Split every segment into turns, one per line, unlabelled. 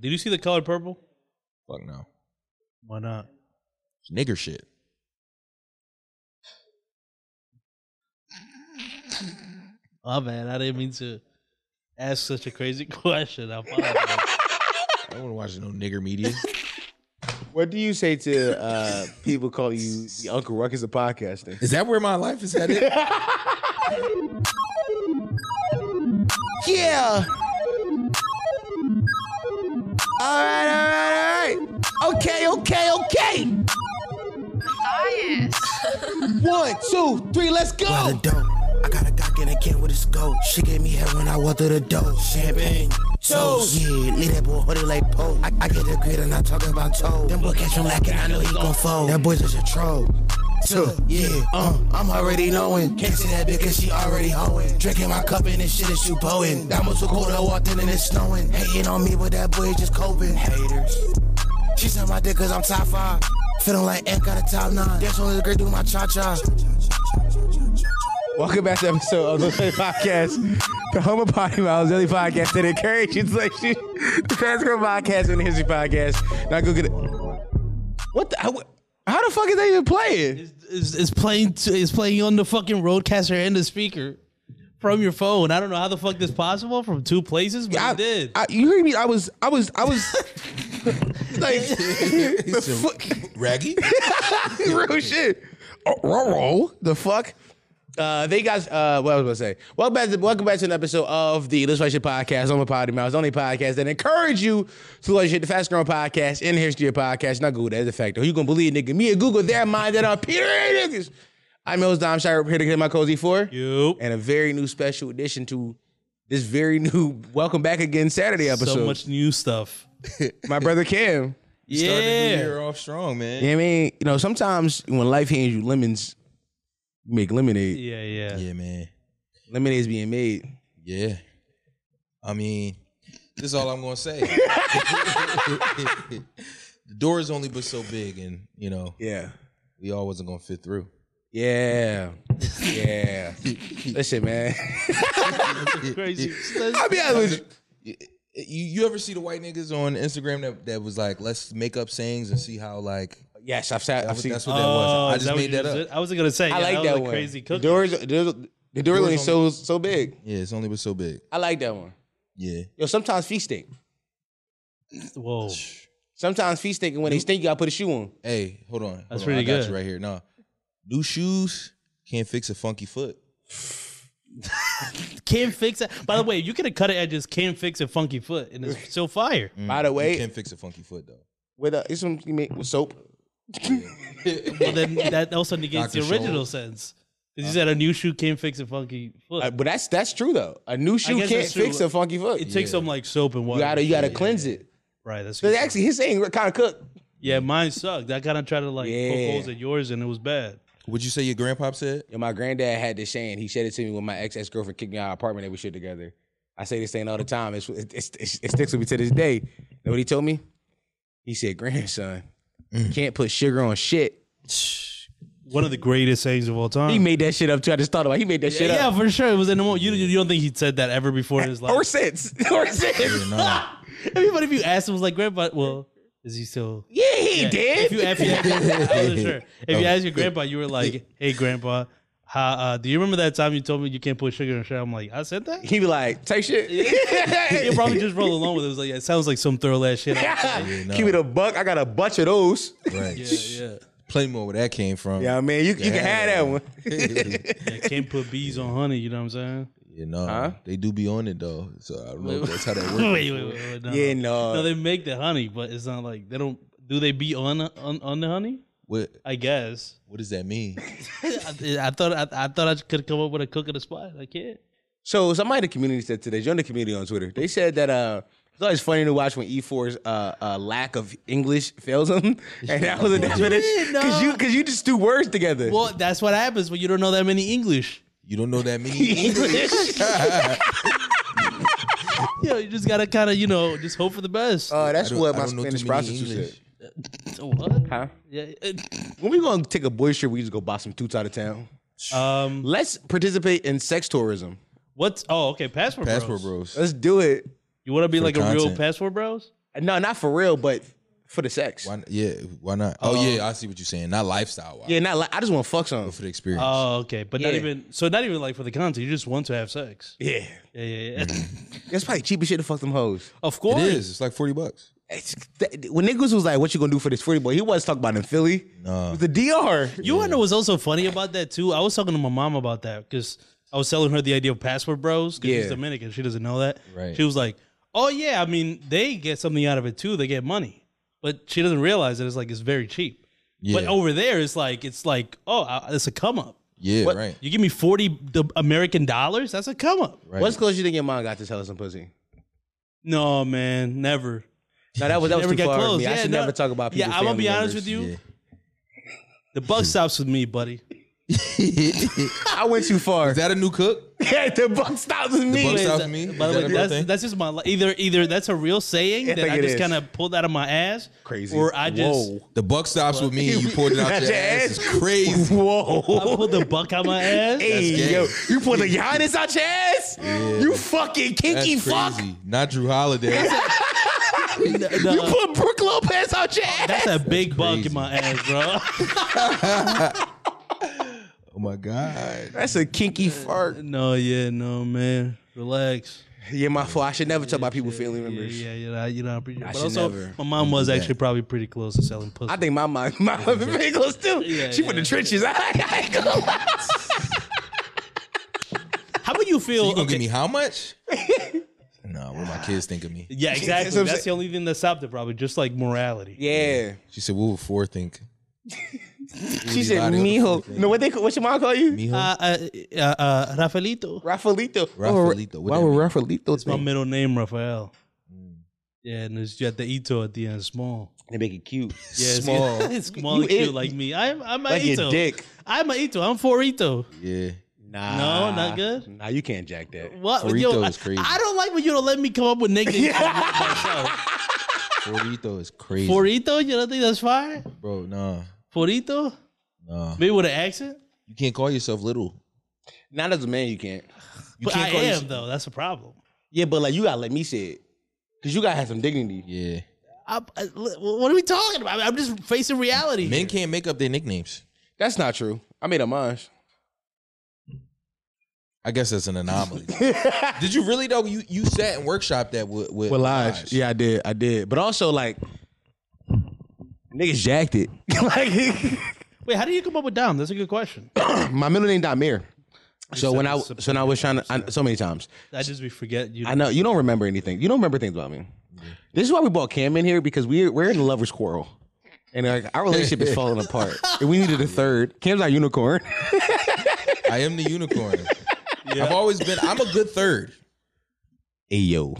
Did you see the color purple?
Fuck no.
Why not?
It's nigger shit.
Oh man, I didn't mean to ask such a crazy question. I apologize.
I don't want to watch no nigger media.
What do you say to uh, people calling you the Uncle Ruckus of podcasting?
Is that where my life is headed?
Yeah. All right, all right, all right. Okay, okay, okay. One, two, three, let's go.
by the dope. I got a cock in a can with a scope. She gave me head when I walked through the door. Champagne. Toast. Yeah, leave that boy hoodie like Pope. I, I get the grid and I'm talking about toe. Them boy catch him lacking, I know he gon' fold. That boy's just a troll. Two, yeah, uh, I'm already knowing. Can't see that bitch cause she already hoeing. Drinking my cup and this shit is you blowing. Diamonds so cold, I walked in and it's snowing. Hating on me, but that boy is just coping. Haters. She said my dick cause I'm top five. Feeling like Ant got a top nine. That's what the girl do my cha cha.
Welcome back to episode of the Sunday Podcast, the home of Potty Miles, the only podcast that encourages selection, the classical podcast and the history podcast. Now go get it. What the? How, how the fuck is that even playing?
it's, it's, it's playing. To, it's playing on the fucking roadcaster and the speaker from your phone. I don't know how the fuck this possible from two places, but
I
it did.
I, you hear me? I was, I was, I was like, the
It's a-
fuck.
Raggy?
real shit. Oh, roll, roll. The fuck? Uh, they guys, uh, what was I gonna say? Welcome back, to, welcome back to an episode of the Let's Write Shit podcast. I'm a potty mouse, the only podcast that encourage you to write shit. The fastest growing podcast in the history of podcasts. Not Google that, it's a fact. Who you gonna believe, nigga? Me and Google their mind that are Peter A. niggas. I'm your host Dom Shire, here to get my cozy four,
you
and a very new special addition to this very new Welcome Back Again Saturday episode.
so much new stuff.
My brother Cam.
Started the
Yeah,
year off strong, man.
You know what I mean? You know, sometimes when life hands you lemons, you make lemonade.
yeah, yeah.
Yeah, man.
Lemonade's being made.
Yeah. I mean, this is all I'm gonna say. the door is only but so big, and you know,
Yeah.
we all wasn't gonna fit through.
Yeah. Yeah. Listen, man.
Crazy.
I'll be honest with you.
You, you ever see the white niggas on Instagram that, that was like, let's make up sayings and see how like
Yes, I've sat. I've
that's,
seen.
that's what that
Oh,
was. I
is
just
what
made
you
that up.
said? I wasn't gonna say.
I
yeah,
like
was
that
a
one.
Crazy
the
cookie.
doors. The doors, the doors only so so big.
Yeah, it's only but so big.
I like that one.
Yeah.
Yo, sometimes feet stink.
Whoa.
Sometimes feet stink, and when they stink, you gotta put a shoe on.
Hey, hold on. Hold
That's
on.
pretty
I got
good.
you right here. No, new shoes can't fix a funky foot.
Can't fix it. By the way, you could have cut it at just can't fix a funky foot, and it's still fire.
By the
you
way,
can fix a funky foot though.
with a, it's some you make with soap.
Well, then that also negates
Dr.
the original
Scholl's.
sense. Because you said a new shoe can't fix a funky foot.
Uh, but that's that's true though. A new shoe
guess
can't
that's true.
fix a funky foot.
it takes some like soap and
you
water.
gotta you gotta
Yeah,
cleanse
yeah.
it.
Right. That's
But
good.
actually, his ain't kind of cooked.
yeah, mine sucked. I kind of tried to like
Yeah.
poke holes at yours, and it was bad.
Would you say your grandpop said?
Yo, my granddad had this saying. He said it to me when my ex ex girlfriend kicked me out of our apartment that we shared together. I say this saying all the time. It's, it, it, it, it sticks with me to this day. You know what he told me? He said, "Grandson, you
Mm.
can't put sugar on shit."
One of the greatest sayings of all time.
He made that shit up too. I just thought about. it. He made that shit
yeah,
up.
for sure. It was in the moment. You, you don't think he said that ever before in his life?
or since, or since.
No.
Everybody, if you asked him, was like, "Grandpa, well, is he still?"
Yeah, he
Yeah,
did. Oh.
If you, if you, I wasn't sure. If you asked your grandpa, you were like, "Hey, grandpa, how, uh, do you remember that time you told me you can't put sugar on shit?" I'm like, "I said that."
he be like, "Take shit."
He'll probably just roll along with it. it. Was like, "It sounds like some thorough ass shit." yeah,
no.
Keep it a buck. I got a bunch of those.
Right.
yeah.
Plenty more where that came from.
Yeah, man, you, you can have that one.
yeah. Can't put bees on honey. You know what I'm saying?
You know, they do be on it though. So I don't know if that's how that works.
Wait, wait, wait, wait, no.
Yeah, no.
No, they make the honey, but it's not like they don't. Do they be on on, on the honey?
What
I guess.
what does that mean?
I, I thought I, I thought I could come up with a cook at the spot. I can't.
So somebody in the community said today, join the community on Twitter. They said that uh it's always funny to watch when E4's uh, uh lack of English fails him. And that was a that's what it- Cause you cause you just do words together.
Well, that's what happens when you don't know that many English.
You don't know that mean?
You know, you just gotta kind of, you know, just hope for the best.
uh, that's
I don't-
what
I
my
don't know too
Spanish
many
prostitute
English.
said.
what?
Huh?
Yeah.
When we gonna take a boy shirt, we just go buy some toots out of town.
Um.
Let's participate in sex tourism.
What's? Oh, okay. Passport.
Passport
bros.
bros.
Let's do it.
You want to be
For
like a real
content.
passport bros?
No, not for real, but for the sex.
Why, yeah, why not? Oh, yeah, I see what you're saying. Not lifestyle wise.
Yeah, not like I just want to fuck some.
For the experience.
Oh, okay, but not
Yeah.
even so. Not even like for the content. You just want to have sex.
Yeah,
Yeah, yeah,
Mm-hmm.
yeah.
that's probably cheapest shit to fuck them hoes.
of
it
course.
is. It's like 40 bucks.
It's- that- When niggas was like, "What you gonna do for this forty boy?" He was talking about in Philly. No, the DR.
You want to know what's also funny about that too? I was talking to my mom about that because I was telling her the idea of passport bros because
Yeah.
she's Dominican. She doesn't know that.
Right.
She was like, "Oh yeah, I mean they get something out of it too. They get money, but she doesn't realize that it's like it's very cheap. But
Yeah.
over there, it's like it's like oh, I- it's a come up.
Yeah, right.
You give me forty d- American dollars, that's a come up.
Right.
What's close you think your mom got to tell her some pussy?
No man, never.
No, that was that was
never
too
get
far
close.
for me. I
Yeah,
should
no-
never talk about
Yeah,
people.
I'm gonna be honest with you.
Yeah.
The buck stops with me, buddy.
I went too far.
Is that a new cook?
yeah, the buck stops with
buck
me.
stops- Stop me?
By the
Is
way,
that a real
that's,
thing?
that's just my li- either either that's a real saying
I
that
think
I
it
just
is.
kind of pulled out of my ass,
Crazy.
or I just
Whoa.
The buck stops with me. You pulled it out your ass. It's crazy.
I
Whoa.
pulled the buck out my ass.
Hey,
gay.
yo, you put the Giannis out your ass? You fucking
That's
kinky
crazy.
fuck.
Not Drew Holiday.
No,
You
no,
put Brooke Lopez out your ass?
uh, that's a big buck in
crazy.
my ass, bro.
oh my god.
That's a kinky fart.
no, yeah, no, man, relax.
Yeah, my fault. I should never talk about people family
Yeah,
members.
yeah, yeah. I- You know, I appreciate. But
should
also,
never
my mom was actually probably pretty close to selling pussy.
I think my mom, my family goes too.
Yeah,
she put the
yeah.
trenches. I, ain't gonna lie.
How would you feel?
You gonna
Oh, okay,
give me how much? no, what my kids think of me.
yeah, exactly.
what I'm
That's, the only thing that stopped it, probably. Just like morality.
yeah.
She said, "What would four think?"
She said,
Everybody on the
"Mijo."
fucking-
No, what they what your mom call you?
Mijo,
Uh, uh, uh, uh, Rafaelito.
Rafaelito. Oh,
Rafaelito, what
Why
that
would
mean?
Rafaelito
My
think?
middle name Rafael.
Mm.
Yeah, and it's, you had the Ito at the end, small.
They make it cute.
Yeah, it's-
Small.
It's small
You
and cute
it-
like me. I'm I'm a
Like your
Ito.
dick.
I'm a Ito. I'm for Ito.
yeah,
Nah.
No, not good?
Nah, you can't jack that.
What?
For
yo,
Ito
I-
is crazy.
I don't like when you don't let me come up with nicknames for myself.
Forito is crazy,
For Ito, you don't think that's fire?
bro. Nah,
For Ito?
nah.
Maybe with an accent?
You can't call yourself little.
Not as a man, you can't. You
but I
can't
am
call yourself-
though. That's a problem.
Yeah, but like you gotta let me say it, cause you gotta have some dignity.
Yeah,
I, I- what are we talking about? I'm just facing reality.
men can't make up their nicknames.
That's not true. I made a mine.
I guess that's an anomaly. Did you really though? You you sat and workshopped that with with,
With Lodge. Yeah, I did. I did. But also like, niggas jacked it. like
Wait, how do you come up with Dom? That's a good question.
my middle name Damir. So when I
Except it's
so when I was trying to I, so many times.
I just we forget you.
I know you don't remember anything. You don't remember things about me. This is why we brought Cam in here because we're we're in a lovers quarrel. And like our relationship is falling apart. And we needed a third. Cam's our unicorn.
I am the unicorn. I've always been. I'm a good third.
Ayo.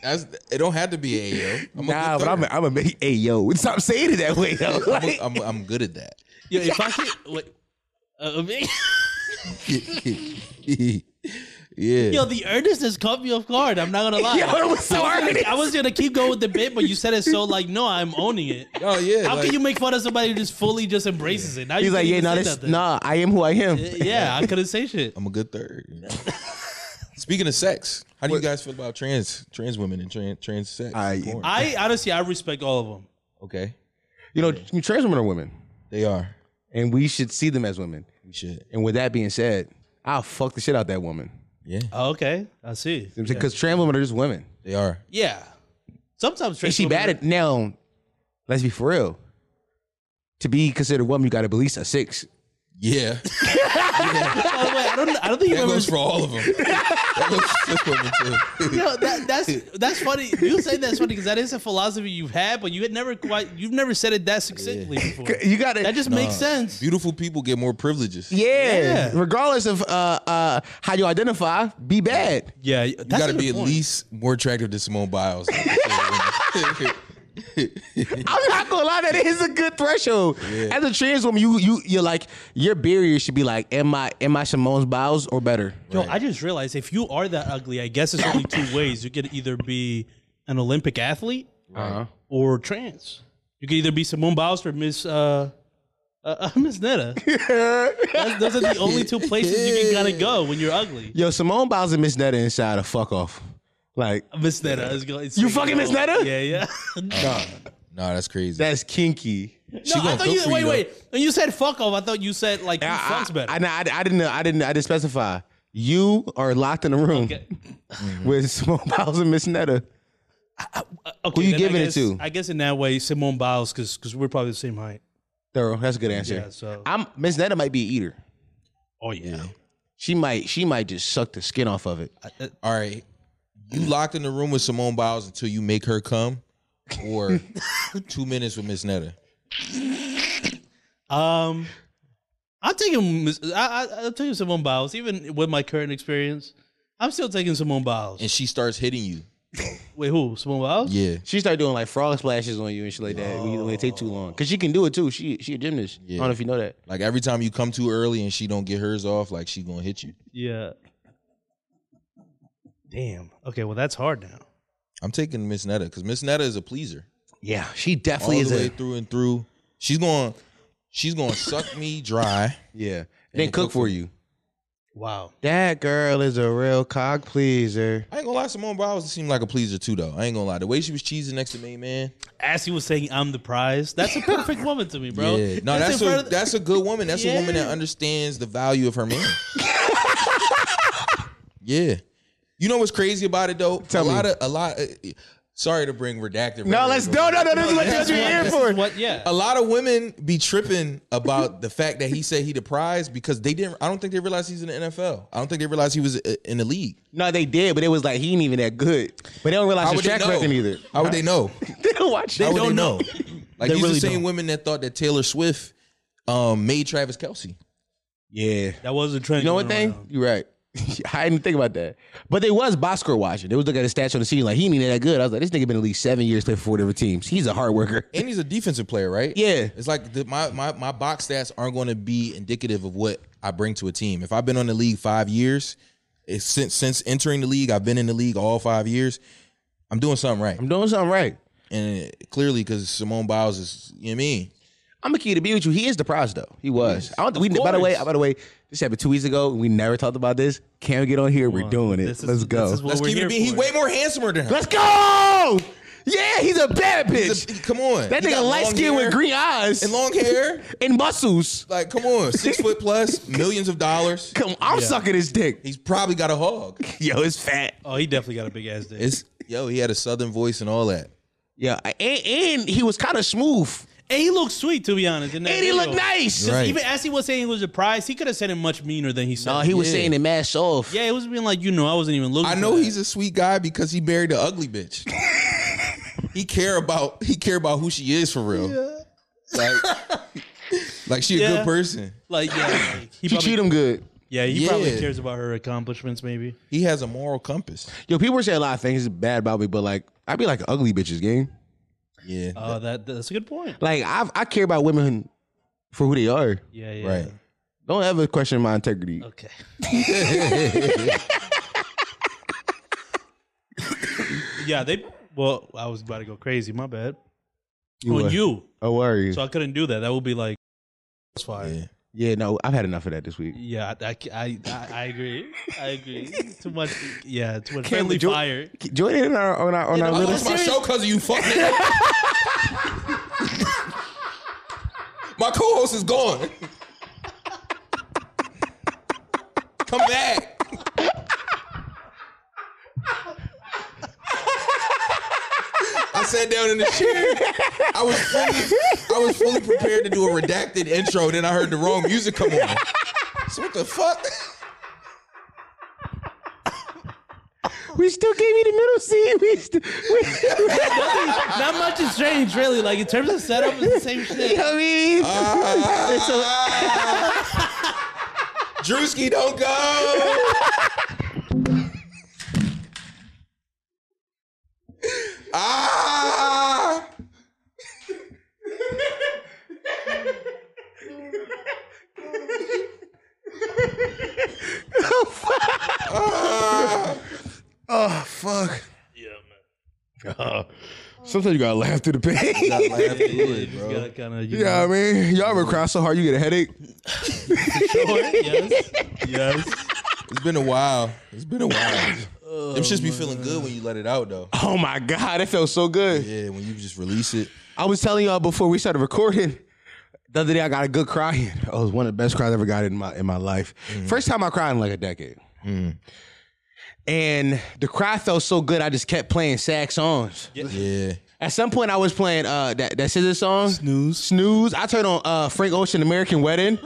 That's, it don't have to be AO. I'm
Nah,
a good
but I'm a,
third.
I'm a ayo. Stop saying it that way though.
I'm, a, I'm, I'm good at that.
Yo, if I could, wait, uh,
yeah.
yo, the earnestness caught me off guard. I'm not gonna lie.
Yo, it was so
I was gonna-
earnest.
I was gonna keep going with the bit, but you said it so like, no, I'm owning it.
Oh yeah.
How
like-
can you make fun of somebody who just fully just embraces it? Now
He's
you
like,
can't
yeah,
even
nah,
say
this,
nothing.
nah, I am who I am.
Yeah, I couldn't say shit.
I'm a good third. you know? Speaking of sex, how do you guys feel about trans trans women and trans trans sex?
I-
porn?
I honestly, I respect all of them.
okay,
You know, trans women are women,
they are.
and we should see them as women.
We should.
And with that being said, I'll fuck the shit out that woman
Yeah,
Oh, okay, I see.
because trans women are just women.
they are.
Yeah, sometimes
Is
trans
she
women-
bad at now? Let's be for real. To be considered a woman, you got to at least a six.
Yeah,
By the way, I don't. I don't think you
that
ever.
goes for all of them. that goes for trans women too.
Yo, that, that's that's funny. You say that's funny because that is a philosophy you've had, but you had never quite. You've never said it that succinctly before.
You got to.
That just makes sense.
Beautiful people get more privileges.
yeah.
Yeah.
Regardless of uh, uh, how you identify, be bad.
Yeah,
You got to be at least more attractive than Simone Biles.
I'm not gonna lie, that is a good threshold. As a trans woman, you you you're like your barrier should be like, am I am I Simone's Biles or better?
Yo, I just realized if you are that ugly, I guess it's only two ways. You could either be an Olympic athlete or trans. You could either be Simone Biles or Miss uh, uh, uh, Miss Netta. That's, those are the only two places you can kind of go when you're ugly.
Yo, Simone Biles and Miss Netta inside a fuck off. Like
Miss Netta is going.
You fucking Miss Netta?
Yeah, yeah. no,
Nah, that's crazy.
that's kinky.
I
gonna
thought
cook
you.
for you,
Wait,
though.
wait. When you said fuck off, I thought you said like who
I,
fucks better.
I, I, I didn't know. I didn't. I didn't specify. You are locked in a room
okay.
with Simone Biles and Miss Netta.
Okay,
you
then I
giving it
guess-
to?
I guess in that way, Simone Biles, because we're probably the same height.
Thorough. That's a good answer.
Yeah, so-
I'm Miss Netta might be an eater.
Oh yeah.
She might. She might just suck the skin off of it.
All right. You locked in the room with Simone Biles until you make her come, or two minutes with Miss Netta.
Um, I'm taking. Miss- I, I, I'm taking Simone Biles, even with my current experience. I'm still taking Simone Biles.
And she starts hitting you.
Wait, who? Simone Biles?
Yeah.
She started doing like frog splashes on you and shit like that. When, you, when it take too long, cause she can do it too. She she a gymnast. I don't know if you know that.
Like every time you come too early and she don't get hers off, like she gonna hit you.
Yeah. Damn. Okay. Well, that's hard now.
I'm taking Miss Netta because Miss Netta is a pleaser.
Yeah, she
All
definitely
the
is
way
a
through and through. She's going to she's gonna suck me dry.
yeah. Then cook for you.
Wow.
That girl is a real cog pleaser.
I ain't gonna lie, Simone Biles seemed like a pleaser too, though. I ain't gonna lie. The way she was cheesing next to me, man.
As he was saying, I'm the prize. That's a perfect woman to me, bro.
Yeah. No,
in
that's,
front
a
of the-
that's a good woman. That's a woman that
Yeah.
understands the value of her man. yeah. You know what's crazy about it though?
Tell
a
me.
lot of a lot. uh, sorry to bring redacted.
No, let's no no no. This is what
That's
that's what
what-
you're here
this
for.
is What? Yeah.
A lot of women be tripping about the fact that he said he the prize because they didn't. I don't think they realize he's in the NFL. I don't think they realize he was uh, in the league.
No, they did, but it was like he ain't even that good. But they don't realize
How
his
would they
track
know?
record either.
How would they know?
They don't watch
How
that.
would
don't know.
Like
They
these
really
the same
don't.
women that thought that Taylor Swift um, made Travis Kelsey.
Yeah.
That was a trend.
You know what
going
thing?
around.
You're right. I didn't think about that. But they was Bosco watching. They was looking at his stats on the scene like he ain't even that good. I was like, this nigga been at least seven years playing for four different teams. He's a hard worker.
And he's a defensive player, right?
Yeah.
It's like the, my, my my box stats aren't going to be indicative of what I bring to a team. If I've been on the league five years, it's since since entering the league, I've been in the league all five years. I'm doing something right,
I'm doing something right.
and it- clearly because Simone Biles is, you know what I mean?
I'm gonna keep it a key to be with you. He is the prize though. He was. I don't, we, by the way,
course.
by the way, this happened two weeks ago. We never talked about this. Can we get on here? We're doing it.
This is-
Let's
this
go.
is what
Let's
we're
keep it
here
a bean. He's
for.
way more handsomer than her.
Let's go. Yeah, he's a bad
He's a-
bitch.
come on,
That
He got
nigga light
long
skin
hair
with green eyes
and
and,
long hair.
muscles.
Like, come on, six foot plus, millions of dollars.
Come, I'm sucking his dick.
He's probably got a hog.
Yo, it's fat.
Oh, he definitely got a big ass dick.
It's yo, he had a southern voice and all that.
Yeah, and, and he was kind of smooth.
and he looked sweet, to be honest. in that
And he looked
video.
nice.
Just
Right.
Even as he was saying it was a prize, he could have said it much meaner than he said.
No, he was
Yeah.
saying it mad soft.
yeah, it was being like, you know, I wasn't even looking.
I
for
know
that.
he's a sweet guy because he married an ugly bitch. he care about he care about who she is for real. Like, like she a
Yeah.
good person.
like, yeah, like, he
She
probably,
treat him good.
yeah, he
Yeah.
probably cares about her accomplishments, maybe.
He has a moral compass.
Yo, people say a lot of things bad about me, but like I'd be like an ugly bitches game.
Yeah,
Oh, that that's a good point.
Like I I care about women for who they are.
Yeah, yeah.
right.
Don't ever question my integrity.
Okay. yeah, they. Well, I was about to go crazy. My bad.
You
On
a-
you,
Oh, were you?
so I couldn't do that. That would be like, that's fire.
Yeah.
yeah, no, I've had enough of that this week.
Yeah, I, I, I, I- I agree. I agree. too much. Yeah, too much.
Can't
Friendly
we do-
fire.
Join in on our on our, on
Yeah,
our
no, But
I
little.
it's
lost oh, my
serious.
show because of you, fuck nigga. my co-host is gone. Come back. I sat down in the chair. I was fully, I was fully prepared to do a redacted intro. Then I heard the wrong music come on. So what the fuck?
We still gave you the middle seat. We, st- we
Not much has changed, really. Like in terms of setup, it's the same
you
shit.
know what I mean? It's a-
Drewski, don't go. ah! Ah.
oh fuck. Yeah, man. sometimes you gotta laugh through the pain.
You just gotta kinda, you know,
I mean, y'all ever cry so hard you get a headache?
Sure. Yes. Yes.
It's been a while. It's been a while. Them shits be feeling good when you let it out though.
Oh my god, it felt so good.
Yeah, when you just release it.
I was telling y'all before we started recording. The other day, I got a good cry. in. Oh, it was one of the best cries I ever got in my in my life. First time I cried in like a decade. Mm. And the cry felt so good, I just kept playing sad songs.
Yeah.
At some point, I was playing uh, that that scissor song, snooze, snooze. I turned on uh, Frank Ocean, American Wedding.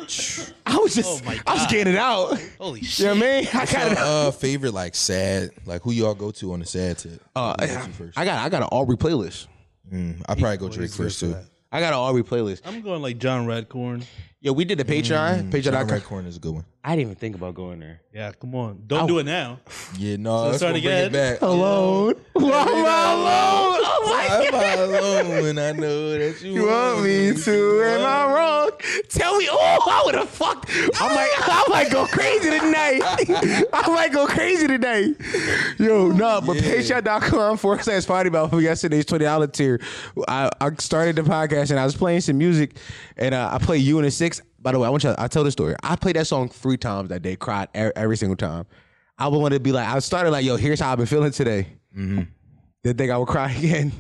I was just, I was getting it out.
Holy
You
shit.
know what I mean? I got it. out.
Uh, favorite like sad, like who y'all go to on the sad tip?
Uh,
Who you go to first? Mm,
I got, I got an Aubrey playlist.
I probably go Drake first too.
I got an Aubrey playlist.
I'm going like John Radcorn.
Yo, we did the Patreon,
John
Patreon.com.
Red Corn is a good one.
I didn't even think about going there.
Yeah, come on. Don't do it now.
Yeah, no, that's
start
gonna bring it
again.
back.
Alone. Why am I alone? Oh my
Am I alone when I know that you,
You want me to? Am I wrong? Tell me. Oh, I would have fucked. I might, I might go crazy tonight. I might go crazy tonight. Yo, nah, but
Yeah.
patreon.com forward slash party about for yesterday's $20 tier. I, I started the podcast and I was playing some music and uh, I played You and the Six. By the way, I want you I tell the story. I played that song three times that day, cried every, every single time. I would want to be like, I started like, yo, here's how I've been feeling today. Didn't think I would cry again.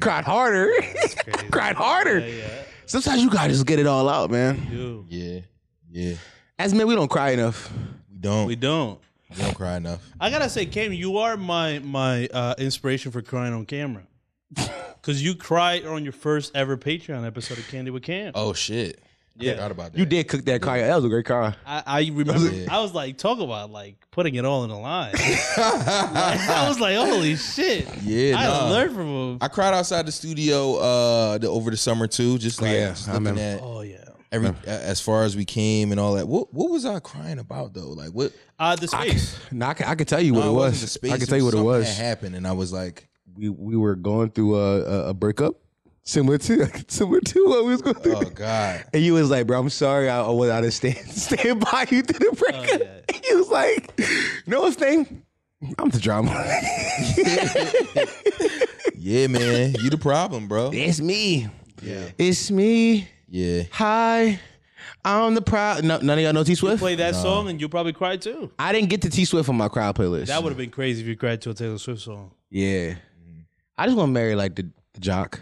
Cried harder. Cried harder. Sometimes you gotta just get it all out, man.
Dude,
Yeah, yeah.
As men, we don't cry enough.
We don't.
we
We
don't.
don't cry enough.
I gotta say, Cam, you are my my uh, inspiration for crying on camera. Cause you cried on your first ever Patreon episode of Candy with Cam.
Oh shit.
Yeah.
I forgot about that.
You did cook that car. That was a great car.
I, I remember.
Yeah.
I was like, talk about like putting it all in a line. Like, I was like, holy shit.
Yeah,
I
nah.
learned from him.
I cried outside the studio uh the, over the summer too, just like
yeah,
just
I
looking
remember.
at
oh yeah.
every a- as far as we came and all that. What what was I crying about though? Like what?
Uh, the space.
No, I can, I can tell you what
No,
it
wasn't
was.
the space.
I can tell you what it
something
was.
That happened, and I was like,
We we were going through a, a, a breakup, similar to similar to what we was going through.
oh god.
And you was like, bro, I'm sorry, I, I was out of stand stand by you through the breakup.
yeah.
And you was like, no thing. I'm the drama.
Yeah, man, you the problem, bro.
it's me. Yeah. It's me.
Yeah,
Hi. I'm the proud. No, none of y'all know T Swift.
Play that song and you'll probably cry too.
I didn't get to T Swift on my crowd playlist.
That would have been crazy if you cried to a Taylor Swift song.
yeah. I just want to marry like the, the jock.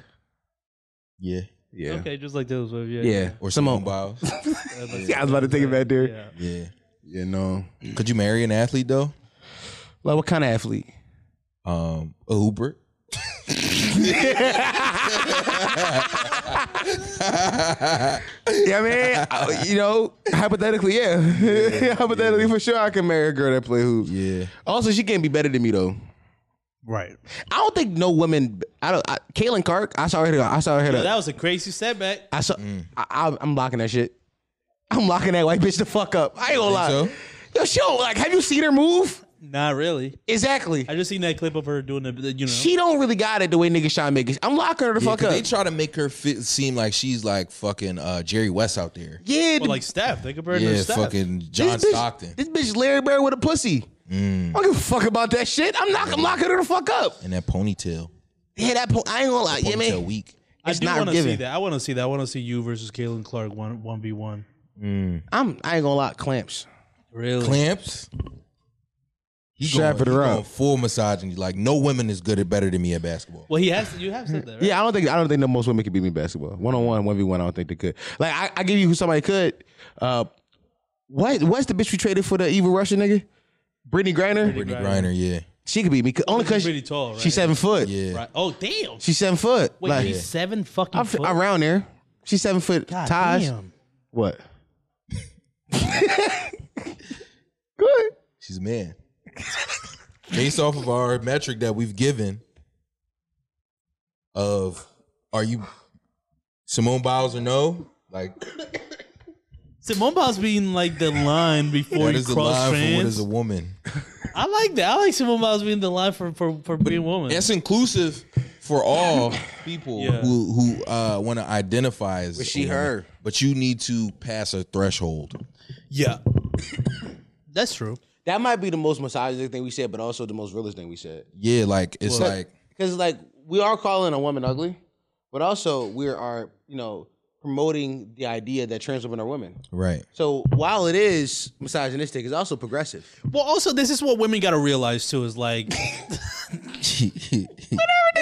yeah.
Yeah.
Okay, just like Taylor Swift. Yeah.
Yeah.
Or
Simone.
Simone Biles.
Yeah, I was about to take it back there.
Yeah.
Yeah.
You know,
Could you marry an athlete though?
like what kind of athlete?
Um, a Hooper.
Yeah, I mean, I- you know, hypothetically, yeah, hypothetically for sure, I can marry a girl that play hoops.
Yeah.
Also, she can't be better than me though.
Right.
I don't think no woman. I don't. I, Caitlin Clark. I saw her. I saw her.
But that was a crazy setback.
I saw. I, I, I'm blocking that shit. I'm locking that white bitch the fuck up. I ain't gonna lie.
Think
Yo, she don't like. Have you seen her move?
Not really.
Exactly.
I just seen that clip of her doing the, the- you know.
She don't really got it the way niggas try to make it. I'm locking her the
Yeah,
fuck
'cause
up.
They try to make her fit, seem like she's like fucking uh, Jerry West out there.
yeah,
well, like Steph. They compared her
Yeah,
to Steph.
fucking
this
John
bitch,
Stockton.
This bitch Larry Bird with a pussy. I don't give a fuck about that shit. I'm not. I'm locking her the fuck up.
And that ponytail.
Yeah, that point. I ain't gonna lie. Yeah,
Ponytail
man.
weak.
I
It's
do
not
want to see
given.
that. I want to see that. I want to see you versus Caitlin Clark one one v one.
I'm. I ain't gonna lie. Clamps.
Really?
Clamps. He
Strapping
going-
her
he
up.
going Full misogyny. Like no woman is good at better than me at basketball.
Well, he has. You have said that. Right?
Yeah, I don't think. I don't think the most women could beat me in basketball. One on one, one v one. I don't think they could. Like I, I give you who somebody could. Uh, what? What's the bitch we traded for the evil Russian nigga? Brittany Griner.
Brittany Griner, yeah,
She could beat me 'cause- only because
She's pretty tall, right?
She's seven foot.
yeah.
Right. Oh damn.
She's seven foot.
Wait,
like
she's seven fucking.
I'm,
foot?
I'm around there. She's seven foot.
God
Taj.
damn.
What? Good.
She's a man. Based off of our metric that we've given of are you Simone Biles or no? Like
Simone Biles being like the line before
what
you
is the line
cross
for what is
trans.
a woman?
I like that. I like Simone Biles being the line for for, for being a woman.
It's inclusive for all people
Yeah.
who who uh, want to identify as
she,
a woman.
her.
but you need to pass a threshold.
Yeah. That's true.
That might be the most misogynistic thing we said, but also the most realist thing we said.
Yeah, like it's like
Because like we are calling a woman ugly, but also we are, you know, promoting the idea that trans women are women.
Right.
So while it is misogynistic, it's also progressive.
Well, also, this is what women got to realize too is like,
Niggas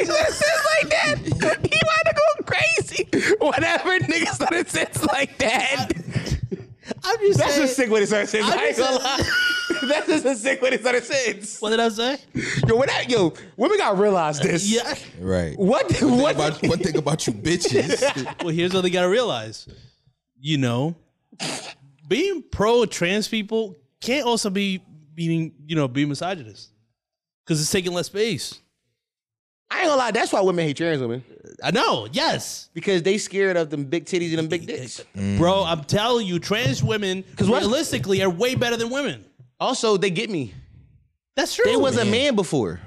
says like that, he might to go crazy. Whatever niggas started says like that.
I'm just
That's a
saying.
sick way to start sins. I,
I
ain't
just
gonna lie. That's just a sick way to start sins.
what did I say?
Yo, when I, yo, women gotta realize this.
Yeah.
Right.
What?
One
What?
thing about, one thing about you bitches.
Well, here's what they got to realize. You know, being pro trans people can't also be being, you know, being misogynist because it's taking less space.
I ain't gonna lie. That's why women hate trans women
I know. Yes.
because they scared of them big titties and them big dicks.
Bro, I'm telling you, trans women
Mm. what-
realistically are way better than women.
Also, they get me.
That's true.
They was a man before.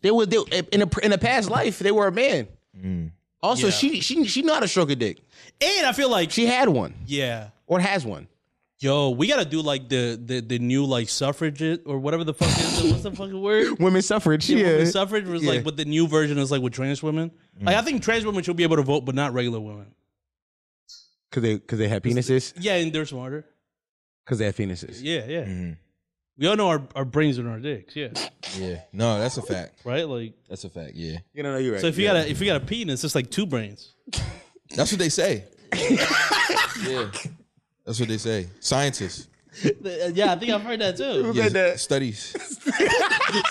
They were they, in a in a past life. They were a man. Also,
Yeah.
she she she know how to stroke a dick.
and I feel like
She had one
yeah.
or has one.
Yo, we gotta do like the the, the new like suffrage it or whatever the fuck is what's the fucking word?
Women's suffrage. Yeah.
Women's suffrage was
Yeah.
like what the new version is like with trans women.
Mm.
Like I think trans women should be able to vote, but not regular women.
Cause they cause they had penises.
Yeah, and they're smarter.
Cause they had penises.
Yeah, yeah.
Mm-hmm.
We all know our, our brains and our dicks. Yeah,
yeah. No, that's a fact.
right. Like
That's a fact. Yeah.
You know, no, you're right.
so, if you
Yeah.
got a if you got a penis, it's like two brains.
That's what they say. yeah. That's what they say. Scientists.
uh, yeah, I think I've heard that too.
Yeah,
Read that.
Studies.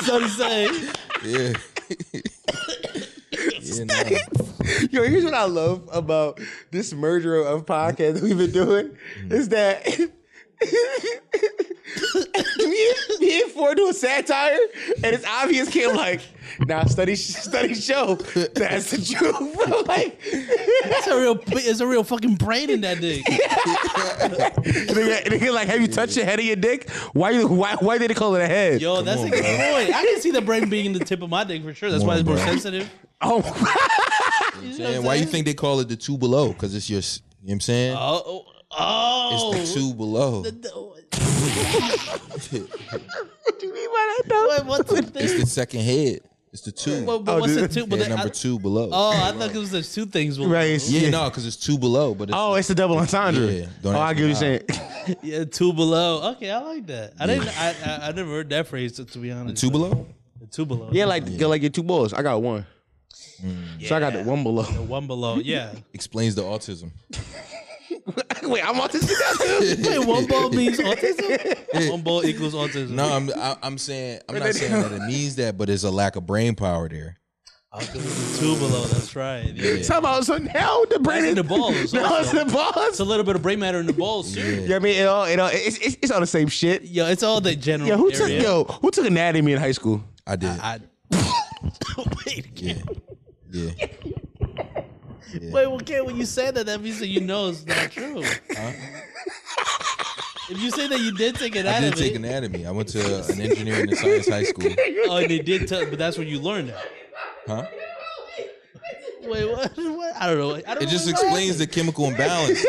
So I'm saying.
Yeah. yeah nah.
Yo, here's what I love about this merger of podcasts that we've been doing is that me, and- me and Ford do a satire, and it's obvious. Kim like, now nah, study study show. That's the truth. Bro. Like,
It's a real, it's a real fucking brain in that dick.
nigga, nigga, like, have you touched the head of your dick? Why you why why did they call it a head?
Yo, that's
on,
a good
bro.
point. I can see the brain being in the tip of my dick for sure. That's
Come
why
on,
it's more
bro.
sensitive.
Oh,
You know what
Man,
I'm
why you
saying?
think they call it the two below? Because it's your, s- you know what I'm saying?
Oh, oh,
It's the two below.
two.
what you mean by that though?
Wait, what's the
It's
thing?
the second head. It's the two.
What,
Oh,
what's the
dude.
two? But
Yeah,
they-
number
I,
two below.
Oh, I thought it was there's two things. Well,
Right. it's-
yeah, no, because it's two below. But it's,
Oh, it's a double entendre.
Yeah, don't
oh, I
ask
get what
me
you're saying.
Yeah, two below. Okay, I like that. I didn't. I, I, I never heard that phrase. To be honest,
two below.
The two below.
Yeah, like like your two balls. I got one.
Mm.
So I got the one below.
The one below. Yeah.
Explains the autism.
Wait, I'm autistic now too.
Wait, one below means autism. one below equals autism.
No, I'm I, I'm saying I'm not saying that it means that, but it's a lack of brain power there.
Oh, 'cause it's the two below. That's right. Yeah.
Talking about so now the brain
It's
is
in the balls.
Now it's
also.
in the balls.
It's a little bit of brain matter in the balls too.
you know what I mean? It all, it all, it's, it's, it's all the same shit.
Yo, it's all the general.
Yo, who took
area.
yo who took anatomy in high school?
I did.
I, wait,
yeah.
again.
Yeah.
wait, well, Ken, when you say that, that means that you know it's not true. If you say that you did take it
I
out
did
of
take
it,
anatomy. I went to an engineering and science high school.
oh, and they did tell, but that's where you learned it.
Huh?
Wait, what? what? I don't know. I don't know
It just
what
explains the chemical imbalance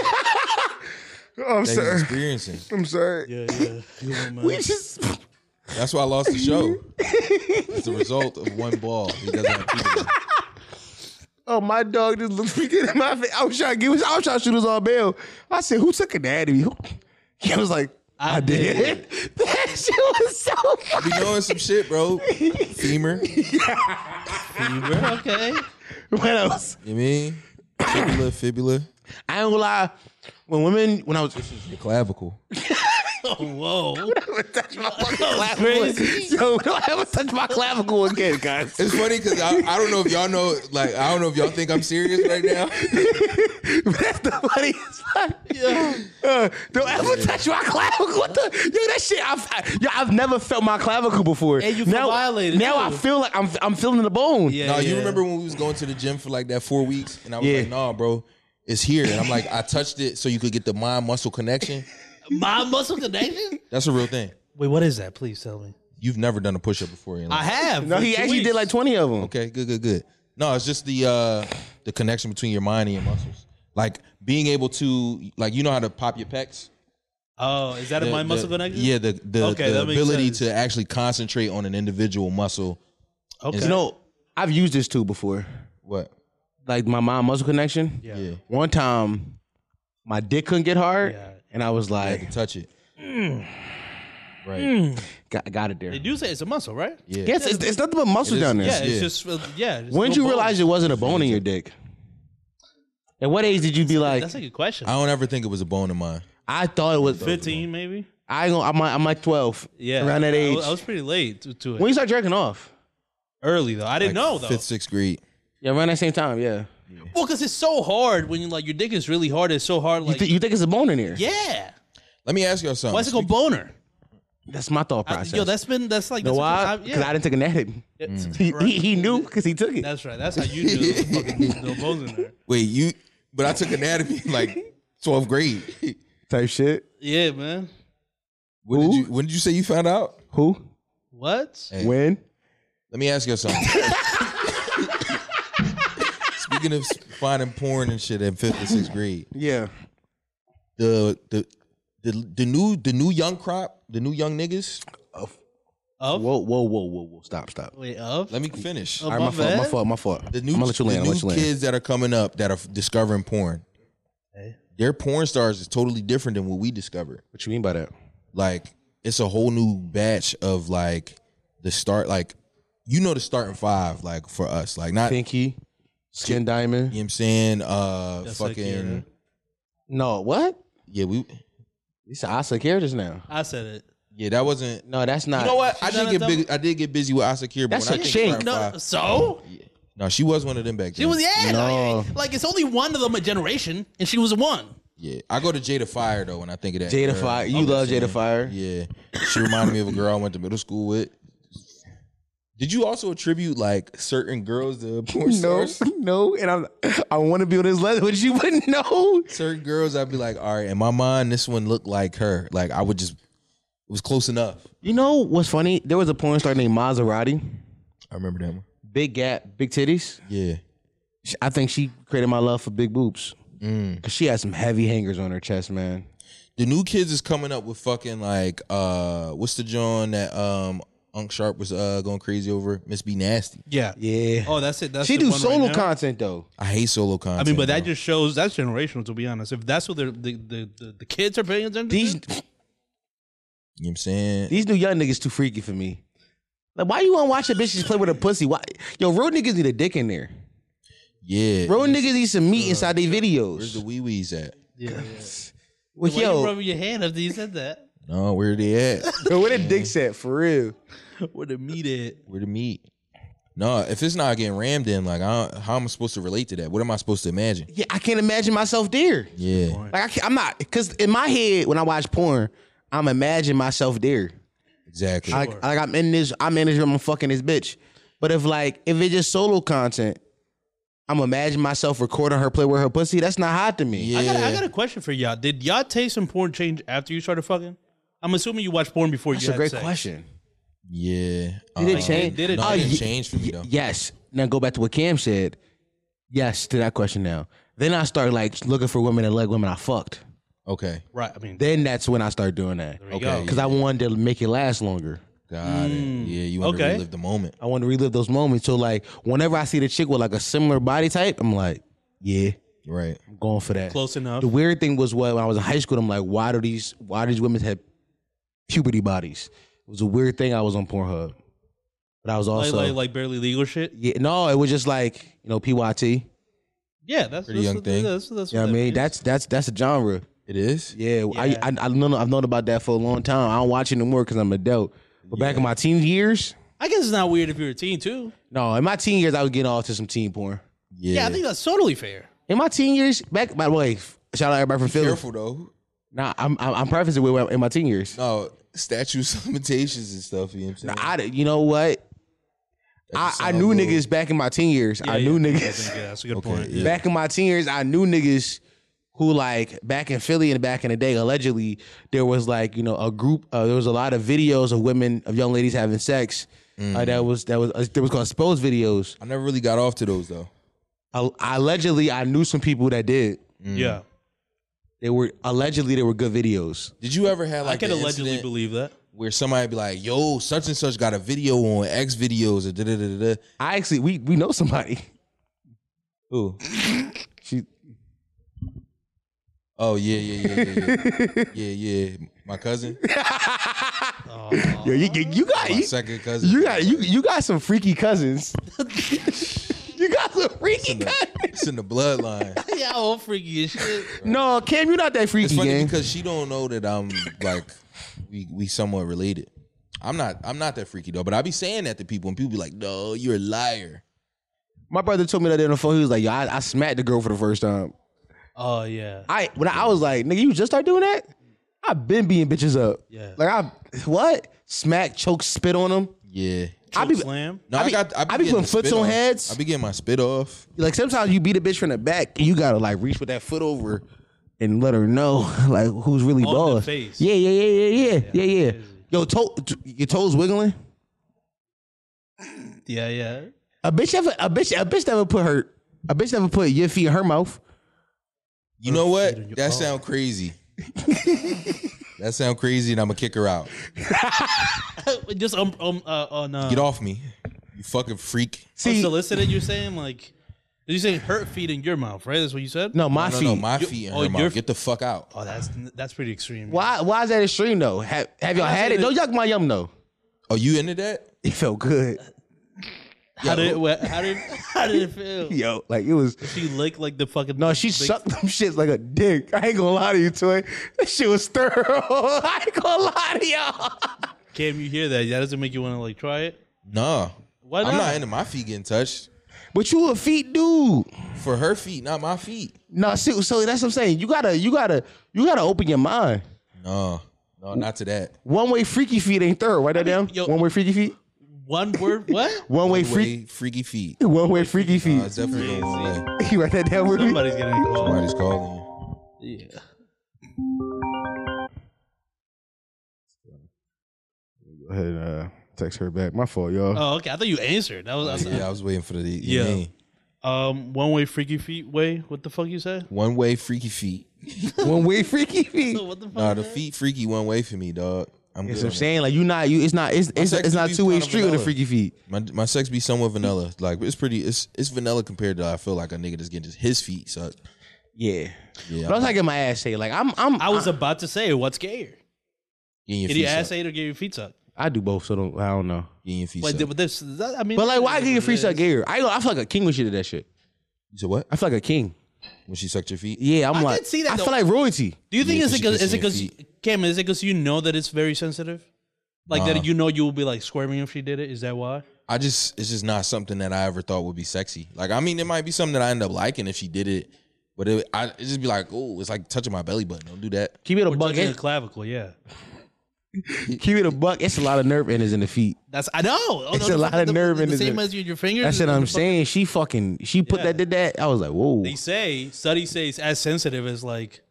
Oh, I'm
that he's experiencing.
I'm sorry.
happened. Yeah, yeah.
We just
That's why I lost the show. It's the result of one ball. He doesn't have people.
oh my dog just looked me dead in my face. I was trying to give his I was trying to shoot us all bail. I said, who took anatomy? Who? He was like, I,
I
did. that shit was so
Be knowing some shit, bro. Femur. You
Fever, okay.
What else?
mean? Fibula, fibula,
I ain't gonna lie. When women when I was
your clavicle.
Oh, whoa.
touch my fucking
That's
clavicle.
crazy.
Yo, don't ever touch my clavicle again, guys.
It's funny because I, I don't know if y'all know, like, I don't know if y'all think I'm serious right now.
That's the funniest part. Uh, don't ever touch my clavicle. What the? Yo, that shit. I've, I, yo, I've never felt my clavicle before.
And you feel
now,
violated,
Now
too.
I feel like I'm I'm feeling the bone.
Yeah,
No, you
yeah.
remember when we was going to the gym for like that four weeks, and I was
Yeah.
like, "Nah, bro, it's here." And I'm like, "I touched it so you could get the mind muscle connection."
my muscle connection?
That's a real thing.
Wait, what is that? Please tell me.
You've never done a push up before in your
I
life.
have.
No,
for
he
two
actually did
weeks.
like 20 of them.
Okay, good, good, good. No, it's just the uh the connection between your mind and your muscles. Like being able to, like, you know how to pop your pecs.
Oh, is that in
The-
my
the-
muscle connection?
Yeah, the the,
Okay,
the
that makes
ability
sense.
to actually concentrate on an individual muscle.
Okay.
You
You know, I've used this too before.
What?
like my mom muscle connection.
Yeah.
Yeah.
One time, my dick couldn't get hard,
Yeah.
and I was
I
like,
can touch it.
Mm.
Right.
got, got it there.
They do say it's a muscle, right?
Yeah.
Yes, it's, it's nothing but muscle
It is-
down there.
Yeah, it's
Yeah.
just uh, yeah. it's
When
no
did you
bone.
realize it wasn't a bone in your dick? At what age did you be like?
That's a good question.
I don't ever think it was a bone in mine.
I thought it was.
Fifteen, maybe.
I go. I'm like, I'm like twelve.
Yeah,
around that
I
age.
was, I was pretty late to, to it.
when you start jerking off?
Early though, I didn't know though.
Fifth, sixth grade.
Yeah, around that same time. Yeah.
Well, because it's so hard when you like your dick is really hard. It's so hard.
You,
Like
thi- you think it's a bone in here?
yeah,
Let me ask y'all something.
why is it called boner?
That's my thought
I,
process.
yo, that's been that's like
know
that's
why?
I,
Because I
yeah.
didn't take a nap.
It's-
He,
right.
he, he knew because he took it.
That's right. That's how you do it. fucking no bones in there.
Wait, you? But I took anatomy in, like 12th grade.
type shit.
Yeah, man.
When did
Who?
you? When did you say you found out?
Who?
What?
Hey.
When?
Let me ask you something. Speaking of finding porn and shit in fifth and sixth grade,
Yeah.
the the the, the new the new young crop, the new young niggas.
Of?
Whoa, whoa, whoa, whoa, whoa. Stop, stop.
Wait, of?
Let me finish.
Oh,
All right,
my
my, fault, my
bad.
fault, my fault.
The new,
I'm gonna let you
the
land. I'm
new
gonna let you land.
kids that are coming up that are f- discovering porn.
Okay.
Their porn stars is totally different than what we discovered.
What you mean by that?
Like it's a whole new batch of like the start. Like you know the starting five. Like for us, like not.
Pinky, skin diamond.
You know what I'm saying? Uh
That's like,
fucking
yeah.
No, what?
Yeah, we
These are Asa characters now.
I said it.
yeah, that wasn't
No, that's not.
You know what? I
She's not
did
a
get
double-
big I did get busy with Asakir, but
That's
when
a
I think
chick.
starting
No,
five-
so
no, she was one of them back then.
she was yeah.
No.
Like, like, it's only one of them a generation, and she was one.
yeah. I go to Jada Fire though when I think of that.
Jada
girl.
Fire. You
I'm
love
just
Jada
saying.
Fire.
Yeah. She reminded me of a girl I went to middle school with. Did you also attribute like certain girls to porn
No,
stars?
no, and I'm, I want to be on this level with you, but no.
Certain girls, I'd be like, all right, in my mind, this one looked like her. Like I would just, it was close enough.
You know what's funny? There was a porn star named Maserati,
I remember that one.
big gap, big titties.
Yeah,
Sh- I think she created my love for big boobs
Mm.
because she had some heavy hangers on her chest, man.
the new kids is coming up with fucking like uh what's the John that um Unc Sharp was uh going crazy over Miss Be Nasty.
Yeah.
Yeah,
Oh, that's it. That's
she
the
do
one
solo
right now.
content though.
I hate solo
I
content.
mean, but that
bro.
just shows that's generational. To be honest, if that's what the the, the, the, the kids are paying attention
These
to,
you know what I'm saying.
these new young niggas too freaky for me. Like, why you want to watch the bitches play with a pussy? Why, yo, road niggas need a dick in there.
yeah.
Road niggas need some meat inside their
Uh, Where's the
videos.
wee wees at?
yeah, yeah.
Well,
Why you
yo,
rubbing your hand after you said that?
No, where they at?
yo, where the dick's at for real?
Where the meat at?
where the meat? No, if it's not getting rammed in, like I don't, how am I supposed to relate to that? What am I supposed to imagine?
Yeah, I can't imagine myself there.
Yeah,
Like I can't, I'm not because in my head when I watch porn, I'm imagining myself there.
exactly.
Like, like I'm in this, I'm in this room, I'm fucking this bitch. But if like if it's just solo content, I'm imagining myself recording her play with her pussy. That's not hot to me.
yeah,
I, got a, I got a question for y'all. Did y'all taste in porn change after you started fucking? I'm assuming you watched porn before
That's
you
a
had
great
sex.
question.
yeah.
Did it
Uh,
change?
did it-
No,
Oh,
it didn't
ye-
change for me
y-
though.
yes. Now go back to what Cam said. Yes to that question. Now then I start like looking for women that like women I fucked.
Okay,
Right. I mean,
Then that's when I start doing that
there you
okay.
go.
because I wanted to make it last longer.
got it. Yeah, you want to
Mm. Okay.
relive the moment.
I want to relive those moments. So like whenever I see the chick with like a similar body type, I'm like, yeah,
Right.
I'm going for that.
Close enough.
The weird thing was what when I was in high school, I'm like, why do these why do these women have puberty bodies? It was a weird thing I was on Pornhub. But I was
Like,
also
like, like barely legal shit.
yeah, no, it was just like, you know, PYT. You
Yeah, that's
Pretty
that's
young
what-
thing.
That's, that's
know what
that
I mean?
is.
That's that's that's a genre.
It is.
Yeah, I,
Yeah.
I I know I've known about that for a long time. I don't watch it no more because I'm an adult. But back in my teen years,
I guess it's not weird if you're a teen too.
no, in my teen years I was getting off to some teen porn.
Yeah.
Yeah, I think that's totally fair.
In my teen years, back by the way, shout out everybody from Philly.
Careful though.
Nah, I'm I'm, I'm prefacing with in my teen years.
No, statutes of limitations and stuff. You know what I'm saying?
I di- you know what? I,
That's
I
all
knew
little-
niggas back in my teen years. I
Yeah,
knew
yeah.
niggas
Yeah, that's a good point.
yeah.
back in my teen years. I knew niggas who like back in Philly and back in the day. Allegedly, there was like you know a group. Uh, there was a lot of videos of women of young ladies having sex.
Mm.
Uh, that was that was uh, there was called exposed videos.
I never really got off to those though.
Uh, allegedly, I knew some people that did.
Yeah,
They were allegedly they were good videos.
Did you ever have
I
like
can
the
allegedly
incident
believe that.
where somebody be like, "Yo, such and such got a video on X videos or da da da da"?
I actually we we know somebody.
Who?
She
Oh yeah, yeah, yeah, yeah, yeah, yeah, yeah. My cousin,
Yo, you, you, you got
my
you,
second cousin.
you got you you got some freaky cousins. you got some freaky cousins.
It's in the bloodline.
Yeah, all freaky as shit.
No, Cam, you're not that
It's
freaky,
funny
gang.
because she don't know that I'm like we we somewhat related. I'm not I'm not that freaky though, but I be saying that to people and people be like, "No, you're a liar."
My brother told me that day on the phone. He was like, "Yo, I, I smacked the girl for the first time."
Oh yeah.
I when I, I was like, "Nigga, you just start doing that?" I've been beating bitches up.
Yeah.
Like I what smack, choke, spit on them.
Yeah.
I be
slam.
No,
I
I,
be-
got I be,
I be
getting
putting
the
foots
spit
on
off.
heads.
I be getting my spit off.
like sometimes you beat a bitch from the back and you gotta like reach with that foot over and let her know like who's really
On the
boss.
face.
Yeah, yeah, yeah, yeah, yeah, yeah, yeah. Yo, toe, t- your toes wiggling.
Yeah, yeah.
A bitch ever, a bitch, a bitch never put her, a bitch never put your feet in her mouth.
Oh,
You know
on your
what? That
arm.
sound crazy. that sound crazy, and I'm gonna kick her out.
Just um um uh, on uh,
Get off me, you fucking freak.
See,
unsolicited. You're saying like, you saying hurt feet in your mouth, right? That's what you said.
no, my
No,
feet.
no, my feet in
oh,
her
your-
mouth. Get the fuck out.
Oh, that's that's pretty extreme.
why, why is that extreme though? Have, have y'all
I'm
had
saying
it? Don't
that-
yuck my yum though.
Oh, you into that?
It felt good,
How did it, wha- how did how did it feel?
yo. Like it was.
She licked like the fucking.
No, she sucked them shits like a dick. I ain't gonna lie to you, Toy. That shit was thorough. I ain't gonna lie to y'all.
Cam, you hear that? That doesn't make you want to like try it.
Nah.
Why
I'm
not?
not into my feet getting touched.
But you a feet dude.
For her feet, not my feet.
No, see, so that's what I'm saying. You gotta, you gotta, you gotta open your mind.
No. No, not to that.
One way freaky feet ain't thorough. Write that down.
yo-
One way freaky feet.
One word. What?
One way freak.
Way freaky feet.
One way freaky
Nah, it's
feet.
definitely
Crazy.
going away.
You write that down with me.
Somebody's getting called.
Somebody's calling you.
Yeah.
Go ahead and uh, text her back. My fault, y'all.
Oh, okay. I thought you answered. That was.
Yeah, I was waiting for the
Yeah.
yeah.
Um, one way freaky feet way. What the fuck you say?
One way freaky feet.
Uh,
One way freaky feet.
What the fuck?
Nah, the feet freaky one way for me, dog. I'm
That's
good.
what I'm
on that.
saying. Like you not, you. It's not. It's it's,
sex
it's not
appeal's
two way
kind of
street with a
vanilla.
freaky feet.
My my sex be somewhat vanilla. Like it's pretty. It's it's vanilla compared to I feel like a nigga that's getting just his feet sucked.
Yeah.
Yeah,
But I was like, get my ass ate. Like I'm, I'm.
I was about to say what's gayer?
getting your
Get
feet
your ass
sucked.
ate or get your feet sucked?
I do both, so don't. I don't know.
Getting your feet
But,
sucked.
th- but this, that, I mean,
But like, why
it
get your
is what
free
it
suck
is.
gear? I, I feel like a king when she did that shit.
you said what?
I feel like a king.
When she sucked your feet?
Yeah, I'm
I
like.
can see that,
I
though.
feel like royalty.
Do you think
Yeah,
is it
'cause
because
you
is it because
can see
Cam? Is it because you know that it's very sensitive? Like that you know you will be like squirming if she did it. Is that why?
I just it's just not something that I ever thought would be sexy. Like I mean, it might be something that I end up liking if she did it, but it I it just be like, oh, it's like touching my belly button. Don't do that.
Keep it a
Or
buck.
touching
It,
the clavicle, yeah.
Keep it a buck. It's a lot of nerve endings in the feet.
That's I know. Oh,
It's
no,
a lot of nerve
the,
in
the
it.
same as your, your fingers.
That's
is
what I'm
the fuck-
saying. She fucking she put
Yeah.
that did that. I was like, whoa.
They say studies say it's as sensitive as like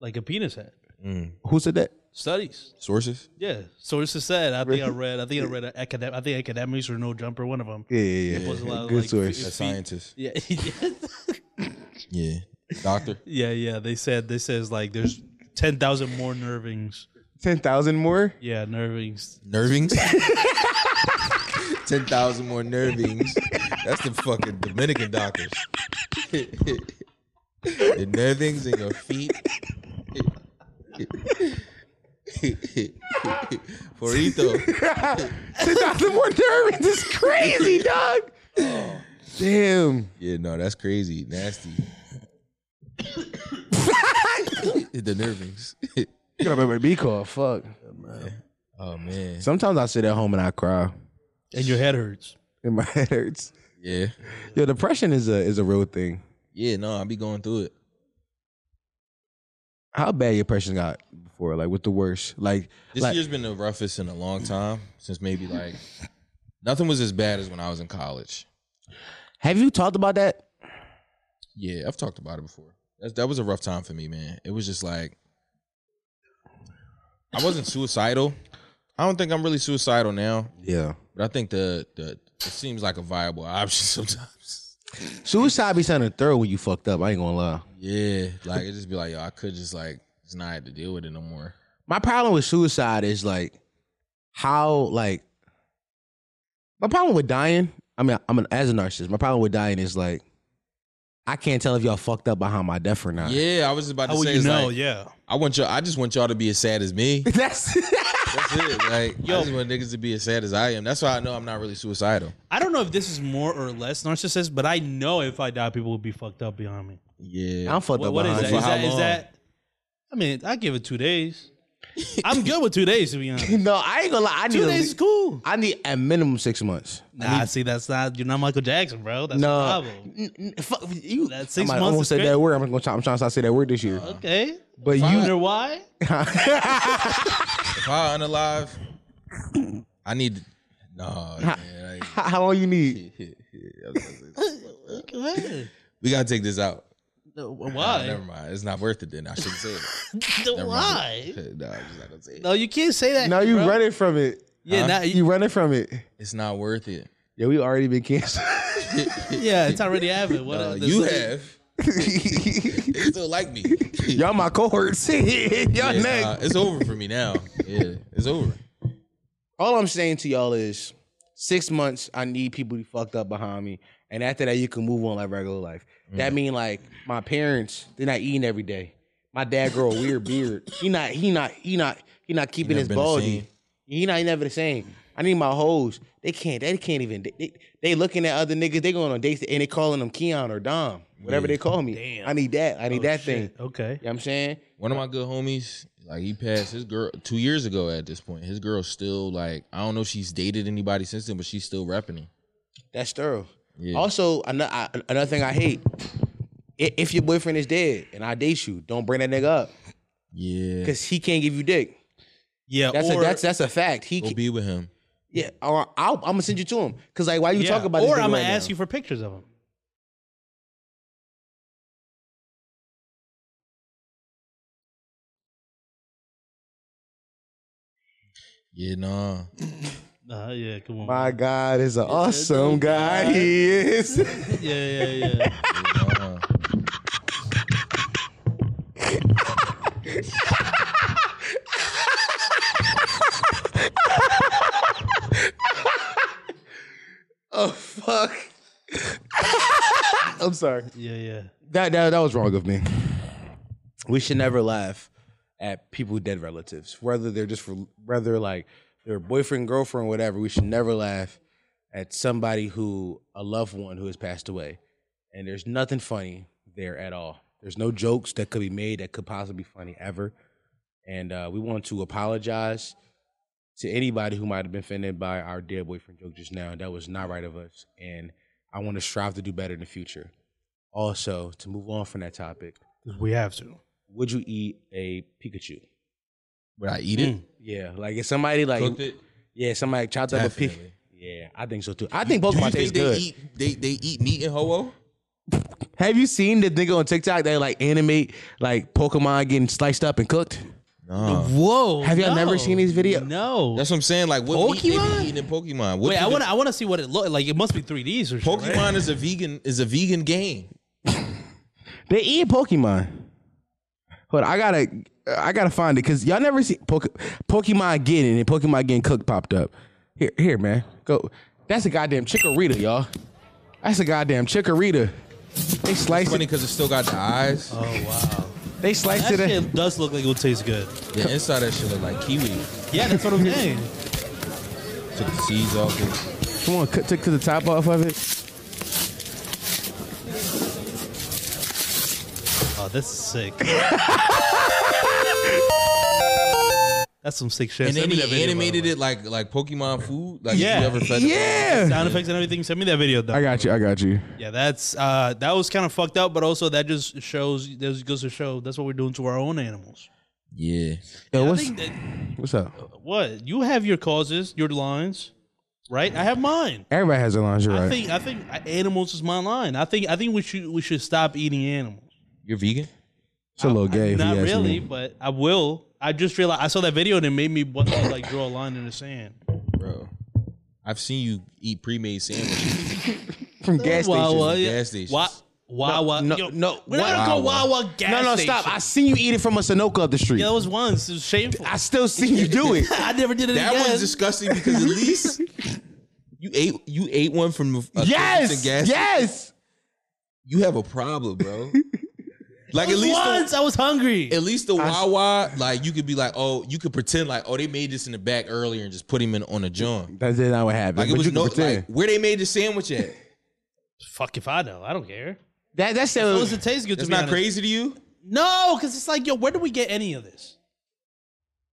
like a penis head.
Who said that?
Studies,
Sources?
yeah. Sources said. I think I read. I think I read. Academic, I think academics or no jumper. One of them.
Yeah, yeah,
It was a lot of,
Good
like,
source.
A
feet-
scientist?
Yeah,
Yeah, doctor.
yeah, yeah. They said this says like there's ten thousand more nervings.
Ten thousand more.
Yeah, nervings.
Nervings. Ten thousand more nervings. That's the fucking Dominican doctors. the nervings in your feet. Porito.
Ten thousand more nerves. It's crazy, dog. Damn.
Yeah, no, that's crazy. Nasty. the nervings.
You gotta remember B call. Fuck.
oh man.
Sometimes I sit at home and I cry.
And your head hurts.
And my head hurts.
Yeah.
Yo, depression is a is a real thing.
Yeah, no, I'll be going through it.
How bad your depression got before? Like with the worst. Like
This
like,
year's been the roughest in a long time since maybe like nothing was as bad as when I was in college.
have you talked about that?
Yeah, I've talked about it before. That that was a rough time for me, man. It was just like I wasn't suicidal. I don't think I'm really suicidal now,
Yeah.
but I think the the it seems like a viable option sometimes.
Suicide be sounding thorough when you fucked up. I ain't gonna lie.
Yeah, like it just be like, yo, I could just like just not have to deal with it no more.
my problem with suicide is like how like my problem with dying. I mean, I'm an as a narcissist. My problem with dying is like I can't tell if y'all fucked up behind my death or not.
Yeah, I was just about to
How would
say.
Oh, you
it's
know?
like,
yeah.
I want y'all. I just want y'all to be as sad as me.
That's
That's it. Like, I just want niggas to be as sad as I am. That's why I know I'm not really suicidal.
I don't know if this is more or less narcissist, but I know if I die, people will be fucked up behind me.
Yeah.
I'm fucked
What,
up
what is
behind
that?
For
you.
Is
how
that, is
long?
that? I mean, I give it two days. I'm good with two days to be honest.
No, I ain't gonna lie. I need
Two
at
days is
least-
cool.
I need at minimum six months.
Nah, see, that's not you're not Michael Jackson, bro. That's the
No,
problem.
N- n- fuck you.
That six
I
months
almost
is
said
great.
that word. I'm gonna. Try, I'm trying to stop saying that word this year.
Okay,
But
you
you,
wonder why?
If I unalive, I need. Nah, man, like,
how, how long you need?
Okay.
we gotta take this out.
No,
Nah,
Why?
never mind. It's not worth it. Then I shouldn't say it.
No,
Never
why?
Mind. Nah, I'm just not gonna say it.
No, you can't say that.
No, you
bro.
running from it.
Yeah,
Huh?
nah,
You running from it.
It's not worth it.
Yeah, we already been canceled.
yeah, it's already happened. What
Uh,
uh,
you
this-
have. They still like me.
Y'all my cohorts. Y'all
Yeah,
next.
nah, it's over for me now. Yeah, it's over.
All I'm saying to y'all is six months, I need people to be fucked up behind me. And after that, you can move on like regular life. That mean like my parents, they're not eating every day. My dad grow a weird beard. He not, he not, he not, he not keeping
never
his
been the
baldy.
same.
He not he never the same. I need my hoes. They can't, they can't even they, they looking at other niggas, they going on dates and they calling them Keon or Dom. Whatever they call me.
Damn.
I need that. I need that thing.
Shit, Okay.
You know what I'm saying?
One of my good homies, like he passed his girl two years ago at this point. His girl's still like I don't know if she's dated anybody since then, but she's still repping him.
That's thorough.
Yeah.
Also, ano- I- another thing I hate: i- if your boyfriend is dead and I date you, don't bring that nigga up
Yeah.
because he can't give you dick.
Yeah.
That's
or,
a that's that's a fact. He
Go
can,
be with him.
yeah. Or I'll, I'm gonna send you to him because like why you
yeah.
talking about?
Or
this
I'm
nigga
gonna
right
ask
now?
you for pictures of him.
Yeah, nah.
Uh, yeah. Come on.
My God is an awesome guy. He is.
Yeah. Yeah. Yeah.
Yeah, nah.
oh fuck. I'm sorry.
yeah. Yeah.
That, that that was wrong of me. We should never laugh at people with dead relatives, whether they're just for, whether like their boyfriend, girlfriend, whatever. We should never laugh at somebody who a loved one who has passed away, and there's nothing funny there at all. There's no jokes that could be made that could possibly be funny ever, and uh, we want to apologize to anybody who might have been offended by our dead boyfriend joke just now. That was not right of us, and I want to strive to do better in the future also to move on from that topic
We have to.
would you eat a pikachu
Would I eat it?
yeah like if somebody like
Cooked it?
yeah somebody chopped up a pikachu
Definitely.
yeah i think so too i think
Do you
pokemon
think
taste
they
good
eat they, they eat meat in ho
have you seen the nigga on tiktok that like animate like pokemon getting sliced up and cooked
Nah.
Whoa.
Have y'all
no.
never seen these video?
No.
That's what I'm saying. Like what meat they
Pokemon?
be eating in Pokemon? What
Wait,
do
I
they-
want to. I want to see what it look like. It must be 3Ds or shit, right?
Pokemon is a vegan is a vegan game.
they eat pokemon hold on, i gotta i gotta find it because y'all never see Poke- pokemon getting and pokemon getting cooked popped up here here man go that's a goddamn chikorita y'all that's a goddamn chikorita they slice it
Funny because it's still got the eyes.
Oh wow.
They sliced
That
it. in-
shit does look like it would taste good.
The inside of that shit look like kiwi.
Yeah, that's what I'm saying.
Took the seeds off it.
Come on, cut, took to the top off of it.
Oh, that's sick. that's some sick shit.
And
Send
then
me
he
that video, by the
animated
way.
it like like Pokemon food. Like
Yeah.
you ever fed it-
Yeah.
Sound effects and everything. Send me that video though.
I got you. I got you.
yeah, that's uh, that was kind of fucked up, but also that just shows that just goes to show that's what we're doing to our own animals.
Yeah.
Yo,
I
what's,
think that,
what's up?
what you have your causes, your lines, right? I have mine.
Everybody has their lines. You're
I
right.
think I think uh, animals is my line. I think I think we should we should stop eating animals.
You're vegan?
it's a little gay. if
Not
you ask
really,
Me.
but I will. I just realized I saw that video and it made me want to like draw a line in the sand.
Bro. I've seen you eat pre made sandwiches.
From gas
Wawa,
station.
yeah.
gas stations.
Wa- Wawa.
No,
Yo,
no,
We're not gonna go
Wawa.
Wawa gas
No, no, stop.
station.
I seen you eat it from a Sunoco up the street.
yeah, that was once. It was shameful.
I still seen you do it.
I never did it
That
again.
one's disgusting because at least you ate you ate one from a a
yes.
Christian gas
Yes.
You have a problem, bro. like at least the,
once I was hungry.
at least the Wawa, like you could be like, oh, you could pretend like, oh, they made this in the back earlier and just put him in on a John.
That's it. Not what happened.
Like it
But
was
you can
no
pretend.
like where they made the sandwich at.
Fuck if I know. I don't care.
that. That
As
sounds.
long as it tastes good
That's
to me.
not crazy to you.
No, because it's like, yo, where do we get any of this?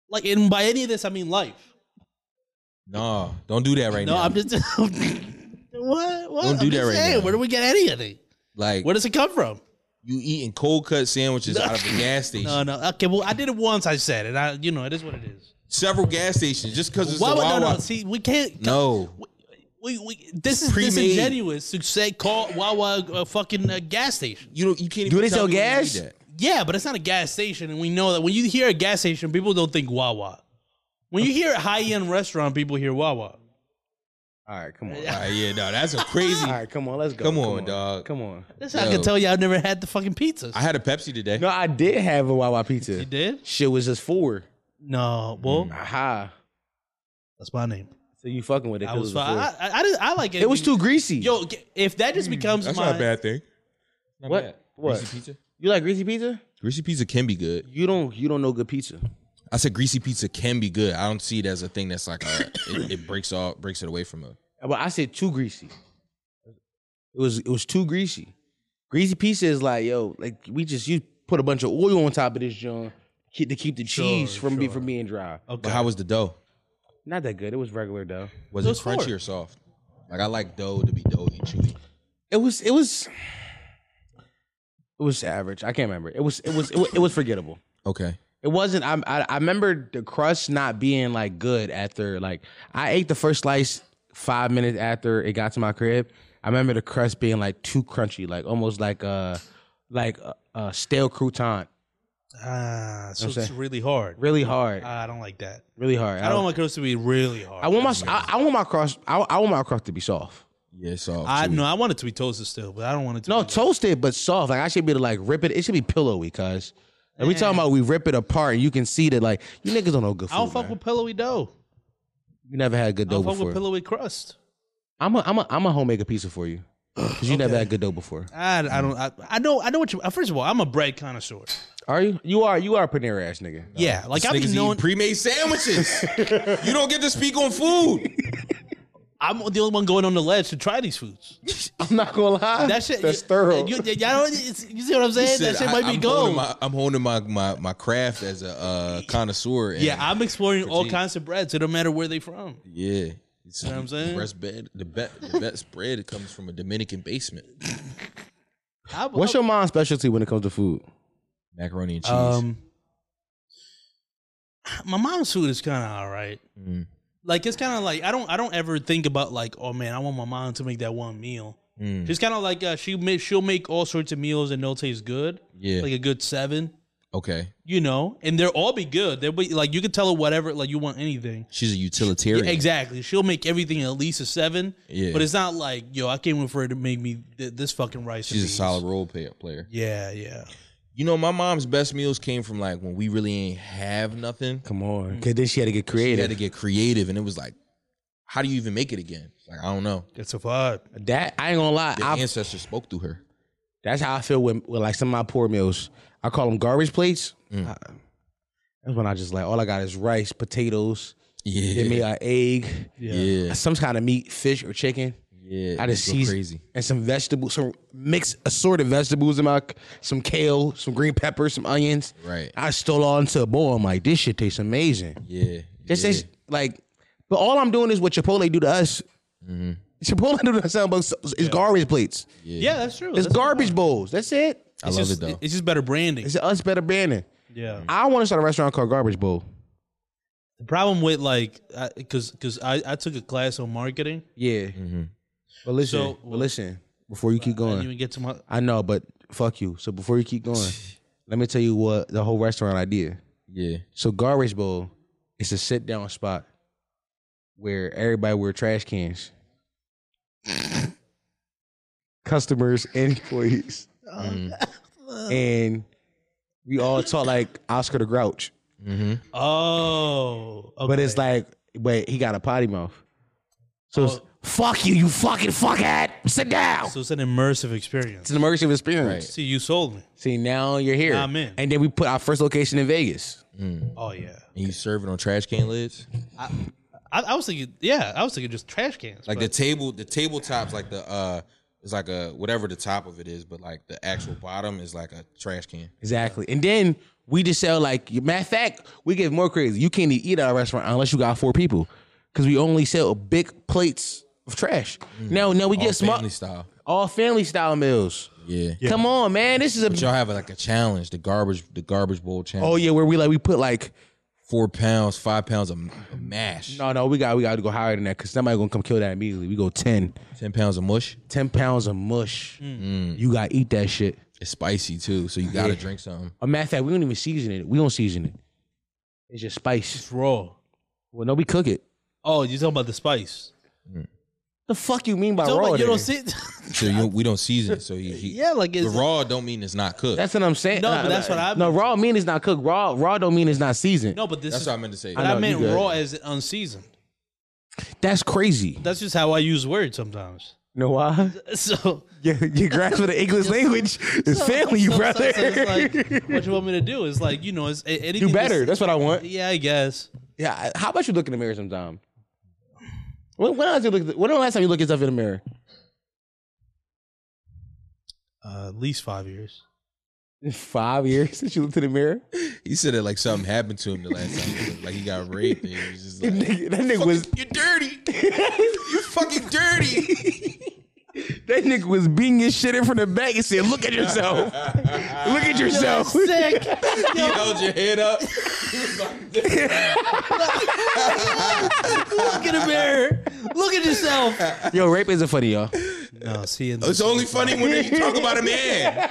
Like, and by any of this, I mean life.
No, don't do that right
no,
now.
I'm just. what? What?
Don't do
I'm
that
just
right
saying,
now.
Where do we get anything?
like
Where does it come from?
you eating cold cut sandwiches out of a gas station.
No, no. Okay, well, I did it once. I said it. I, you know, it is what it is.
Several gas stations just because it's
Why
a
would no,
Wawa.
no? See, we can't.
no,
We, we, this is
Pre-made.
disingenuous to say call Wawa a fucking uh, gas station.
you don't. You can't.
Do
even
they
tell
sell
me when you
gas?
eat that.
Yeah, but it's not a gas station, and we know that when you hear a gas station, people don't think Wawa. When you hear a high end restaurant, people hear Wawa.
All right, come on.
Ah, yeah, no, that's a crazy.
All right, come on. Let's go.
Come on, dog.
Come on.
That's how I can
Yo.
tell you I've never had the fucking pizzas.
I had a Pepsi today.
No, I did have a Wawa
you
pizza.
did? Mm.
Shit was just four.
No, well,
Aha.
that's my name.
So you fucking with it?
I
'cause
was
it a
fine.
four.
I, I, I, didn't, I like it.
It was too greasy.
Yo, g- if that just becomes
that's
my
not a bad thing. Not
What?
bad.
What?
Greasy pizza.
you like greasy pizza?
Greasy pizza can be good.
You don't. You don't know good pizza.
I said greasy pizza can be good. I don't see it as a thing that's like uh it, it breaks all breaks it away from it.
But I said too greasy. It was it was too greasy. Greasy pizza is like yo, like we just you put a bunch of oil on top of this joint keep- to keep the cheese from be,
sure.
from being dry.
But how was the dough?
Not that good. It was regular though.
Was
It
it,
was
crunchy
hard.
or soft? Like I like dough to be doughy, chewy.
It was it was it was average. I can't remember. It was it was it was, it was forgettable.
Okay.
It wasn't. I, I I remember the crust not being like good after like I ate the first slice five minutes after it got to my crib. I remember the crust being like too crunchy, like almost like uh like a, a stale crouton,
Ah, so
I'm
it's
saying.
really hard.
really hard,
Ah, I don't like that.
really hard.
I don't want my crust to be really hard.
I want my I, I want my crust. I, I want my crust to be soft.
Yeah, soft.
I
chewy.
no, I want it to be toasted still, but I don't want it to.
No,
be,
toasted but soft. Like I should be able to like rip it. It should be pillowy, cause. And we talking about we rip it apart. and You can see that like you niggas don't know good food.
I don't fuck
man.
with pillowy dough.
you never had good
I
dough
don't fuck with
before.
pillowy crust.
I'm a, I'm a, I'm a homemade pizza for you. Cause you never had good dough before.
I, I don't. I, I know. I know what you. uh, First of all, I'm a bread connoisseur.
Are you? You are. You are a Panera ass nigga.
Yeah, like I've
Niggas
been
eating
known.
pre-made sandwiches. you don't get to speak on food.
I'm the only one going on the ledge to try these foods.
I'm not gonna lie.
That shit.
Ah, That's
you-
thorough.
You, you, y'all don't- it's- you see what I'm saying?
Said,
that shit
I-
might be
I'm
gold.
Holding my, I'm holding my, my, my craft as a uh, connoisseur. and-
yeah, I'm exploring all
Critique.
kinds of breads. It don't matter where they from.
yeah. It's
know what I'm saying?
The best bread, the, be- the best bread comes from a Dominican basement.
I,
What's your mom's specialty when it comes to food?
Macaroni and cheese.
um? My mom's food is kind of all right.
Mm.
Like it's kind of like I don't I don't ever think about like oh man I want my mom to make that one meal.
Mm.
She's kind of like uh, she ma- she'll make all sorts of meals and they'll taste good,
yeah.
like a good seven,
okay.
you know, and they'll all be good. They'll be like you can tell her whatever like you want anything.
She's a
Yeah,
utilitarian.
exactly. She'll make everything at least a seven,
Yeah.
but it's not like yo I came with her to make me th- this fucking rice. and
She's a
beans.
solid role play- player.
Yeah, yeah.
You know, my mom's best meals came from like when we really ain't have nothing.
Come on, cause then she had to get
We
creative.
had to get creative, and it was like, how do you even make it again? Like I don't know.
That's a vibe.
that I ain't gonna lie.
The
I,
ancestors spoke through her.
that's how I feel with, with like some of my poor meals. I call them garbage plates.
Mm.
I- that's when I just like all I got is rice, potatoes,
Yeah,
give me an egg,
Yeah.
yeah,
some kind of meat, fish or chicken.
yeah.
I just
Go
see
crazy.
and some vegetables, some mixed assorted vegetables in my some kale, some green peppers, some onions.
Right.
I stole all into a bowl. I'm like, this shit tastes amazing.
Yeah,
This
yeah.
is like, but all I'm doing is what Chipotle do to us.
Mm-hmm.
Chipotle do to us nothing but s- it's garbage plates.
Yeah, that's true.
It's
That's-
garbage bowls. That's it.
I love
it's
it
just,
though.
It's just better branding.
It's us better branding.
yeah.
I want to start a restaurant called Garbage Bowl.
The problem with like, because because I, I took a class on marketing.
Yeah.
Mm-hmm.
But listen,
So-
but listen. Before you keep
I
going,
didn't even get to my.
I know, but fuck you. So before you keep going, let me tell you what the whole restaurant idea.
yeah,
So garbage bowl is a sit down spot where everybody wear trash cans. Customers and employees.
Uh. Mm-hmm.
and we all talk like Oscar the Grouch.
Mm-hmm.
Oh, okay. Oh,
But it's like, but he got a potty mouth. So it's, fuck you, you fucking fuckhead. Sit down.
Oh. So it's an immersive experience.
It's an immersive experience.
See, you sold me.
See, now you're here.
I'm in.
And then we put our first location in Vegas.
Oh yeah.
And you serve it on trash can lids.
I, I was thinking, yeah, I was thinking just trash cans.
Like
but-
the table, the tabletop's like the uh it's like a whatever the top of it is, but like the actual bottom is like a trash can.
Exactly. And then we just sell like matter of fact, we get more crazy. You can't even eat at our restaurant unless you got four people. Cause we only sell big plates of trash. Now now we
Mm. All
get small
family style.
all family style meals.
Yeah.
Come on, man. This is a
But y'all have like a challenge, the garbage, the garbage bowl challenge.
Oh yeah, where we like we put like
Four pounds, five pounds of, of mash,
no no we got we got to go higher than that because somebody gonna come kill that immediately. We go 10,
ten pounds of mush.
10 pounds of mush.
Mm.
You gotta eat that shit.
It's spicy too, so you gotta drink something.
A matter of fact, we don't even season it. We don't season it. It's just spice.
It's raw.
Well, no, we cook it.
Oh, you talking about the spice?
The fuck you mean by
Talking
raw?
about you don't
then?
see.
So you, we don't season it. So you, he,
yeah, like
the
it's
raw don't mean it's not cooked. That's,
That's what I'm saying.
No, but that's what I
No,
mean.
raw mean is not cooked. Raw, raw don't mean it's not seasoned.
no, but this is.
what I meant to say.
But
know,
I,
you
meant
good.
raw as in unseasoned.
That's crazy.
That's just how I use words sometimes.
You know why?
So
Your, your grasp of the English language is failing
so-
you,
so- so
brother.
it's like, what you want me to do? It's like you know, it's a- anything.
Do better.
that's-
That's what I want.
yeah, I guess.
Yeah. I- How about you look in the mirror sometime? When, when, last you look, when the last time you looked yourself in the mirror?
Uh, at least five years.
In Five years since you looked in the mirror.
He said it like something happened to him the last time, like he got raped. And he was just
That
like,
nigga, that nigga was
You're dirty. You're fucking dirty.
that nigga was beating his shit in from the back and said, "Look at yourself. look at yourself."
Sick.
you held your head up. He was like this.
Look in the mirror. Look at yourself.
Yo, rape isn't funny, y'all.
No, see, and
Oh, It's only funny when you talk about a man.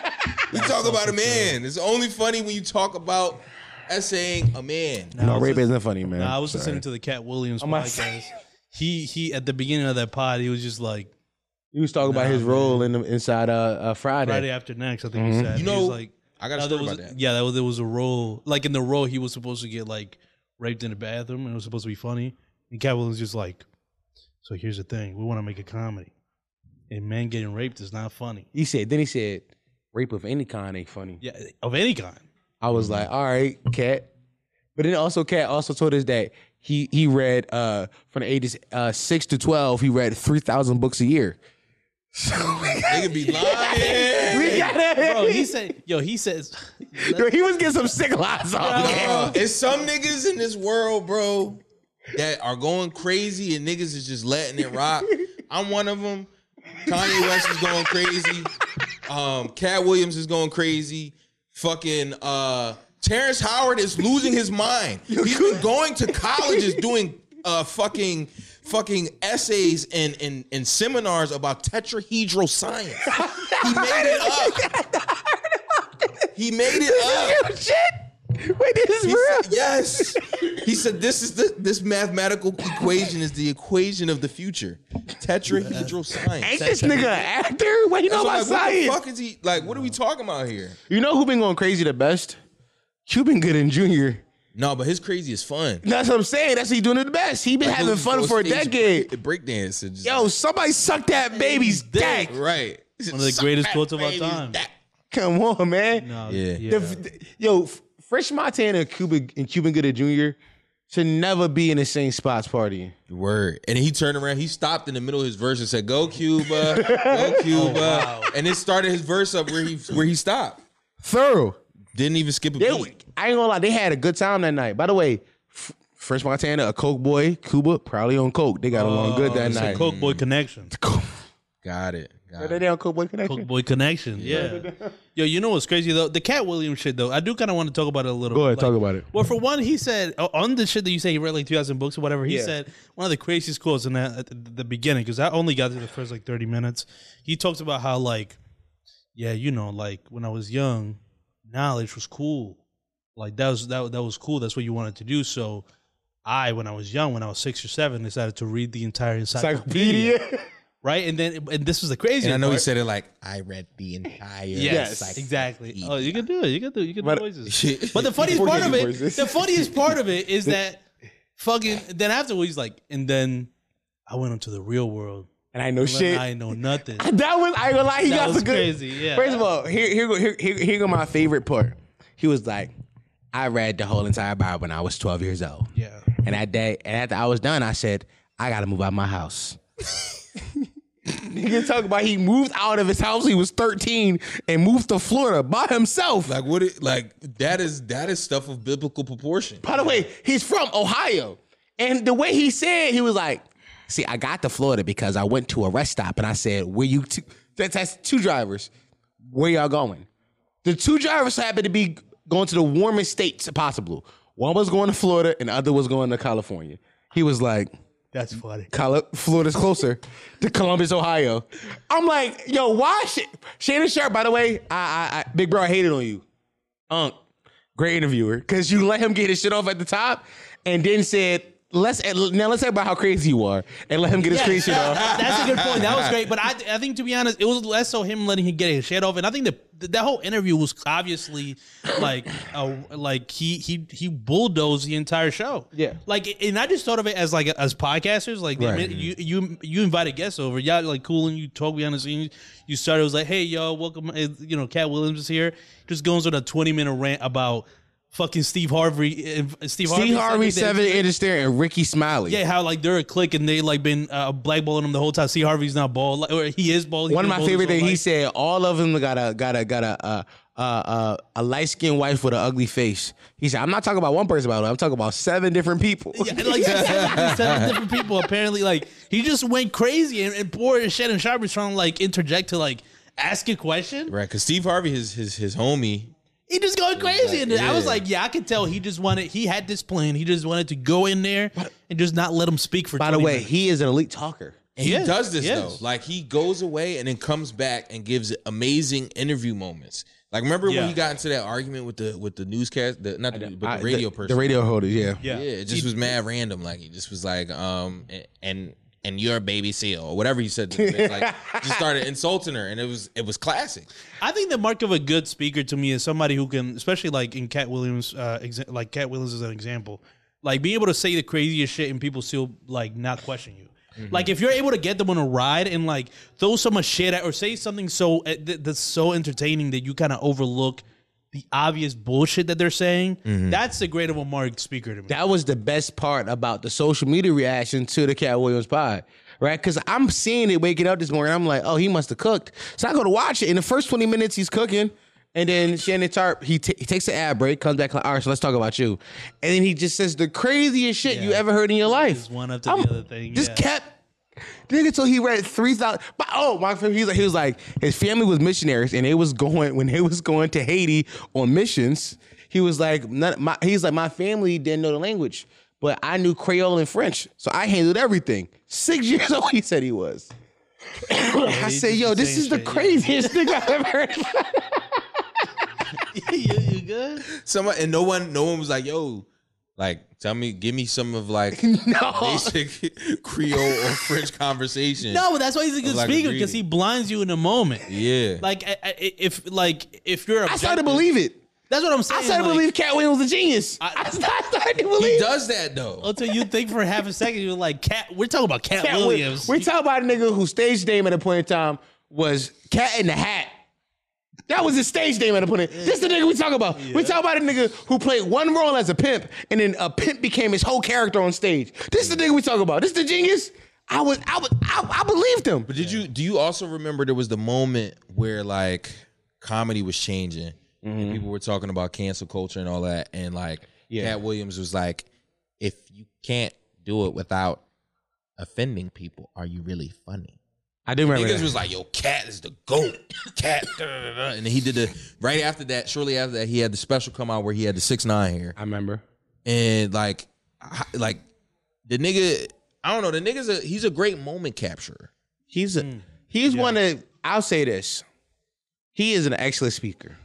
We talk about a man. It's only funny when you talk about essaying a man.
No, rape isn't funny, man.
I was listening to the Cat Williams
my-
podcast. He he at the beginning of that pod, he was just like
He was talking about his role in the, inside uh, uh Friday.
Friday after next. I think
Mm-hmm.
he said.
You
He was
know,
like
I got a
no,
story
there was,
about that.
yeah, that was, there was a role like in the role he was supposed to get like raped in the bathroom and it was supposed to be funny. And Cat Williams just like, so here's the thing: we want to make a comedy, and men getting raped is not funny.
He said. Then he said, "Rape of any kind ain't funny."
Yeah, of any kind.
I was like, "All right, cat." But then also, cat also told us that he he read uh from the ages uh six to twelve. He read three thousand books a year. So we
They could be lying.
gotta.
Bro, he said, yo, he says,
Yo, he was getting some sick lines off. man.
Uh, it's some niggas in this world, bro, that are going crazy and niggas is just letting it rock. I'm one of them. Kanye West is going crazy. Um, Cat Williams is going crazy. Fucking uh, Terrence Howard is losing his mind. He's been going to colleges doing uh, fucking fucking essays and, and and seminars about tetrahedral science. He made it up. He made it up.
Yo, shit. Wait, this is
He
real.
said, yes. He said this is the this mathematical equation is the equation of the future. Tetrahedral science.
Ain't this nigga an actor? What you
So
know about
like, what the
science?
fuck is he like? What are we talking about here?
You know who been going crazy the best? Cuban Gooding Jr.
No, but his crazy is fun.
That's what I'm saying. That's what he doing it the best. He been having
Those-
fun
those
for a
stage
decade.
break- Breakdance. and just-
Yo, somebody suck that baby's dick.
right.
one of the greatest quotes of all time.
Come on, man.
No,
Yeah.
The- the- yo, F- Fresh Montana and Cuban and Cuban Gooding Jr. should never be in the same spots partying.
Word. And he turned around. He stopped in the middle of his verse and said, "Go Cuba,
Oh,
go Cuba," and it started his verse up where he where he stopped.
Thorough.
Didn't even skip a
They, I
beat.
ain't gonna lie, they had a good time that night. By the way, F- Fresh Montana, a Coke boy, Cuba probably on Coke. They got along good that
it's a
night.
Oh, Coke Boy connection.
Got it. Got
They
it.
they on Coke boy
Coke
connection.
Boy Connection. Yeah. Yo, you know what's crazy though? The Cat Williams shit though. I do kind of want to talk about it a little.
Go ahead,
bit.
talk about it.
Well, for one, he said uh, on the shit that you say he read like two thousand books or whatever. He
Yeah.
said one of the craziest quotes in that, at the beginning because I only got to the first like thirty minutes. He talks about how like, yeah, you know, like when I was young, knowledge was cool. Like that was that that was cool. That's what you wanted to do. So. I, when I was young, when I was six or seven, decided to read the entire encyclopedia,
Encyclopedia.
right? And then, and this was the crazy.
And I know
part.
he said it like, I read the entire.
Yes,
encyclopedia."
exactly. Oh, you can do it. You can do. You can
But-
do voices. But the funniest
Before
part
you
of
do
it,
voices.
the funniest part of it is that fucking. Then afterwards, he's like, and then I went into the real world.
and I know shit.
I know nothing.
That was I ain't gonna lie, he
That
got
was
some good.
crazy, yeah.
First of all, here here go here, here, here go my favorite part. He was like, I read the whole entire Bible when I was twelve years old.
Yeah.
And that day, and after I was done, I said, I gotta move out of my house. Nigga talk about he moved out of his house. He was thirteen and moved to Florida by himself.
Like what? It, like that is that is stuff of biblical proportion.
By the way, he's from Ohio. And the way he said, he was like, see, I got to Florida because I went to a rest stop and I said, where you two, that's, that's two drivers. Where y'all going? The two drivers happened to be going to the warmest states possible. One was going to Florida and the other was going to California. He was like,
That's funny.
Col- Florida's closer to Columbus, Ohio. I'm like, yo, why? Sh- Shannon Sharp, by the way, I, I, I, big bro, I hated on you. Unk, great interviewer, because you let him get his shit off at the top, and then said, let's now let's talk about how crazy you are, and let him get his crazy shit off.
That's a good point. That was great. But I, I think to be honest, it was less so him letting him get his shit off, and I think that that whole interview was obviously like, uh, like he he he bulldozed the entire show.
Yeah.
Like, and I just thought of it as like as podcasters, like the
Right.
minute you you you invited guests over, y'all like cool, and you talk behind the scenes. You started it was like, hey y'all, welcome. uh, You know, Cat Williams is here. Just goes on a twenty minute rant about. Fucking Steve Harvey, uh, Steve,
Steve Harvey,
Harvey, said
seven
that-
inches there, and Ricky Smiley.
yeah, how like they're a clique and they like been uh, blackballing him the whole time. See, Harvey's not bald, like, or he is bald. He's
One of
been
my
bald his
favorite
whole
things he
life.
said, all of them got a got a got a uh, uh, uh, a light skinned wife with an ugly face. He said, I'm not talking about one person about it. I'm talking about seven different people.
Yeah, and, like seven, seven different people apparently. Like he just went crazy and, and poor Shannon Sharp is trying to like interject to like ask a question.
Right, because Steve Harvey, his his his homie,
He just going crazy, and I was
yeah.
like, yeah, I could tell he just wanted. He had this plan. He just wanted to go in there and just not let him speak for.
By the
20
way,
minutes.
he is an elite talker.
he
Yes,
does this
yes.
though. Like he goes away and then comes back and gives amazing interview moments. Like remember
Yeah.
when he got into that argument with the with the newscast, the, not the, but
I-
the radio
the,
person,
The radio holders, yeah.
yeah,
Yeah, it just was mad random. Like he just was like, um, and and you're a baby seal or whatever he said. To the bitch, like just started insulting her, and it was it was classic.
I think the mark of a good speaker to me is somebody who can, especially like in Cat Williams, uh, exa- like Cat Williams is an example, like being able to say the craziest shit and people still like not question you.
Mm-hmm.
Like if you're able to get them on a ride and like throw so much shit at or say something so uh, th- that's so entertaining that you kind of overlook the obvious bullshit that they're saying, that's the great of a mark speaker to me.
Mm-hmm. That was the best part about the social media reaction to the Cat Williams pod. Right, because I'm seeing it waking up this morning. I'm like, oh, he must have cooked. So I go to watch it. In the first 20 minutes, he's cooking, and then Shannon Tarp he, ta- he takes an ad break, comes back like, all right, so let's talk about you, and then he just says the craziest shit you
Yeah.
ever heard in your life.
Just one after the other thing,
Just
yeah.
kept Nigga, so he read three thousand. But oh, my friend, he was, like, he was like, his family was missionaries, and they was going when they was going to Haiti on missions. He was like, none, my, he's like, my family didn't know the language, but I knew Creole and French, so I handled everything. Six years old, he said he was. I
he's
said,
just
yo, this
saying
is the
shit, yeah.
craziest thing I've ever heard.
you, you good?
Someone and no one, no one was like, yo, like tell me, give me some of like
no,
basic Creole or French conversation.
No, but that's why he's a good
like a
speaker because he
greeting.
blinds you in a moment.
Yeah,
Like I- I- if like if you're,
I started to believe it.
That's what I'm saying.
I started to
like,
believe Cat Williams was a genius. I, started to believe.
he
it.
does that though.
until you think for half a second you're like cat we're talking about cat,
Cat Wil-
williams
We're talking about a nigga whose stage name at a point in time was Cat in the Hat. That was his stage name at a point. in- This the nigga we talking about. We talking about a nigga who played one role as a pimp, and then a pimp became his whole character on stage. This the nigga we talking about. This the genius. I was, I was, I, I believed him.
But did you do you also remember there was the moment where like comedy was changing
Mm-hmm.
and people were talking about cancel culture and all that and like Cat Williams was like, if you can't do it without offending people, are you really funny?
I do remember.
Niggas was like, yo, Cat is the goat. Cat, da, da, da, da. and then he did the right after that. Shortly after that, he had the special come out where he had the six nine here
I remember.
and like, I- like the nigga, I don't know, the nigga's a he's a great moment capturer.
He's a, he's one of. I'll say this. He is an excellent speaker.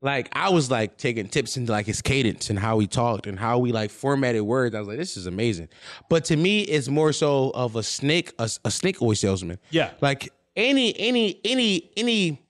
Like I was like taking tips into like his cadence and how he talked and how we like formatted words. I was like, this is amazing. But to me, it's more so of a snake, a, a snake oil salesman.
Yeah.
Like any, any, any, any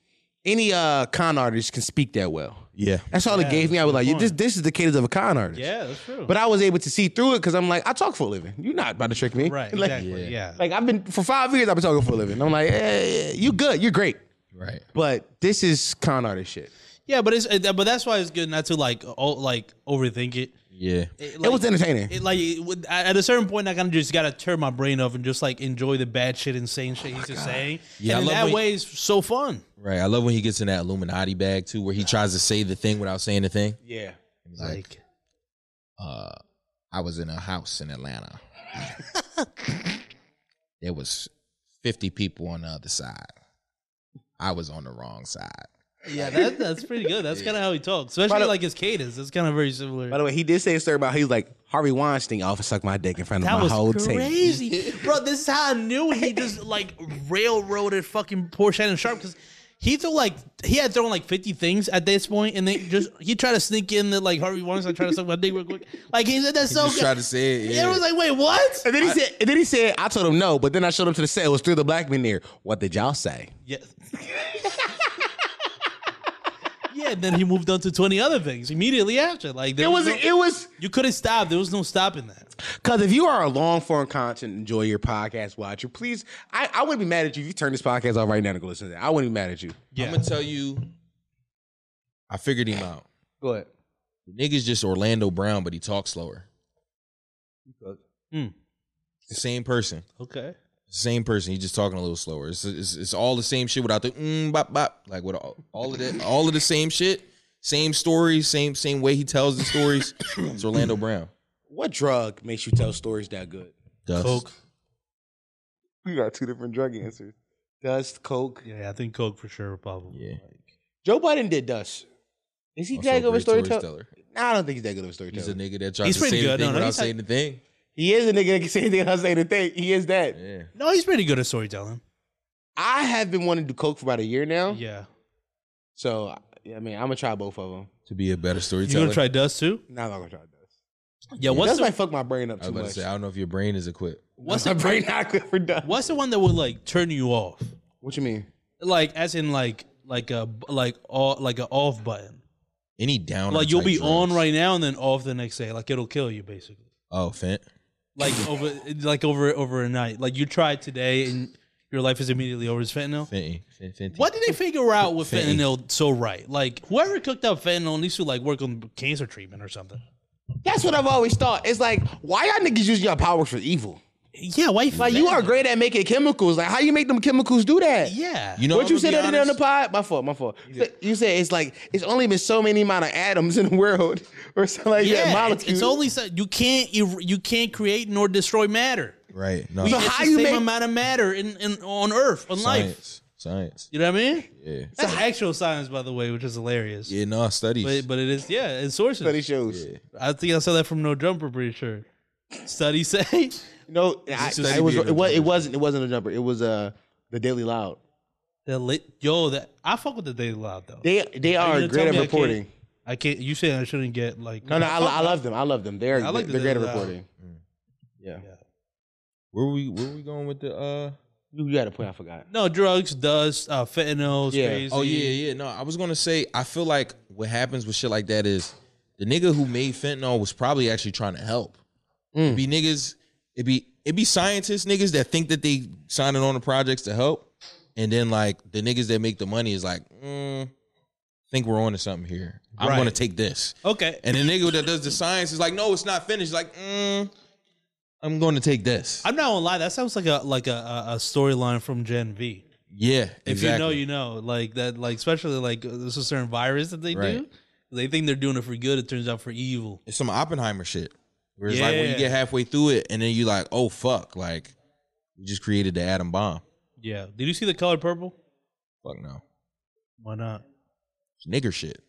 any uh, con artist can speak that well.
Yeah.
That's all it gave me. I was like,
point.
this, this is the cadence of a con artist.
Yeah, that's true.
But I was able to see through it because I'm like, I talk for a living. You're not about to trick me.
right,
Like,
exactly. Yeah.
like, I've been for five years. I've been talking for a living. I'm like, eh, you good. You're great.
Right.
But this is con artist shit.
yeah, but it's uh, but that's why it's good not to like o- like overthink it.
Yeah.
It,
it was entertaining.
it, like it would- at a certain point, I kind of just gotta turn my brain off and just like enjoy the bad shit, insane shit he's just saying.
Yeah, I
and in
love
that
when-
way, it's so fun.
Right. I love when he gets in that Illuminati bag too, where he tries to say the thing without saying the thing.
yeah.
Like,
uh, I was in a house in Atlanta. there was 50 people on the other side. I was on the wrong side.
yeah, that, that's pretty good. That's kind of how he talks,
By
especially
the-
like his cadence. That's kind of very similar.
By the way, he did say a story about he was like Harvey Weinstein offer suck my dick in front of
That
my whole
was
team.
crazy, bro. This is how I knew he just like railroaded fucking poor Shannon Sharp because he threw like he had thrown like fifty things at this point, and they just he tried to sneak in that like Harvey Weinstein tried to suck my dick real quick. Like he said that's so
Just
good.
try to say it.
And
Yeah.
Everyone's like, wait, what?
And then he said, and then he said, I told him no, but then I showed him to the set. It was through the black men there. What did y'all say?
Yeah. yeah, and then he moved on to twenty other things immediately after. Like there
It was,
no-
it was,
you couldn't stop. There was no stopping that.
because if you are a long form content, enjoy your podcast watcher, please. I, I wouldn't be mad at you if you turn this podcast off right now and go listen to that. I wouldn't be mad at you.
Yeah,
I'm going to tell you, I figured him out.
Go ahead.
The nigga's just Orlando Brown, but he talks slower.
Hmm.
The same person.
okay.
Same person. He's just talking a little slower. It's, it's, it's all the same shit without the mm, bop bop. Like with all, all of that, all of the same shit, same stories, same same way he tells the stories. it's Orlando Brown.
What drug makes you tell stories that good?
Dust.
Coke.
We got two different drug answers. Dust, coke.
Yeah, I think Coke for sure, probably.
Yeah.
Joe Biden did dust. Is he
Also
that
a
good of a
great
storyteller? Nah, I don't think he's that good of a storyteller.
He's a nigga that tries
He's
to
pretty
say
good.
the
No,
thing
no,
without
he's not-
saying the thing.
He is a nigga that can say anything else, say the thing. He is that.
Yeah.
No, he's pretty good at storytelling.
I have been wanting to do coke for about a year now.
Yeah.
So I mean, I'm gonna try both of them.
To be a better
You
storyteller.
gonna try Dust too?
Nah, I'm not gonna try dust.
Yeah,
What's
what's
dust
the
might fuck my brain up
I
too
was about
much.
to say, I don't know if your brain is equipped.
what's
my
the
brain not good for dust.
what's the one that would like turn you off?
What you mean?
Like as in like like a like all like a off button.
Any down.
Like you'll be on right now and then off the next day. Like it'll kill you basically.
Oh, Fent.
Like over like over over a night. Like you tried today and your life is immediately over. Is fentanyl?
Fenty. Fent, Fenty.
What did they figure out with
Fentanyl.
fentanyl so right? Like whoever cooked up fentanyl needs to like work on cancer treatment or something.
That's what I've always thought. It's like, why y'all niggas using your powers for evil?
Yeah, why
Like you are great at making chemicals. Like how you make them chemicals do that?
Yeah.
You know
what
I'm
you
gonna
said
be
that on the
honest?
pod? My fault, my fault. You said it's like it's only been so many amount of atoms in the world or something like that.
yeah, it's,
Molecules.
it's only so, you can't er- you can't create nor destroy matter.
Right. No.
So
It's
how
the
you
same
make-
amount of matter in, in on Earth on life.
science. Science.
You know what I mean?
Yeah.
That's actual science, by the way, which is hilarious.
Yeah, no, studies.
But but it is yeah, it's
study
sources.
shows.
I think I saw that from No Jumper, pretty sure. Study say
No, I,
just-
it was it, was it wasn't it wasn't a jumper. It was uh the Daily Loud.
the lit yo that I fuck with the Daily Loud though.
They they
Are
are
you gonna
great
tell
at
me I
reporting.
can't- I can't. You saying I shouldn't get like
No, no, I, I love them. I love them. They're
I like that
they're great
they
at
allow-
reporting. Yeah.
where we where we going with the uh
You, you had a point. I forgot.
no drugs, dust, uh, fentanyl,
Yeah.
crazy.
Oh yeah, yeah. No, I was gonna say I feel like what happens with shit like that is the nigga who made fentanyl was probably actually trying to help. It'd
Mm.
be niggas, it'd be it be scientists, niggas that think that they signing on to projects to help. And then like the niggas that make the money is like, mm, think we're on to something here. I'm
Right.
gonna take this.
Okay.
And the nigga that does the science is like, no, it's not finished. Like, mm, I'm gonna take this.
I'm not gonna lie, that sounds like a like a, a, a storyline from Gen V.
yeah.
If
exactly.
you know, you know, like that, like especially like uh, there's a certain virus that they do.
Right.
They think they're doing it for good. It turns out for evil.
it's some Oppenheimer shit. Where it's like when you
Yeah.
get halfway through it and then you like, oh fuck, like we just created the atom bomb.
Yeah. Did you see the color purple?
Fuck no.
Why not?
It's nigger shit.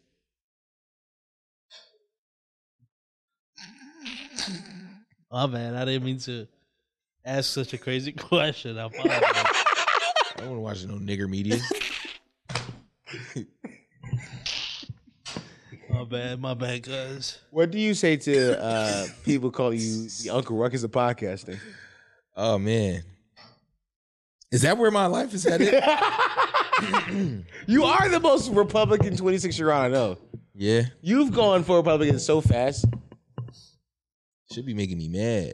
Oh man, I didn't mean to ask such a crazy question. I apologize.
I don't want to watch no nigger media.
my bad, my bad, cuz.
What do you say to uh, people calling you the Uncle Ruckus of podcasting?
oh man. Is that where my life is headed?
You are the most Republican 26 year old I know.
Yeah.
You've gone for Republicans so fast.
Should be making me mad.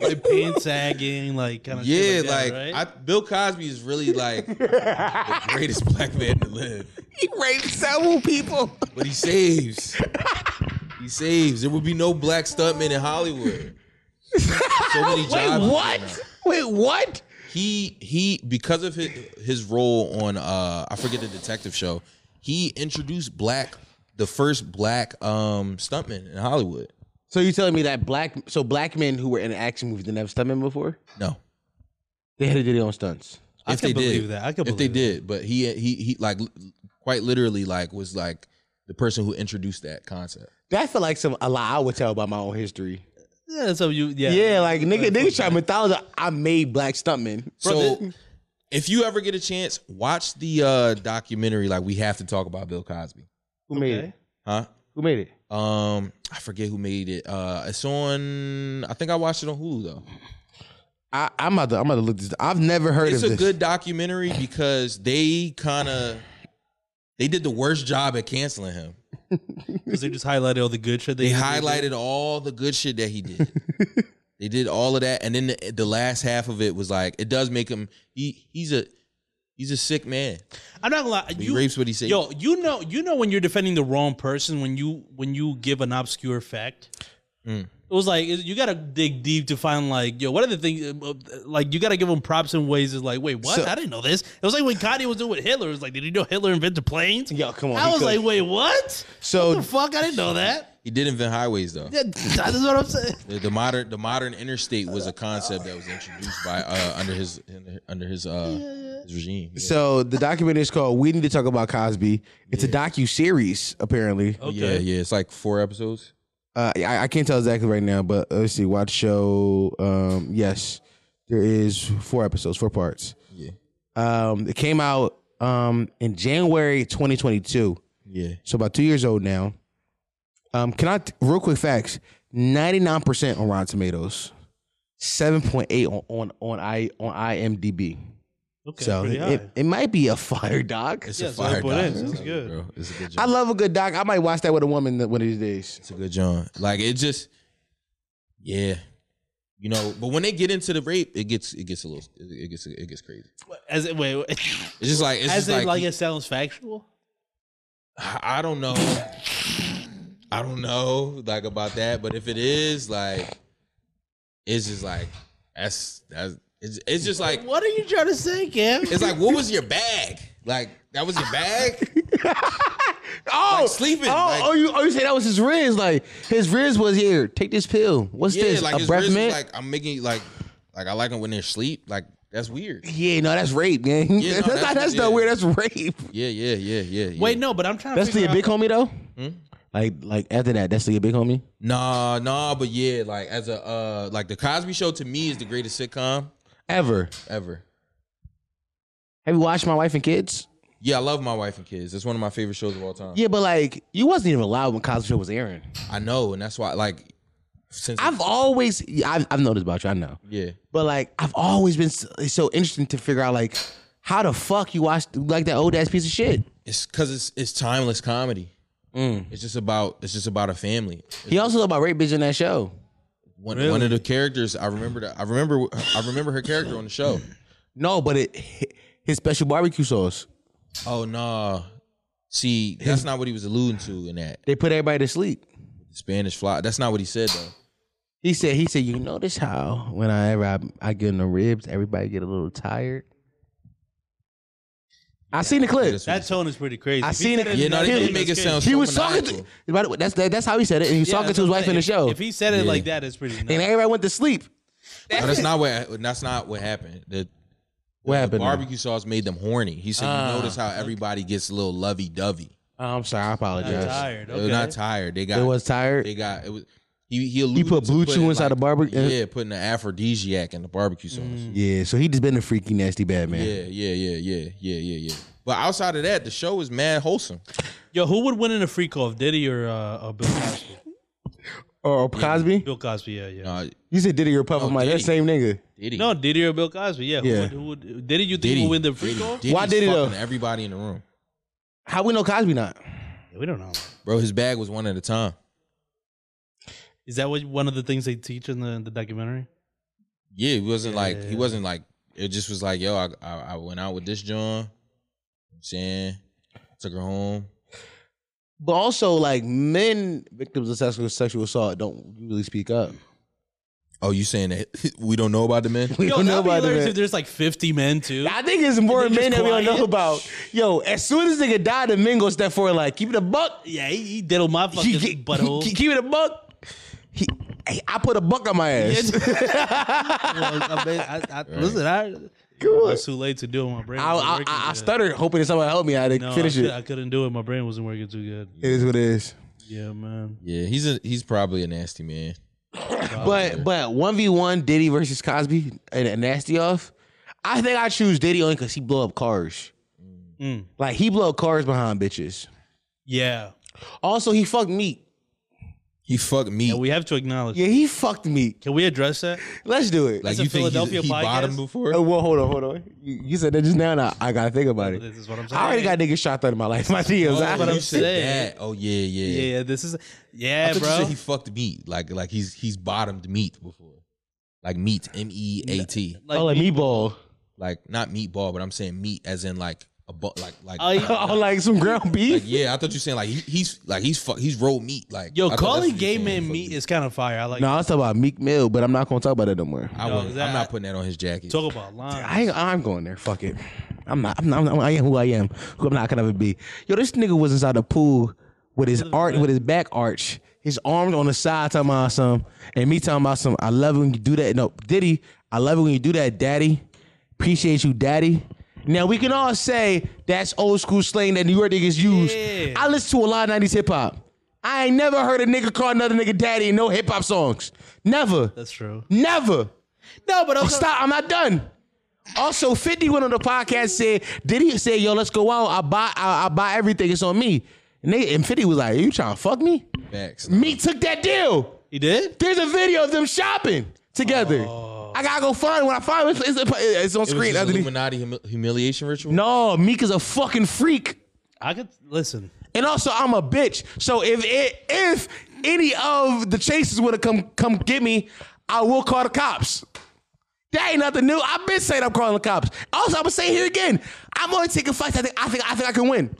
Like pain sagging, like kind of
yeah,
shit
like,
like, that,
I,
right?
Bill Cosby is really like the greatest black man to live.
He raped several people.
But he saves. he saves. There would be no black stuntman in Hollywood. So many jobs.
Wait,
would go
what?
down.
Wait, what?
He he because of his his role on uh I forget the detective show, he introduced black the first black um stuntman in Hollywood.
So you telling me that black so black men who were in action movies didn't have stuntmen before?
No.
They had to do their own stunts.
I
if
can
they
believe
did.
that. I can
if they
believe
did, but he he he like l- quite literally like was like the person who introduced that concept.
I feel like some a lie I would tell about my own history.
yeah, so you, yeah,
Yeah, like nigga, niggas try to mythologize. I made black stuntmen.
so if you ever get a chance, watch the uh documentary like we have to talk about Bill Cosby.
Who made
Okay.
it?
Huh?
Who made it?
Um I forget who made it. Uh it's on I think I watched it on Hulu though.
I, I'm about to I'm about to look this. I've never heard
It's
of
a
this.
good documentary because they kind of they did the worst job at canceling him.
because they just highlighted all the good shit.
They
did.
highlighted all the good shit that he did. they did all of that, and then the, the last half of it was like it does make him he he's a he's a sick man.
I'm not gonna lie.
He
You,
rapes what he says.
yo, you know, you know when you're defending the wrong person when you when you give an obscure fact.
Mm.
It was like you gotta dig deep to find like yo, what are the things uh, uh, like you gotta give them props in ways is like wait what
So-
I didn't know this. It was like when Kanye was doing with Hitler. It was like did you know Hitler invented planes?
Yo, come on,
I
he
was
could.
like wait what?
So-
what the fuck I didn't know that.
he did invent highways though.
Yeah, that's what I'm saying.
The, the modern the modern interstate was a concept that was introduced by uh, under his under his uh his regime. Yeah.
So the documentary is called "We Need to Talk About Cosby." It's a docu series, apparently.
Oh.
yeah,
Okay.
yeah, it's like four episodes.
Uh, I, I can't tell exactly right now, but uh, let's see. Watch show. Um, yes, there is four episodes, four parts.
Yeah,
Um, it came out um, in January 2022,
yeah.
so about two years old now. Um, can I real quick facts? 99 percent on Rotten Tomatoes, 7.8 on on on I on IMDb.
Okay,
so
pretty high.
it, it might be a fire doc.
It's
Yeah,
a
it's well
fire
put in.
doc.
Sounds good.
Bro, it's a good job.
I love a good doc. I might watch that with a woman th- one of these days.
It's a good John. Like it just, yeah, you know. But when they get into the rape, it gets it gets a little it gets it gets crazy.
As it wait, wait.
It's just like it's
as
just
it like,
like,
it sounds factual.
I don't know, I don't know like about that. But if it is like, it's just like that's that's it's it's just like
What are you trying to say, Cam?
it's like what was your bag? Like that was your bag?
Oh,
Like sleeping,
Oh,
like-
oh, you, oh, you say that was his Riz? Like his Riz was here. Take this pill. What's
Yeah,
this?
like
a
it's
breath
really
mint?
like I'm making like like I like them when they're asleep. Like that's weird.
yeah, no, that's rape, gang.
Yeah, no,
that's
that's-
not, that's
yeah.
not weird. That's rape.
Yeah, yeah, yeah, yeah. yeah.
Wait, no, but I'm trying
That's
to figure
the big
out.
homie though. Like, like after that, that's the big homie.
Nah, nah, but yeah, like as a uh like the Cosby Show to me is the greatest sitcom
Ever
ever.
have you watched My Wife and Kids?
Yeah, I love my wife and kids. It's one of my favorite shows of all time.
Yeah, but like you wasn't even allowed when Cosby Show was airing.
I know, and that's why like since
I've always, yeah, I've, I've noticed about you. I know.
yeah.
But like I've always been so, it's so interesting to figure out like how the fuck you watch like that old ass piece of shit.
It's cause it's it's timeless comedy.
Mm.
It's just about it's just about a family.
He also about rape bitch in that show.
One, one of the characters I remember that I remember I remember her character on the show.
No, but it his special barbecue sauce.
Oh nah. See, that's not what he was alluding to in that.
They put everybody to sleep.
Spanish fly. That's not what he said though.
He said he said you notice how whenever I, I get in the ribs, everybody get a little tired. I seen the clip.
That's what he
That tone is pretty crazy.
I
If he
seen
said
it-
in
Yeah,
no,
another
they- they
way,
make
that's
it
good.
sound
He was talking
maniacal.
to by the way, that's that, that's how he said it. And he was
Yeah,
talking
that's
to his
what I'm
wife in the
saying.
show.
If he said it
Yeah.
like that, it's pretty.
and
Nice.
everybody went to sleep.
No, that's not what. That's not what happened. The,
What
the
happened? Ah,
barbecue sauce made them horny. He said, "You notice how everybody gets a little lovey dovey.
Oh, I'm sorry, I apologize.
tired.
They're
Okay.
not tired. They got.
It was tired.
They got. It was. He he. alluded
put
to
blue
putting,
chew inside
like,
the Mm-hmm. barbecue-
Yeah, putting the aphrodisiac in the barbecue sauce.
Yeah, so he just been a freaky nasty bad man.
Yeah, yeah, yeah, yeah, yeah, yeah, yeah. But outside of that, the show is mad wholesome.
Yo, who would win in a freak off, Diddy or uh, uh, Bill Cosby?
or Oh, Cosby?
Bill Cosby, yeah, yeah.
Uh,
You said Diddy or Puff? I'm like that
Diddy.
same nigga.
Diddy.
No, Diddy or Bill Cosby, yeah.
Yeah.
Who would, who would, Diddy you think
Diddy.
would win the free
Diddy.
throw?
Diddy's
Why Diddy, though?
fucking Everybody in the room,
How we know Cosby not?
Yeah, we don't know.
bro. His bag was one at a time.
Is that what one of the things they teach in the, the documentary?
Yeah, he wasn't like
Yeah.
he wasn't like it. Just was like, yo, I I, I went out with this John. I'm saying, took her home.
But also, like men victims of sexual sexual assault don't usually speak up.
Oh, you saying that we don't know about the men?
We
Yo,
don't know
that'd be
about the
hilarious
man.
if there's like 50 men too.
I think it's more
They just
men that we don't
quiet.
know about. Yo, as soon as nigga died, the men go step forward like, keep it a buck.
yeah, he, he diddled my fucking
He- he-
butthole.
he- keep it a buck. He, hey, I put a buck on my ass.
Well, I mean, I, I, Listen, I,
Cool.
it's too late to do it. My brain.
I,
wasn't
I,
working
I, I
good.
stuttered hoping that someone helped me. I didn't
No,
finish
I, could,
it.
I couldn't do it. My brain wasn't working too good.
It is what it is.
Yeah, man.
Yeah, he's a he's probably a nasty man.
But but one v one Diddy versus Cosby and a nasty off. I think I choose Diddy only because he blow up cars.
Mm.
Like he blow up cars behind bitches.
Yeah.
Also, he fucked meat.
He fucked me.
yeah, we have to acknowledge.
Yeah, he fucked meat.
Can we address that?
Let's do it.
That's
like
a
you think
Philadelphia
he's, he
podcast?
bottomed
Oh,
before?
well, hold on, hold on. You, you said that just now, and I, I gotta think about it.
This is what I'm saying.
I already got niggas shot through in my life. My DMs.
Oh,
I-
what
you
I'm
said
saying.
that. Oh yeah, yeah.
Yeah,
yeah.
yeah, this is.
I
Yeah,
thought you
bro.
said he fucked meat. Like like he's he's bottomed meat before. Like meat, M E A T.
Like,
oh, like meatball.
Like not meatball, but I'm saying meat as in like a bu- like like.
Oh, yeah.
Oh, like some ground
Like,
beef.
yeah, I thought you saying like he, he's like he's fuck, he's rolled meat like I
Yo,
thought that's
calling
what you
gay
saying,
men
fuck
meat is kind of fire. I like.
No, I was talking about Meek Mill, but I'm not gonna talk about that no more.
I
No,
wouldn't-
that-
I'm not putting that on his jacket.
Talk about line.
I ain't, I'm going there. Fuck it. I'm not. I'm not. I'm not I am who I am. Who I'm not gonna ever be. Yo, this nigga was inside the pool with his art, with his back arch, his arms on the side, talking about some, and me talking about some. I love it when you do that. No, Diddy, I love it when you do that, Daddy. Appreciate you, Daddy. Now we can all say that's old school slang that New York niggas use.
Yeah.
I listen to a lot of '90s hip hop. I ain't never heard a nigga call another nigga daddy in no hip hop songs. Never.
That's true.
Never.
No, but also,
Stop! I'm not done. Also, 50 went on the podcast said, did he say, yo, let's go out. I buy I, I buy everything. It's on me. And, they, and 50 was like, you trying to fuck me?
Facts.
Me took that deal.
He did.
There's a video of them shopping together.
Oh.
I gotta go find it. When I find it, it's, it's, it's on
It was
screen.
just
underneath.
Illuminati humi- humiliation ritual.
No, Meek is a fucking freak.
I could listen.
And also, I'm a bitch. So if it, if any of the chasers would have come come get me, I will call the cops. That ain't nothing new. I've been saying I'm calling the cops. Also, I'm gonna say it here again. I'm only taking fights. I think I think I think I can win.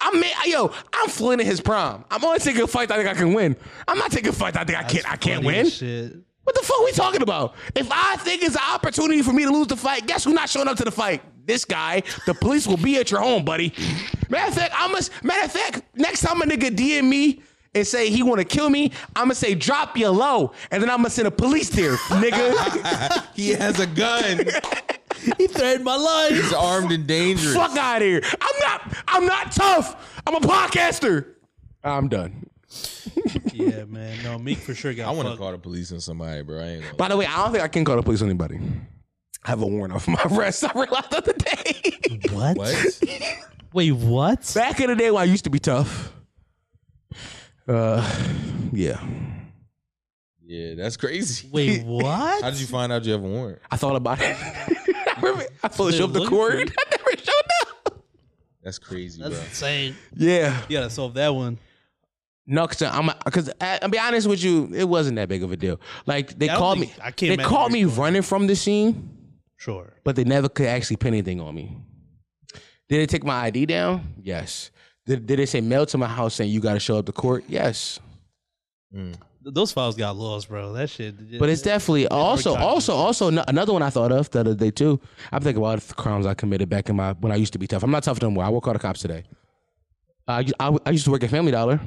I'm ma- yo. I'm fooling in his prime. I'm only taking fights. I think I can win. I'm not taking fights. I think I can't. I can't
Funny
win.
as Shit.
What the fuck we talking about? If I think it's an opportunity for me to lose the fight, guess who's not showing up to the fight? This guy. The police will be at your home, buddy. Matter of fact, I'm a, matter of fact, next time a nigga DM me and say he wanna kill me, I'ma say drop your low. And then I'ma send a police there, nigga.
He has a gun.
He threatened my life.
He's armed and dangerous.
fuck out of here. I'm not I'm not tough. I'm a podcaster. I'm done.
yeah, man. No, Meek for sure got.
I want to
fucked.
call the police on somebody, bro. I ain't gonna.
By the way, I don't think I can call the police on anybody. I have a warrant off my arrest. I realized the other day.
What?
What?
Wait, what?
Back in the day when I used to be tough. Uh, yeah.
yeah, that's crazy.
Wait,
How
what?
did you find out you have a warrant?
I thought about it. I remember- I fully
They're
showed up the
looking for
court.
you.
I never showed up.
That's crazy,
That's
bro.
insane.
Yeah.
You gotta solve that one.
No, cause I'm cause I, I'll be honest with you, it wasn't that big of a deal. Like they
Yeah, I don't
called
think-
me,
I can't
they
imagine
called
where
me running from the scene,
Sure.
but they never could actually pin anything on me. Did they take my ID down? Yes. Did, did they say mail to my house saying you got to show up to court? Yes.
Th- Those files got lost, bro. That shit.
But it's definitely also,
time.
also, also no- another one I thought of the other day too. I'm thinking about the crimes I committed back in my when I used to be tough. I'm not tough no more. I will call the cops today. Uh, I, I, I used to work at Family Dollar.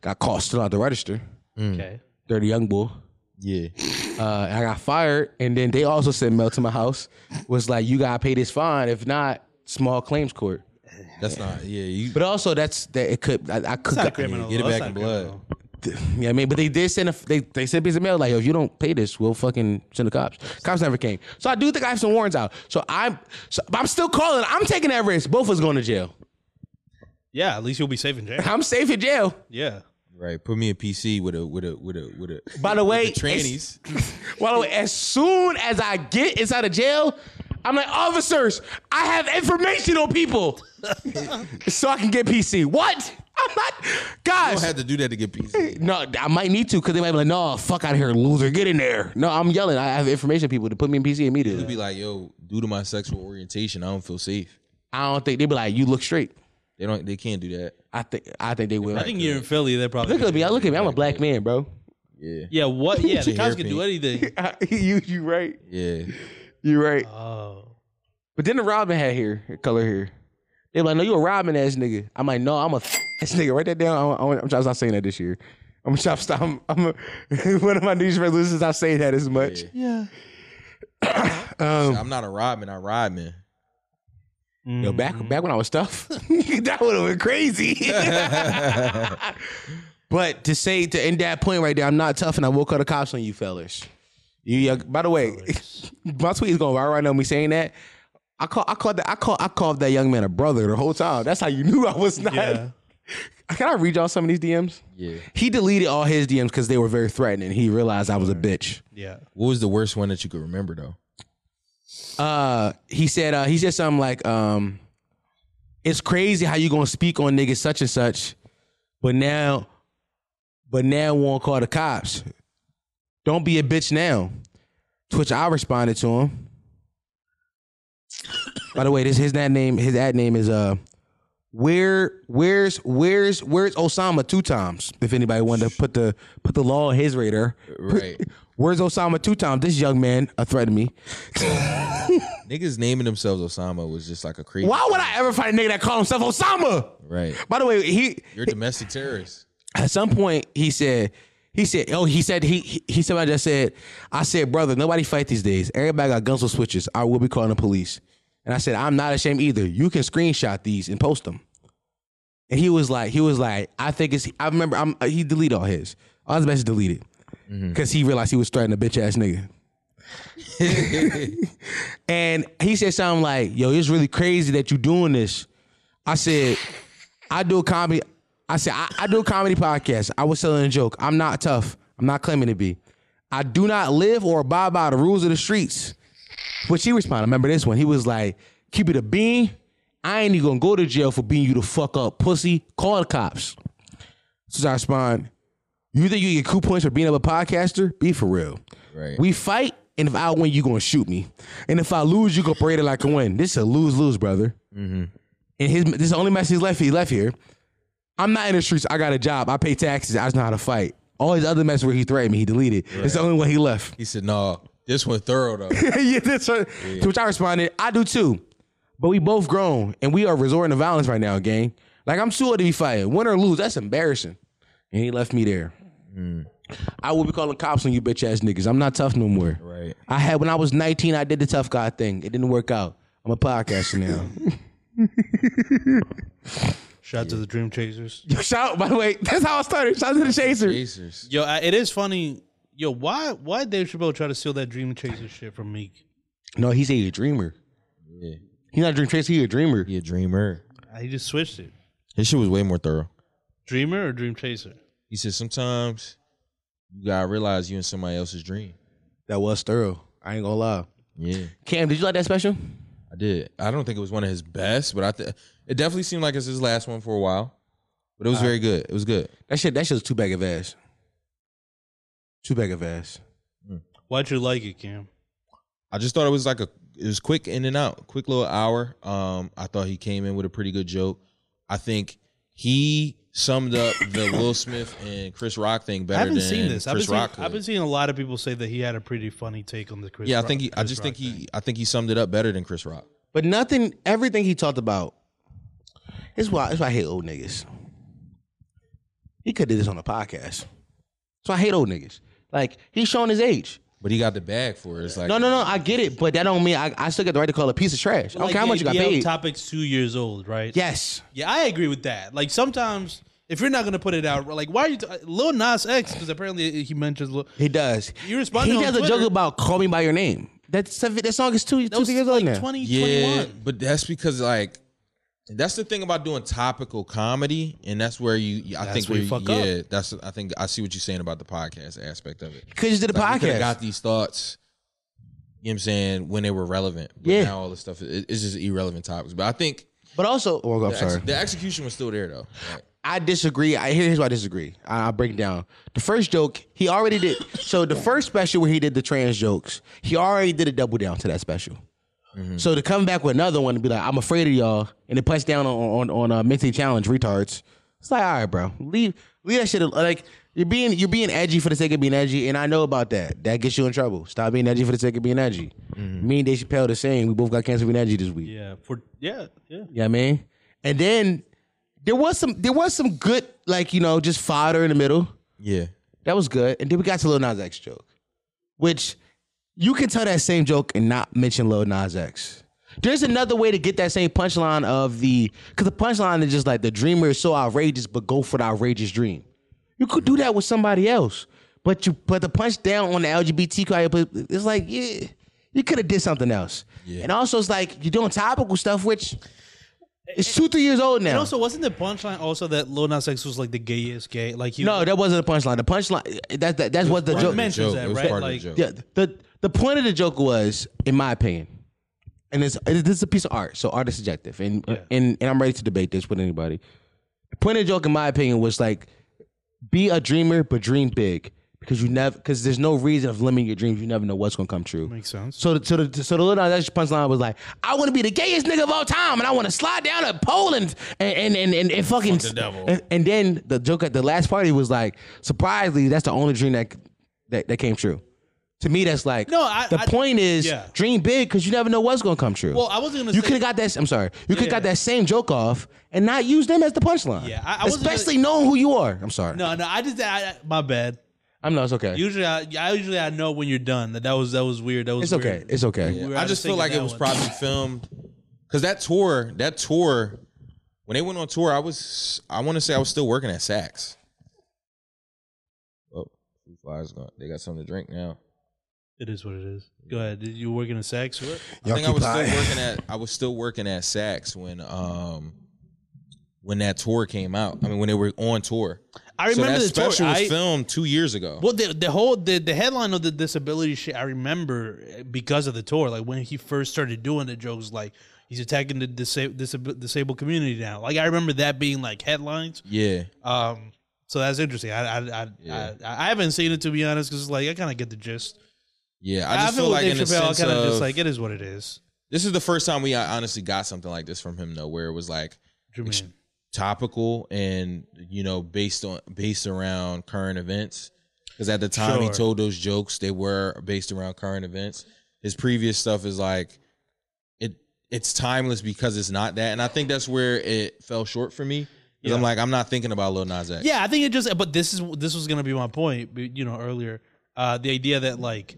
Got caught still out the register.
okay.
Dirty young bull.
Yeah,
Uh, and I got fired, and then they also sent mail to my house. Was like, you gotta pay this fine. If not, small claims court.
that's not. Yeah, you
But also, that's that it could I, I could
It's not criminal.
get it
though. It's
back
not
in blood.
criminal.
Yeah, I mean, but they did send a they they sent a piece of mail like, yo, if you don't pay this, we'll fucking send the cops. Cops never came, so I do think I have some warrants out. So I'm, so, but I'm still calling. I'm taking that risk. Both of us going to jail.
Yeah, at least you'll be safe in jail.
I'm safe in jail.
Yeah.
Right. Put me a PC with a with a with a with a.
By the way,
with the trannies.
By the way, as soon as I get inside of jail, I'm like, officers, I have information on people. so I can get PC. What? I'm not
I
guys.
had to do that to get PC.
no, I might need to because they might be like, no, fuck out of here, loser. Get in there. No, I'm yelling. I have information people to put me in PC immediately.
Be like, yo, due to my sexual orientation, I don't feel safe.
I don't think they'd be like, you look straight.
They don't. They can't do that.
I think I think they will.
I think you're in Philly. They probably
look at me. I look at me. I'm a black man, bro.
Yeah.
Yeah, what? Yeah, the
Your
cops can do
hairpin.
anything.
you you right.
Yeah.
You right.
Oh,
But then the Robin had hair color here. They were like, no, you a Robin ass nigga. I'm like, no, I'm a ass nigga. Write that down. I'm, I'm, I'm trying to stop saying that this year. I'm gonna stop. stop I'm, I'm a, one of my New Year's resolutions. I say that as much. Um,
yeah.
I'm not a rodman. I ride man.
Yo, back back when I was tough, that would have been crazy. but to say to end that point right there, I'm not tough, and I will call the cops on you, fellas. You, you- by the way,
Mm-hmm.
my tweet is going viral right now. Me saying that, I call, I called that, I call, I called that young man a brother the whole time. That's how you knew I was not.
Yeah.
Can I read y'all some of these DMs?
Yeah.
He deleted all his DMs because they were very threatening. He realized I was a bitch.
Yeah.
What was the worst one that you could remember though?
uh he said uh he said something like um it's crazy how you gonna speak on niggas such and such but now but now won't call the cops don't be a bitch now to which i responded to him by the way this his ad name his ad name is uh where where's where's where's osama two times if anybody wanted to put the put the law on his radar
Right.
where's osama two times this young man uh, threatened me
Niggas naming themselves Osama was just like a crazy.
Why would I ever find a nigga that called himself Osama?
Right.
By the way, he
You're a domestic terrorist.
at some point he said he said oh he said he he, he somebody just said I said brother nobody fight these days everybody got guns with switches I will be calling the police and I said I'm not ashamed either you can screenshot these and post them and he was like he was like I think it's I remember I'm uh, he deleted all his all his messages deleted because he realized he was starting a bitch ass nigga. and he said something like, "Yo, it's really crazy that you doing this." I said, I do a comedy. I said, I, I do a comedy podcast. I was selling a joke. I'm not tough. I'm not claiming to be. I do not live or abide by the rules of the streets. Which he responded, remember this one. He was like, keep it a bean. I ain't even gonna go to jail for being you the fuck up pussy. Call the cops. So I respond, you think you get cool points for being up a podcaster? Be for real.
Right.
We fight, and if I win, you gonna shoot me. And if I lose, you gonna parade it like a win. This is a lose-lose, brother. And his this is the only message he left. He left here. I'm not in the streets. I got a job. I pay taxes. I just know how to fight. All his other messages where he threatened me, he deleted. It's the only one he left.
He said, "No, this one thorough though."
yeah, that's right. To which I responded, I do too. But we both grown and we are resorting to violence right now, gang. Like I'm too old to be fighting. Win or lose, that's embarrassing. And he left me there. I will be calling cops on you bitch ass niggas. I'm not tough no more.
Right.
I had when I was 19, I did the tough guy thing. It didn't work out. I'm a podcaster now.
Shout out to the Dream Chasers.
Shout by the way, that's how I started. Shout out to the chaser.
Pacers.
Yo, I, it is funny. Yo, why why Dave Chappelle try to steal that Dream Chaser shit from Meek?
No, he's a dreamer.
Yeah.
He's not a dream chaser, he's a dreamer.
He a dreamer.
He just switched it.
His shit was way more thorough.
Dreamer or Dream Chaser?
He said, "Sometimes you gotta realize you in somebody else's dream."
That was thorough. I ain't gonna lie.
Yeah.
Cam, did you like that special?
I did. I don't think it was one of his best, but I th- it definitely seemed like it's his last one for a while. But it
Uh-huh.
was very good. It was good.
That shit, that shit was two bag of ass. Two bag of ass.
Why'd you like it, Cam?
I just thought it was like a it was quick in and out, quick little hour. Um, I thought he came in with a pretty good joke. I think he summed up the Will Smith and Chris Rock thing better.
I haven't
than
seen this. I've been
Chris
seeing,
Rock.
I've been
could.
seeing a lot of people say that he had a pretty funny take on the Chris.
yeah, I
Rock-
think he, I
Chris
just think
Rock
he
thing.
I think he summed it up better than Chris Rock.
But nothing, everything he talked about. This is why, this is why I hate old niggas. He could do this on a podcast. So I hate old niggas. Like he's showing his age.
But he got the bag for it. It's like
No, no, no. I get it, but that don't mean I, I still got the right to call a piece of trash. I don't
Like,
care how
yeah,
much you got
yeah,
paid.
Topic's two years old, right?
Yes.
Yeah, I agree with that. Like sometimes, if you're not gonna put it out, like why are you t- Lil Nas X? Because apparently he mentions Lil.
He does.
You responded
He
on
does a
Twitter.
joke about "Call Me by Your Name." That's that song is two,
That
two
was
years old
like
now.
20,
Yeah,
21.
but that's because like That's the thing about doing topical comedy, and that's where you. you- I
That's
think
where you
where
fuck
yeah,
up.
that's. I think I see what you're saying about the podcast aspect of it.
Because you did a
Like, we coulda
podcast.
got these thoughts. You know what I'm saying when they were relevant. But
Yeah.
Now all this stuff it- it's just irrelevant topics. But I think
but also, oh, I'm
the,
sorry.
ex- the execution was still there though. Like,
I disagree. I here's why I disagree. I, I'll break it down. The first joke he already did. So the first special where he did the trans jokes, he already did a double down to that special.
Mm-hmm.
So to come back with another one and be like, I'm afraid of y'all, and to punch down on on on uh, mentally challenged retards. It's like, all right, bro, leave leave that shit. al- Like you're being you're being edgy for the sake of being edgy, and I know about that. That gets you in trouble. Stop being edgy for the sake of being edgy. Me and Dave Chappelle the same. We both got canceled for being edgy this week.
Yeah, for yeah, yeah.
You know what I mean? And then there was some there was some good, like, you know, just fodder in the middle.
yeah.
That was good. And then we got to Lil Nas X joke. Which you can tell that same joke and not mention Lil Nas X. There's another way to get that same punchline of the cause the punchline is just like the dreamer is so outrageous, but go for the outrageous dream. You could do that with somebody else. But you but the punch down on the LGBTQ, it's like, yeah, you could have did something else. And also it's like you're doing topical stuff, which it's two, three years old now.
And also, wasn't the punchline also that Lil Nas X was like the gayest gay? Like he
no, that wasn't a punchline. The punchline that, that that's what the
Right.
joke
It mentions that,
It was
right?
part
Like-
of the joke.
Yeah, the the point of the joke was, in my opinion, and it's it- this is a piece of art, so art is subjective, and and and I'm ready to debate this with anybody. The point of the joke, in my opinion, was like, be a dreamer, but dream big because you never because there's no reason of limiting your dreams. You never know what's gonna come true.
makes sense.
So the, so the so the little Nas X punchline was like, I want to be the gayest nigga of all time, and I want to slide down a pole and and and and, and, and fucking
the devil.
And, and then the joke at the last party was like, surprisingly, that's the only dream that that, that came true. To me, that's like
No, I-
the
I-
point is
yeah.
dream big because you never know what's gonna come true.
Well, I wasn't gonna
You
say-
could have got that. I'm sorry. You could have got
Yeah.
that same joke off and not use them as the punchline.
Yeah, I- I wasn't
especially knowing who you are. I'm sorry.
No, no, I just I, I- my bad.
I'm not. It's okay.
Usually, I, I usually I know when you're done. That that was that was weird. That was
it's okay.
weird.
It's okay.
We were out
I
of
just
sync
feel
in
like it
that
was
one.
probably filmed because that tour, that tour, when they went on tour, I was, I want to say I was still working at Saks. Oh, Foo Fighters gone. They got something to drink now.
It is what it is. Go ahead. Did you work in a sex? What?
I think I was still working at, I was still working at Saks when, um, when that tour came out. I mean, when they were on tour.
I remember
so that
the tour.
special was
I-
filmed two years ago.
Well, the the whole the, the headline of the disability shit I remember because of the tour. Like when he first started doing the jokes, like he's attacking the disa- disab- disabled community now. Like I remember that being like headlines.
Yeah,
Um, so that's interesting. I I I,
Yeah.
I, I haven't seen it to be honest because like I kind of get the gist.
yeah. I just feel
with
like
Dave
in the
Chappelle, I
sense
kinda
of
just like it is what it is.
this is the first time we honestly got something like this from him though, where it was like
What you mean?
topical and you know based on based around current events because at the time he
Sure.
told those jokes they were based around current events his previous stuff is like it it's timeless because it's not that and i think that's where it fell short for me 'Cause i'm
Yeah.
like i'm not thinking about lil nas x
Yeah, I think it just. But this is this was gonna be my point. but, You know, earlier, uh, the idea that like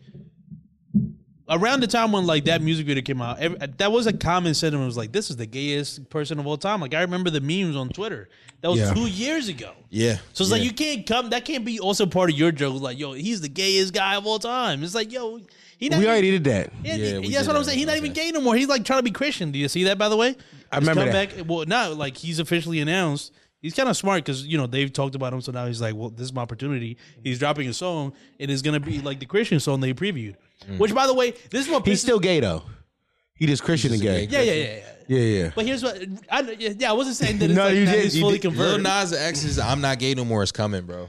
around the time when like that music video came out, ev that was a common sentiment. It was like, this is the gayest person of all time. Like I remember the memes on Twitter. That was
Yeah.
two years ago.
yeah
So it's like
Yeah.
you can't come. That can't be also part of your joke. Like, yo, he's the gayest guy of all time. It's like, yo, he not
We
even-
already did that.
Yeah,
Yeah, we
that's
did
what I'm
that.
saying. He's not even
Okay.
gay no more. He's like trying to be Christian. Do you see that, by the way?
I
His
remember that.
comeback, Well, now, like he's officially announced. He's kind of smart because you know they've talked about him, so now he's like, "Well, this is my opportunity." He's dropping a song, and it's gonna be like the Christian song they previewed. Which, by the way, this is what
Mm. He's
pisses-
still gay though. He just Christian and
just a
gay.
gay
yeah, yeah, yeah, yeah.
Yeah, yeah.
But here's what I yeah I wasn't saying that it's
No,
like
you
that
did-
he's
you
fully
did- Lil
lil
converted.
nas x's i'm not gay no more is coming bro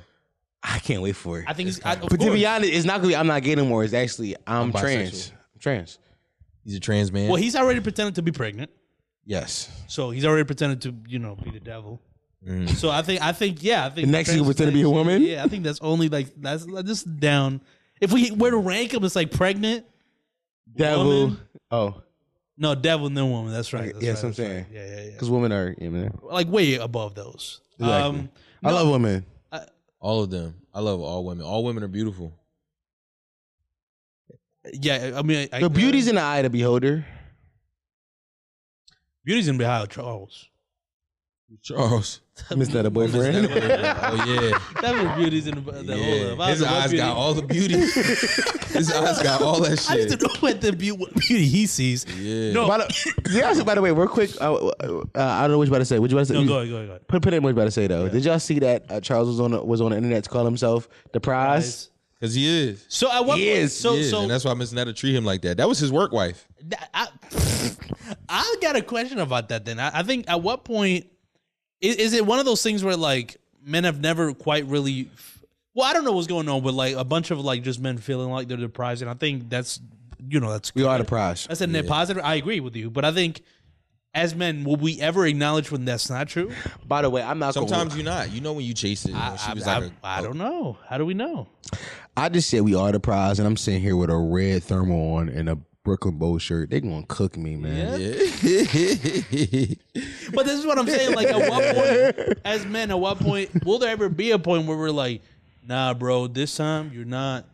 I can't wait for it.
I think he's I,
But to be honest, it's not gonna be I'm not gay no more. It's actually
I'm
I'm,
bisexual.
trans. I'm trans.
he's a trans man
well he's already pretended to be pregnant.
Yes.
So he's already pretended to, you know, be the devil.
Mm.
So I think, I think, yeah, I think
The next he pretend to be a woman?
Yeah, I think that's only like that's that's just down. If we were to rank him, it's like pregnant,
Devil.
Woman?
Oh,
no devil, and then woman. That's right. That's right,
yes, I'm
that's right.
saying.
Yeah, yeah,
because women are, you know.
yeah. Like way above those.
Exactly.
Um,
I love women.
all of them i love all women all women are beautiful
yeah, I mean, I,
The beauty's in the eye of the beholder.
beauty's in behind Charles.
Charles.
Miss that a boyfriend.
Oh yeah.
That was beauties in the, the
yeah.
hold up. I
His
don't know what
eyes
beauty-
got all the beauty. His eyes got all that
I need to
shit.
know what the beauty, what beauty he sees.
Yeah.
No,
by, the, yeah, so by the way, real quick, uh, uh, uh, I don't know what you about to say. What you about to say?
no,
You-
go ahead, go ahead, go ahead.
Put put in what you about to say though. Did y'all see that uh, Charles was on the, was on the internet to call himself the prize?
Cause he is.
So at what
He
point?
is,
So
He is,
so
and that's why Miss Netta treat him like that. That was his work wife.
That- I, I got a question about that. Then I, I think at what point is, is it one of those things where like men have never quite really? Well, I don't know what's going on, but like a bunch of like just men feeling like they're deprived, and I think that's you know that's
We are the prize.
that's a net positive. I agree with you, but I think as men, will we ever acknowledge when that's not true?
By the way, I'm not.
Sometimes
gonna,
you not. You know when you chase it.
I,
when she was
I,
like,
I- I don't know. How do we know?
I just said we are the prize, and I'm sitting here with a red thermal on and a Brooklyn Bowl shirt. They gonna cook me, man.
don't.
But this is what I'm saying. Like, at what point, as men, at what point will there ever be a point where we're like, nah, bro, this time you're not.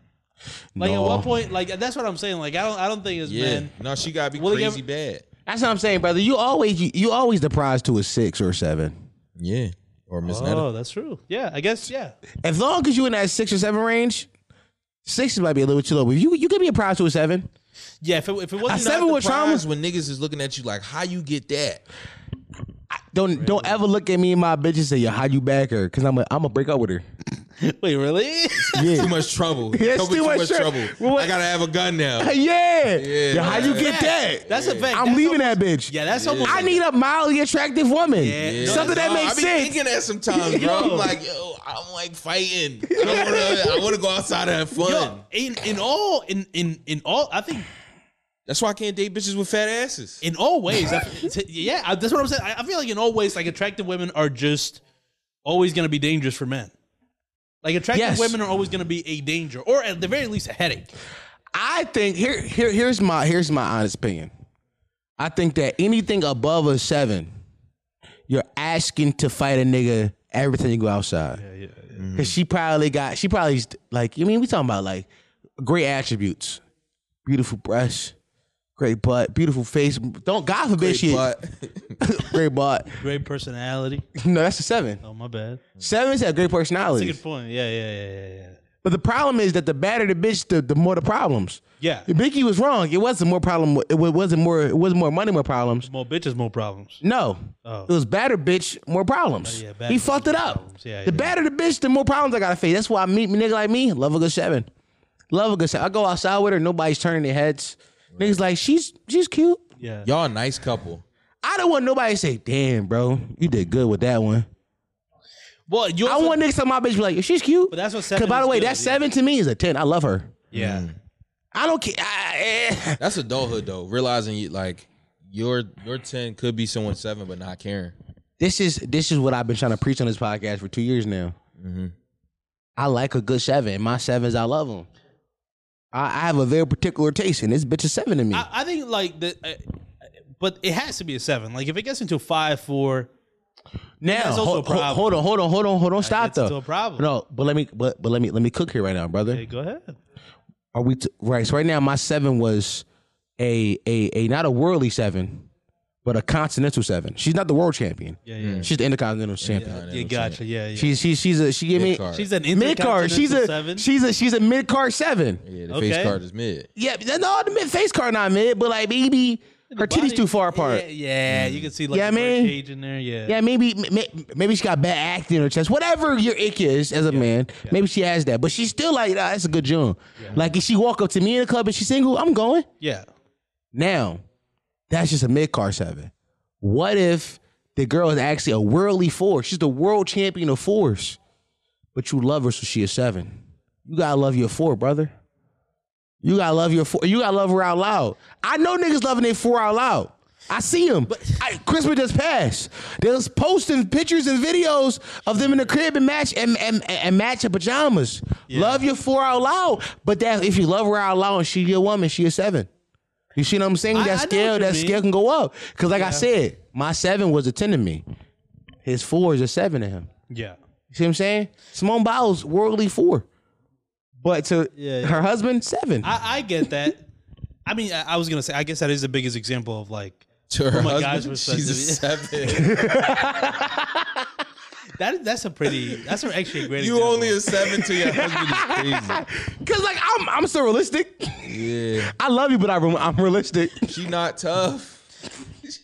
Like, at
No.
what point? Like, that's what I'm saying. Like, I don't, I don't think as
Yeah.
men.
No, she gotta be
Will he
crazy
ever-
bad.
That's what I'm saying, brother. You always you, you always the prize to a six or a seven.
Yeah. Or Miss Netta.
Oh, that's true. Yeah, I guess. Yeah,
As long as you in that six or seven range, six might be a little too low. But you you could be a prize to a seven.
yeah. If it, if it
I
wasn't,
said
not-
with trauma.
Sometimes when niggas is looking at you like, how you get that?
Don't don't ever look at me and my bitch and say, "Yo, how you back her?" Because I'm a, I'm gonna break up with her.
Wait, really?
Too much trouble.
Yeah,
Come
it's
with
too much trou-
trouble.
Well, what-
I gotta have a gun now.
yeah. Yo, how you
yeah.
get that?
That's a fact.
I'm
That's
leaving
almost-
that bitch.
Yeah, that's almost.
I need a mildly attractive woman.
Yeah.
Something that
No,
makes
I be
sense.
thinking that sometimes, bro. I'm like, yo, I'm like fighting. I wanna, I wanna go outside and have fun.
Yo, in in all in in in all, I think
That's why I can't date bitches with fat asses.
in all ways. I, t- yeah, I, that's what I'm saying. I, I feel like in all ways, like attractive women are just always going to be dangerous for men. Like attractive
Yes.
women are always going to be a danger, or at the very least, a headache.
I think here here here's my here's my honest opinion. I think that anything above a seven, you're asking to fight a nigga every time you go outside. Yeah, yeah. Cause she probably got she probably st- like you mean we talking about like great attributes, beautiful breasts, great butt, beautiful face. Don't God forbid she
But
great butt.
Great personality.
No, that's a seven.
Oh my bad.
Seven's have great
That's a
personality.
good point. Yeah, yeah, yeah, yeah, yeah.
But the problem is that the better the bitch, the, the more the problems.
Yeah.
Biggie was wrong. It wasn't more problem. It wa- wasn't more. It wasn't more money, more problems.
More bitches, more problems.
No,
Oh.
it was better bitch, more problems.
Oh, yeah, better
he
bitch,
fucked it
more
up.
problems. Yeah,
the
yeah.
better the bitch, the more problems I gotta face. That's why I meet me nigga like me. Love a good seven. Love a good seven. I go outside with her. Nobody's turning their heads. Niggas like she's she's cute.
Yeah.
y'all a nice couple.
I don't want nobody to say, "Damn, bro, you did good with that one."
Well, you.
I
Also,
want niggas to my bitch be like, "She's cute."
But that's what
'Cause
seven.
by the
is
way,
good,
that
yeah.
seven to me is a ten. I love her.
Yeah.
I don't care. I, eh.
That's adulthood though. Realizing you like your your ten could be someone seven, but not caring.
this is this is what I've been trying to preach on this podcast for two years now.
Mm-hmm.
I like a good seven. My sevens, I love them. I, I have a very particular taste, and this bitch is seven to me.
I, I think like the, uh, but it has to be a seven. Like if it gets into five, four,
now,
that's also a
hold, hold-
problem.
hold on, hold on, hold on, hold on. Stop
gets into
though.
a problem.
No, but let me, but but let me, let me cook here right now, brother.
hey, go ahead.
Are we t- right? So right now, my seven was a a a not a worldly seven, but a continental seven. She's not the world champion.
Yeah, yeah.
She's the intercontinental champion.
I
Yeah, gotcha. Yeah, yeah.
She's she's she's a she gave me
Mid-card.
She's an
mid card. She's
intercontinental
a
seven.
she's a she's a mid card seven.
Yeah, the
Okay.
face card is mid.
Yeah, but no, the mid face card not mid, but like maybe her titties too far apart.
Yeah,
Yeah,
yeah, you can see like
Mm. Yeah,
yeah,
I
man.
mean-
cage in there. Yeah.
maybe may- maybe she got bad acting in her chest. Whatever your ick is as a man, maybe she has that. But she's still like, nah, that's a good joint. Like if she walk up to me in the club and she's single, I'm going.
Yeah.
Now, that's just a mid card seven. What if the girl is actually a worldly force? She's the world champion of force, but you love her, so she a seven. You gotta love your four, brother. You gotta love your four. You gotta love her out loud. I know niggas loving their four out loud. I see them. But I, Christmas just passed. They was posting pictures and videos of them in the crib and match and and, and match her pajamas. Love your four out loud. But that if you love her out loud and she your woman, she a seven. You see what I'm saying?
I- I know
That scale,
what you
that
mean.
scale can go up. Cause like I said, my seven was a ten to me. His four is a seven to him.
Yeah.
You see what I'm saying? Simone Biles, worldly four. But to
Yeah, yeah.
her husband, seven.
I, I get that. I mean, I, I was gonna say, I guess that is the biggest example of like
To her
my
husband,
gosh, we're such
she's a
a-
seven.
That that's a pretty. That's an actually great.
you
example.
only a seven to your husband is crazy.
Cause like I'm, I'm so realistic.
Yeah,
I love you, but I, I'm realistic.
she not tough.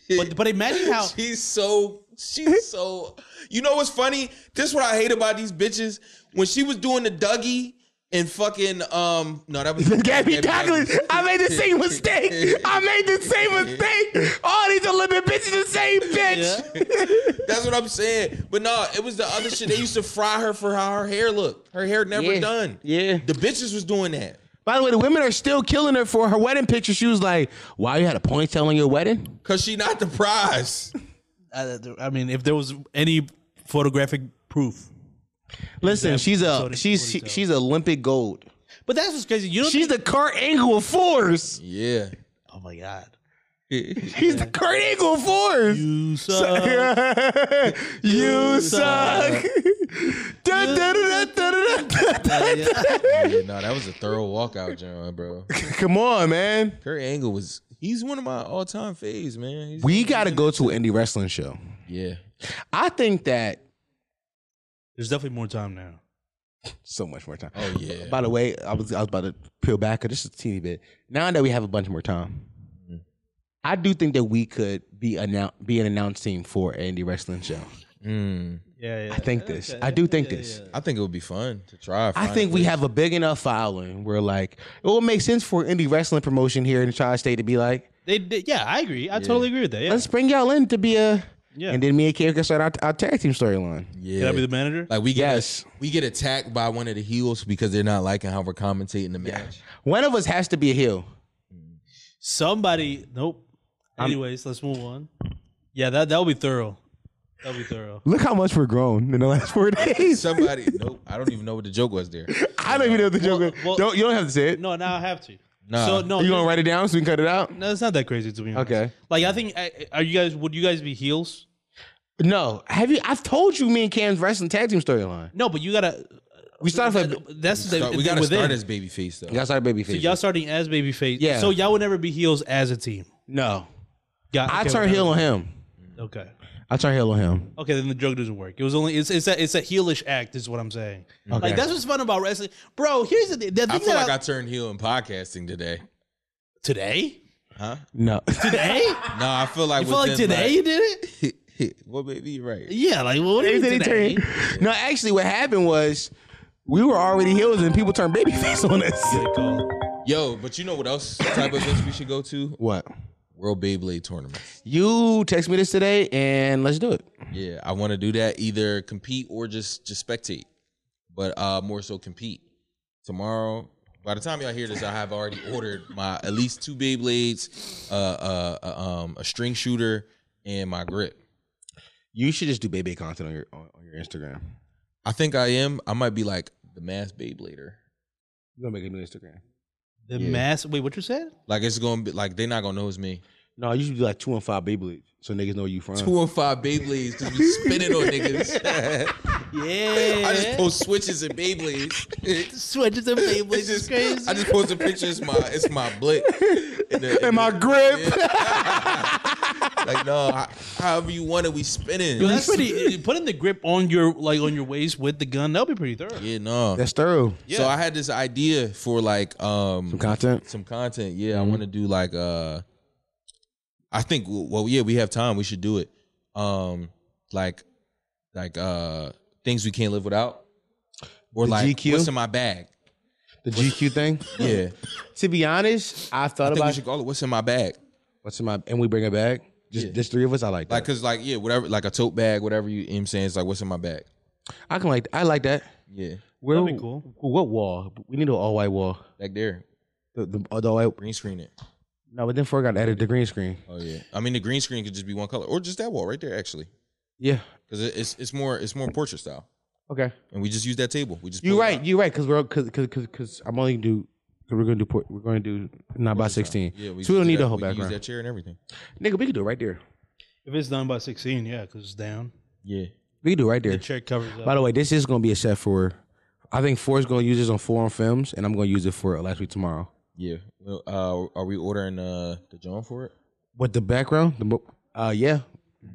But, but imagine how
She's so she's so you know what's funny? This what I hate about these bitches. When she was doing the Dougie and fucking um no that was
Gabby Douglas, I made the same mistake. I made the same mistake. All these Olympic bitches, the same bitch.
That's what I'm saying. But no, it was the other shit. They used to fry her for how her hair looked. Her hair never
Yeah.
done.
Yeah.
The bitches was doing that.
By the way, the women are still killing her for her wedding picture. She was like, "Wow, you had a ponytail on your wedding."
Cause she not the prize.
I, I mean, if there was any photographic proof,
Listen, she's
so
a
did
she's
ponytail.
she's Olympic gold.
but that's what's crazy. You don't.
She's the Kurt Angle of fours.
Yeah.
oh my god.
She's the Kurt Angle of fours.
You suck.
you suck. Da, da, da, da, da, da, da.
yeah. No, that was a thorough walkout, John, bro.
Come on, man.
Kurt Angle was he's one of my all time faves, man. He's-
We got to go to an indie wrestling show.
yeah.
I think that
There's definitely more time now.
so much more time.
Oh yeah.
By the way, I was I was about to peel back just a teeny bit. Now that we have a bunch more time,
Mm-hmm.
I do think that we could be annou- be an announced team for an indie wrestling show.
Mm.
Yeah, yeah.
I think this. I do think this.
I think it would be fun to try.
I
find
think
a
we
place.
have a big enough following where like it would make sense for indie wrestling promotion here in Tri State to be like,
They, they, yeah, I agree. I totally agree with that. Yeah,
let's bring y'all in to be a
Yeah.
and then me and Kerry can start our, our tag team storyline.
can
Yeah.
I be the manager?
like we get
Yes.
we get attacked by one of the heels because they're not liking how we're commentating the match.
One of us has to be a heel.
Somebody. Nope. Anyways, let's move on. Yeah, that that'll be thorough. That'll be thorough.
Look how much we're grown in the last four days.
Somebody, nope. I don't even know what the joke was there.
I don't even know the joke. is.
well-
don't you don't have to say it.
No, now I have to.
Nah.
So no,
you
this-
gonna write it down so we can cut it out?
No, it's not that crazy to be honest.
Okay.
Like I think, I- are you guys? Would you guys be heels?
No. Have you? I've told you me and Cam's wrestling tag team storyline.
No, but you gotta. uh,
We started from.
That's the
Start- we
thing
gotta
within.
start as baby face though.
That's our baby face.
y'all starting as babyface.
Yeah.
So y'all would never be heels as a team.
no.
Got,
I
okay,
turn
whatever.
heel on him.
Okay.
I turn heel on him.
Okay, then the joke doesn't work. It was only it's it's a it's a heelish act, is what I'm saying. Like that's what's fun about wrestling, bro. Here's the, thing- the thing
Mm-hmm. I feel
that
like I turned heel in podcasting today.
today
Huh?
No.
today.
No, I feel like
you feel like
within,
today you did it?
Like, well, baby, you're right.
Yeah. Like what do you mean today?
No, actually, what happened was we were already heels and people turned baby face on us.
Good call.
Yo, but you know what else type of events we should go to?
What?
World Beyblade tournaments.
You text me this today and let's do it.
Yeah, I want to do that. Either compete or just just spectate, but uh more so compete. Tomorrow, by the time y'all hear this, I have already ordered my at least two Beyblades, uh, uh, uh, um, a string shooter, and my grip.
You should just do baby content on your on, on your Instagram.
I think I am. I might be like the mass Beyblader.
You're gonna make a new Instagram.
The
Yeah.
mass. Wait, what you said?
Like it's gonna be like they're not gonna know it's me.
No, you should do like two and five baby bleach so niggas know where you from.
Two and five Beyblades because we spinning on niggas.
Yeah.
I just post switches and Beyblades.
switches and Beyblades is
It's just
crazy.
I just post a picture. It's my it's my blick. And, the-
and my grip.
like no, ho- however you want it, we spinning.
Yo, that's pretty. uh, Putting the grip on your like on your waist with the gun, that'll be pretty thorough.
yeah, no.
That's thorough.
So I had this idea for like um some Mm-hmm.
Content.
some content. Yeah, I want to do like uh I think well yeah, we have time. We should do it. Um like like uh things we can't live without or
The
like
GQ?
what's in my bag.
The GQ thing.
Yeah.
to be honest, I
I
thought
think we
about
should call it what's in my bag.
what's in my and we bring it back. Just
Yeah.
just three of us. I like that.
Like cuz like yeah, whatever like a tote bag, whatever you, you know what I'm saying, it's like what's in my bag.
I can like I like that.
Yeah.
Where,
That'd be cool.
What wall? We need an all white wall.
Like there.
The, the, oh, the all white.
Green screen it.
No, but then four got added the green screen.
Oh yeah. I mean the green screen could just be one color or just that wall right there actually.
Yeah.
Cuz it's it's more it's more portrait style.
Okay.
And we just use that table. We just
You're
pull it out.
right. You're right. Because we're because because because I'm only gonna do. Cause we're gonna do port, we're gonna do nine by sixteen.
Yeah,
so we
just
don't
do
need
that.
the whole
We can
background.
Use that chair and everything.
Nigga, we could do it right there.
If it's done by sixteen, yeah, because it's down.
Yeah.
We could do it right there.
The chair covers up.
By the way, this is gonna be a set for. I think four is gonna use this on four on films, and I'm gonna use it for last week tomorrow.
Yeah. Well, Uh, are we ordering uh, the John for it?
What the background? The mo- uh, yeah.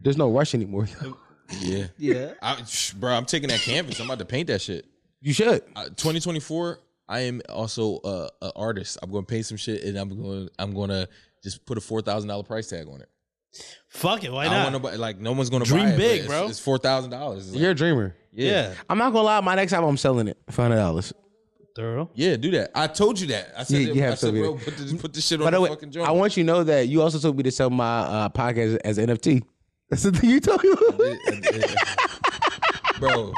There's no rush anymore.
Yeah.
Yeah.
I, shh, bro, I'm taking that canvas. I'm about to paint that shit.
you should.
Uh, 2024. I am also uh, an artist. I'm going to paint some shit, and I'm going. I'm going to just put a four thousand dollar price tag on it.
Fuck it. Why
I
not?
don't want to like no one's going to
Dream
buy it, but
big,
it's-
bro.
It's four thousand dollars.
You're a dreamer.
yeah.
I'm not gonna lie. My next album, I'm selling it for hundred dollars.
Thorough.
Yeah, do that. I told you that. I said,
Yeah, you have
I said
to be-
bro, put this, put this shit
By
on
the
the
way,
fucking joint.
I want you to know that you also told me to sell my uh, podcast as NFT. That's the thing you told me.
bro.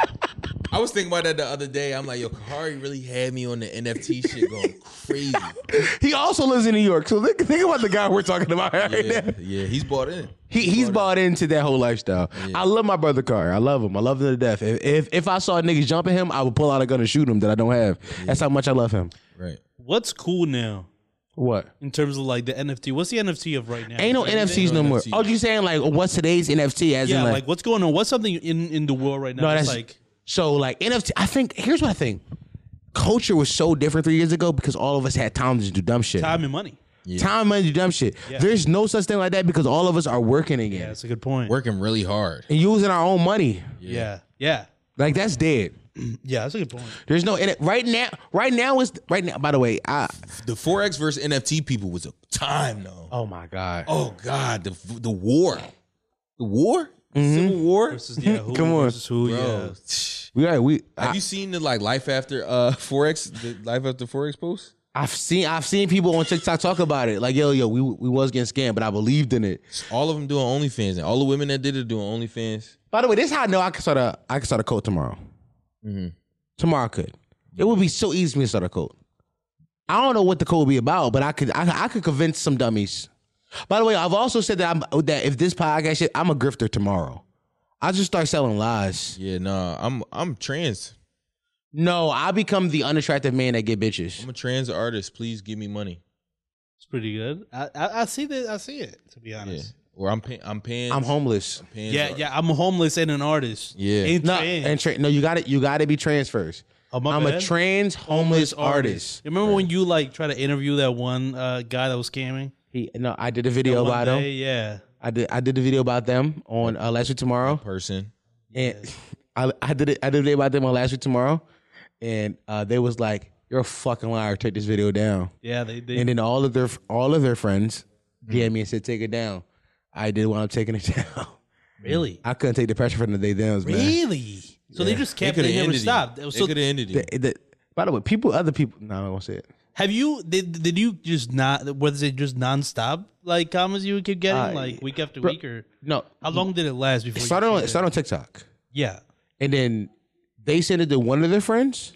I was thinking about that the other day. I'm like, yo, Kahari really had me on the NFT shit going crazy.
he also lives in New York, so think, think about the guy we're talking about right
Yeah,
now.
yeah, he's bought in.
He, he's bought into that whole lifestyle. I love my brother Carr. I love him. I love him to death. If, if if I saw niggas jumping him, I would pull out a gun and shoot him that I don't have. That's how much I love him.
Right.
What's cool now
What?
in terms of like the NFT? What's the NFT of right now?
Ain't no NFTs no
no
more.
NFTs.
Oh, you saying like what's today's NFT? As
yeah,
in like,
like what's going on? What's something in in the world right now?
no,
that's
that's
like
so like NFT. I think here's what I think. Culture was so different three years ago because all of us had time to do dumb shit.
time and money.
Time, money, do dumb shit. There's no such thing like that because all of us are working
Yeah,
again
that's a good point.
Working really hard.
and using our own money.
Yeah. Yeah.
Like that's dead.
Yeah, that's a good point.
There's no in it right now. Right now is right now. By the way, I
The Forex versus NFT people was a time though.
oh my god.
Oh God, the the war. The war?
Mm-hmm.
Civil war?
Versus, yeah, who
Come on.
versus who?
Bro.
We are we.
Have
I,
you seen the like life after uh Forex, the life after Forex post?
I've seen I've seen people on TikTok talk about it. Like yo yo, we we was getting scammed, but I believed in it.
All of them doing OnlyFans, and all the women that did it doing OnlyFans.
By the way, this is how I know I can start a I can start a cult tomorrow.
Mm-hmm.
Tomorrow I could. It would be so easy for me to start a cult. I don't know what the cult would be about, but I could I, I could convince some dummies. By the way, I've also said that I'm that if this podcast shit, I'm a grifter tomorrow. I just start selling lies.
Yeah, nah, I'm I'm trans.
No, I become the unattractive man that get bitches.
I'm a trans artist. Please give me money.
It's pretty good. I, I I see that. I see it. To be
Yeah.
honest.
Or I'm paying. I'm paying.
I'm homeless.
Paying
Yeah, yeah. I'm homeless and an artist.
Yeah.
Ain't
No,
trans.
and tra- no, you got to You got to be trans first.
Oh, my
I'm a
bad.
trans homeless, artist.
Remember when you like try to interview that one uh, guy that was scamming?
He, no, I did a video
One
about
day?
them.
Yeah.
I did. I did a video about them on uh, last week tomorrow,
person.
and I, I did it. I did a video about them on last week tomorrow, and uh, they was like, "You're a fucking liar. Take this video down."
Yeah, they, they
And then all of their all of their friends DM me and said, "Take it down." I did while I'm taking it down.
really,
I couldn't take the pressure from the day downs, man.
really. So they just kept. They,
coulda
never
ended it.
stopped. So
They could have ended it.
The- the- by the way, people, other people, no, I won't say it.
have you? Did, did you just not? Was it just nonstop like comments you would keep getting
Uh,
like week after
bro-
week or
No,
how long did it last before?
it
you
started
said
on it
that?
started on TikTok.
Yeah.
and then they sent it to one of their friends,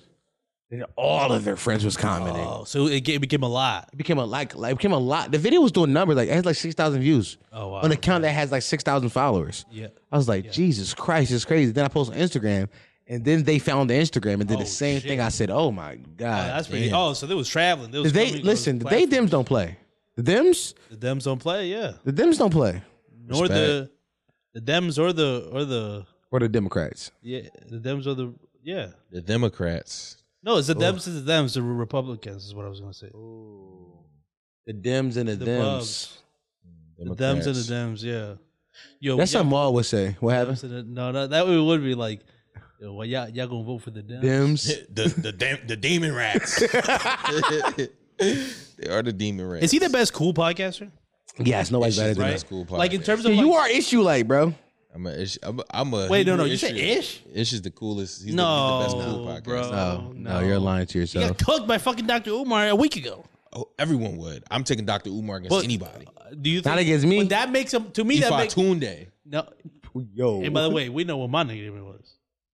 and all of their friends was commenting.
Oh, so it, ga- it became a lot.
It became a like, like it became a lot. The video was doing numbers like it has like six thousand views
Oh, wow.
on an account that has like six thousand followers.
Yeah.
I was like, Jesus Christ, it's crazy. Then I posted on Instagram, and then they found the Instagram and did
Oh,
the same
shit.
thing. I said, Oh my
Oh,
god,
that's pretty. Oh, so they was traveling. They was
they
coming-
listen. The
those
they
platforms.
dems don't play. The dems,
the Dems don't play. Yeah.
the dems don't play,
Nor the the Dems or the or the
or the Democrats.
yeah the Dems or the yeah.
The Democrats.
No,
Oh.
it's the Dems is the Dems. The Republicans is what I was gonna say.
The dems and the,
The
dems.
Bubs. The Dems and the Dems. Yeah. Yo,
That's
y'all-
something Maul would say. What happened?
Dems and the- no, no, that would- would be like, yo, well, y'all, y'all gonna vote for the Dems?
Dems.
The the dam- the demon rats. they are the demon rats.
Is he the best cool podcaster?
Yes, nobody's better
She's
than
right.
us.
That's cool
Like in
podcast.
terms
Yeah,
of
you
like-
are issue like, bro.
I'm a ish. I'm a, I'm a
Wait, no, no,
Hebrew
you said Ish?
Ish is the coolest. He's
No,
the, he's the best cool podcast.
bro.
No,
Oh, no.
Oh, no, you're lying to
He
yourself.
got cooked by fucking Dr. Umar a week ago.
Oh, everyone would. I'm taking Dr. Umar against
But-
anybody.
Do you think
Not against me.
Well, that makes him to me that
Ifa
makes
Tunde.
no.
Yo,
And by the way, we know what my nickname was.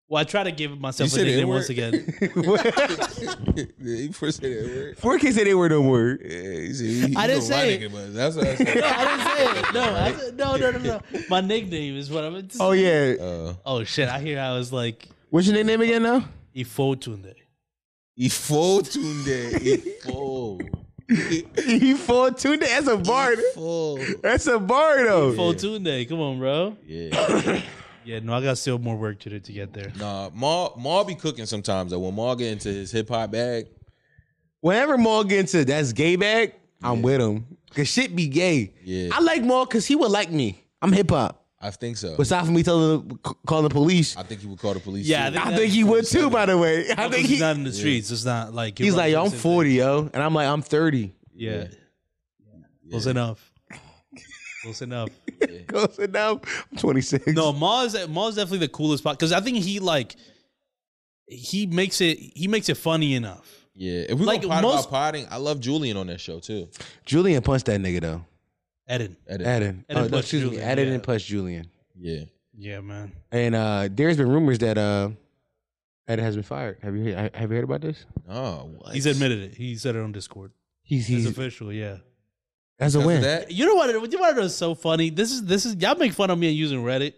Well, I try to give myself a
You said the
nickname
N-word?
once again.
Yeah, he first said that word.
four kids say they were no word.
Yeah, he said, he- he
I didn't
know my
say it.
nigga was. That's what I said.
No, I didn't say it. No, I said, no, no, no, no. My nickname is what I'm.
Oh yeah,
Uh,
Oh shit! I hear I was like
what's your nickname again now?
Ifotunde.
Ifo Tunde. Ifo.
He E four two. That's a bar.
Ifo.
That's a bar
E
though.
Ifotunde, come on, bro.
Yeah.
Yeah, no, I got still more work to do to get there.
Nah, Maul, Maul be cooking sometimes. Though. When Maul get into his hip hop bag,
Whenever Maul gets to that's gay bag, I'm with him. Cause shit be gay.
Yeah.
I like Maul cause he would like me. I'm hip hop.
I think so.
Aside from me telling, c- calling the police,
I think he would call the police.
Yeah,
too.
I
I think he would too. By the way, I
I
think he,
not in the streets. It's not like
he's
you're
like, yo, I'm
running this
40, yo, and I'm like, I'm 30.
and- Yeah. close enough. Close enough.
Close enough. I'm 26.
No, Ma is Ma is definitely the coolest part because I think he like he makes it he makes it funny enough.
yeah. If we
Like,
like pot
most-
about potting, I love Julian on that show too.
Julian punched that nigga though.
Eden.
That is-
Eden.
Eden
oh, no,
punched
excuse me.
Julian,
Eden
yeah.
and plus Julian.
Yeah.
Yeah, man.
And uh, there's been rumors that uh, Eden has been fired. Have you heard, have you heard about this?
Oh, what?
He's admitted it. He said it on Discord.
He's
It's
he's
official. Yeah.
Because
that's a
of
win.
that.
You know what? You know what is so funny? This is this is y'all make fun of me and using Reddit.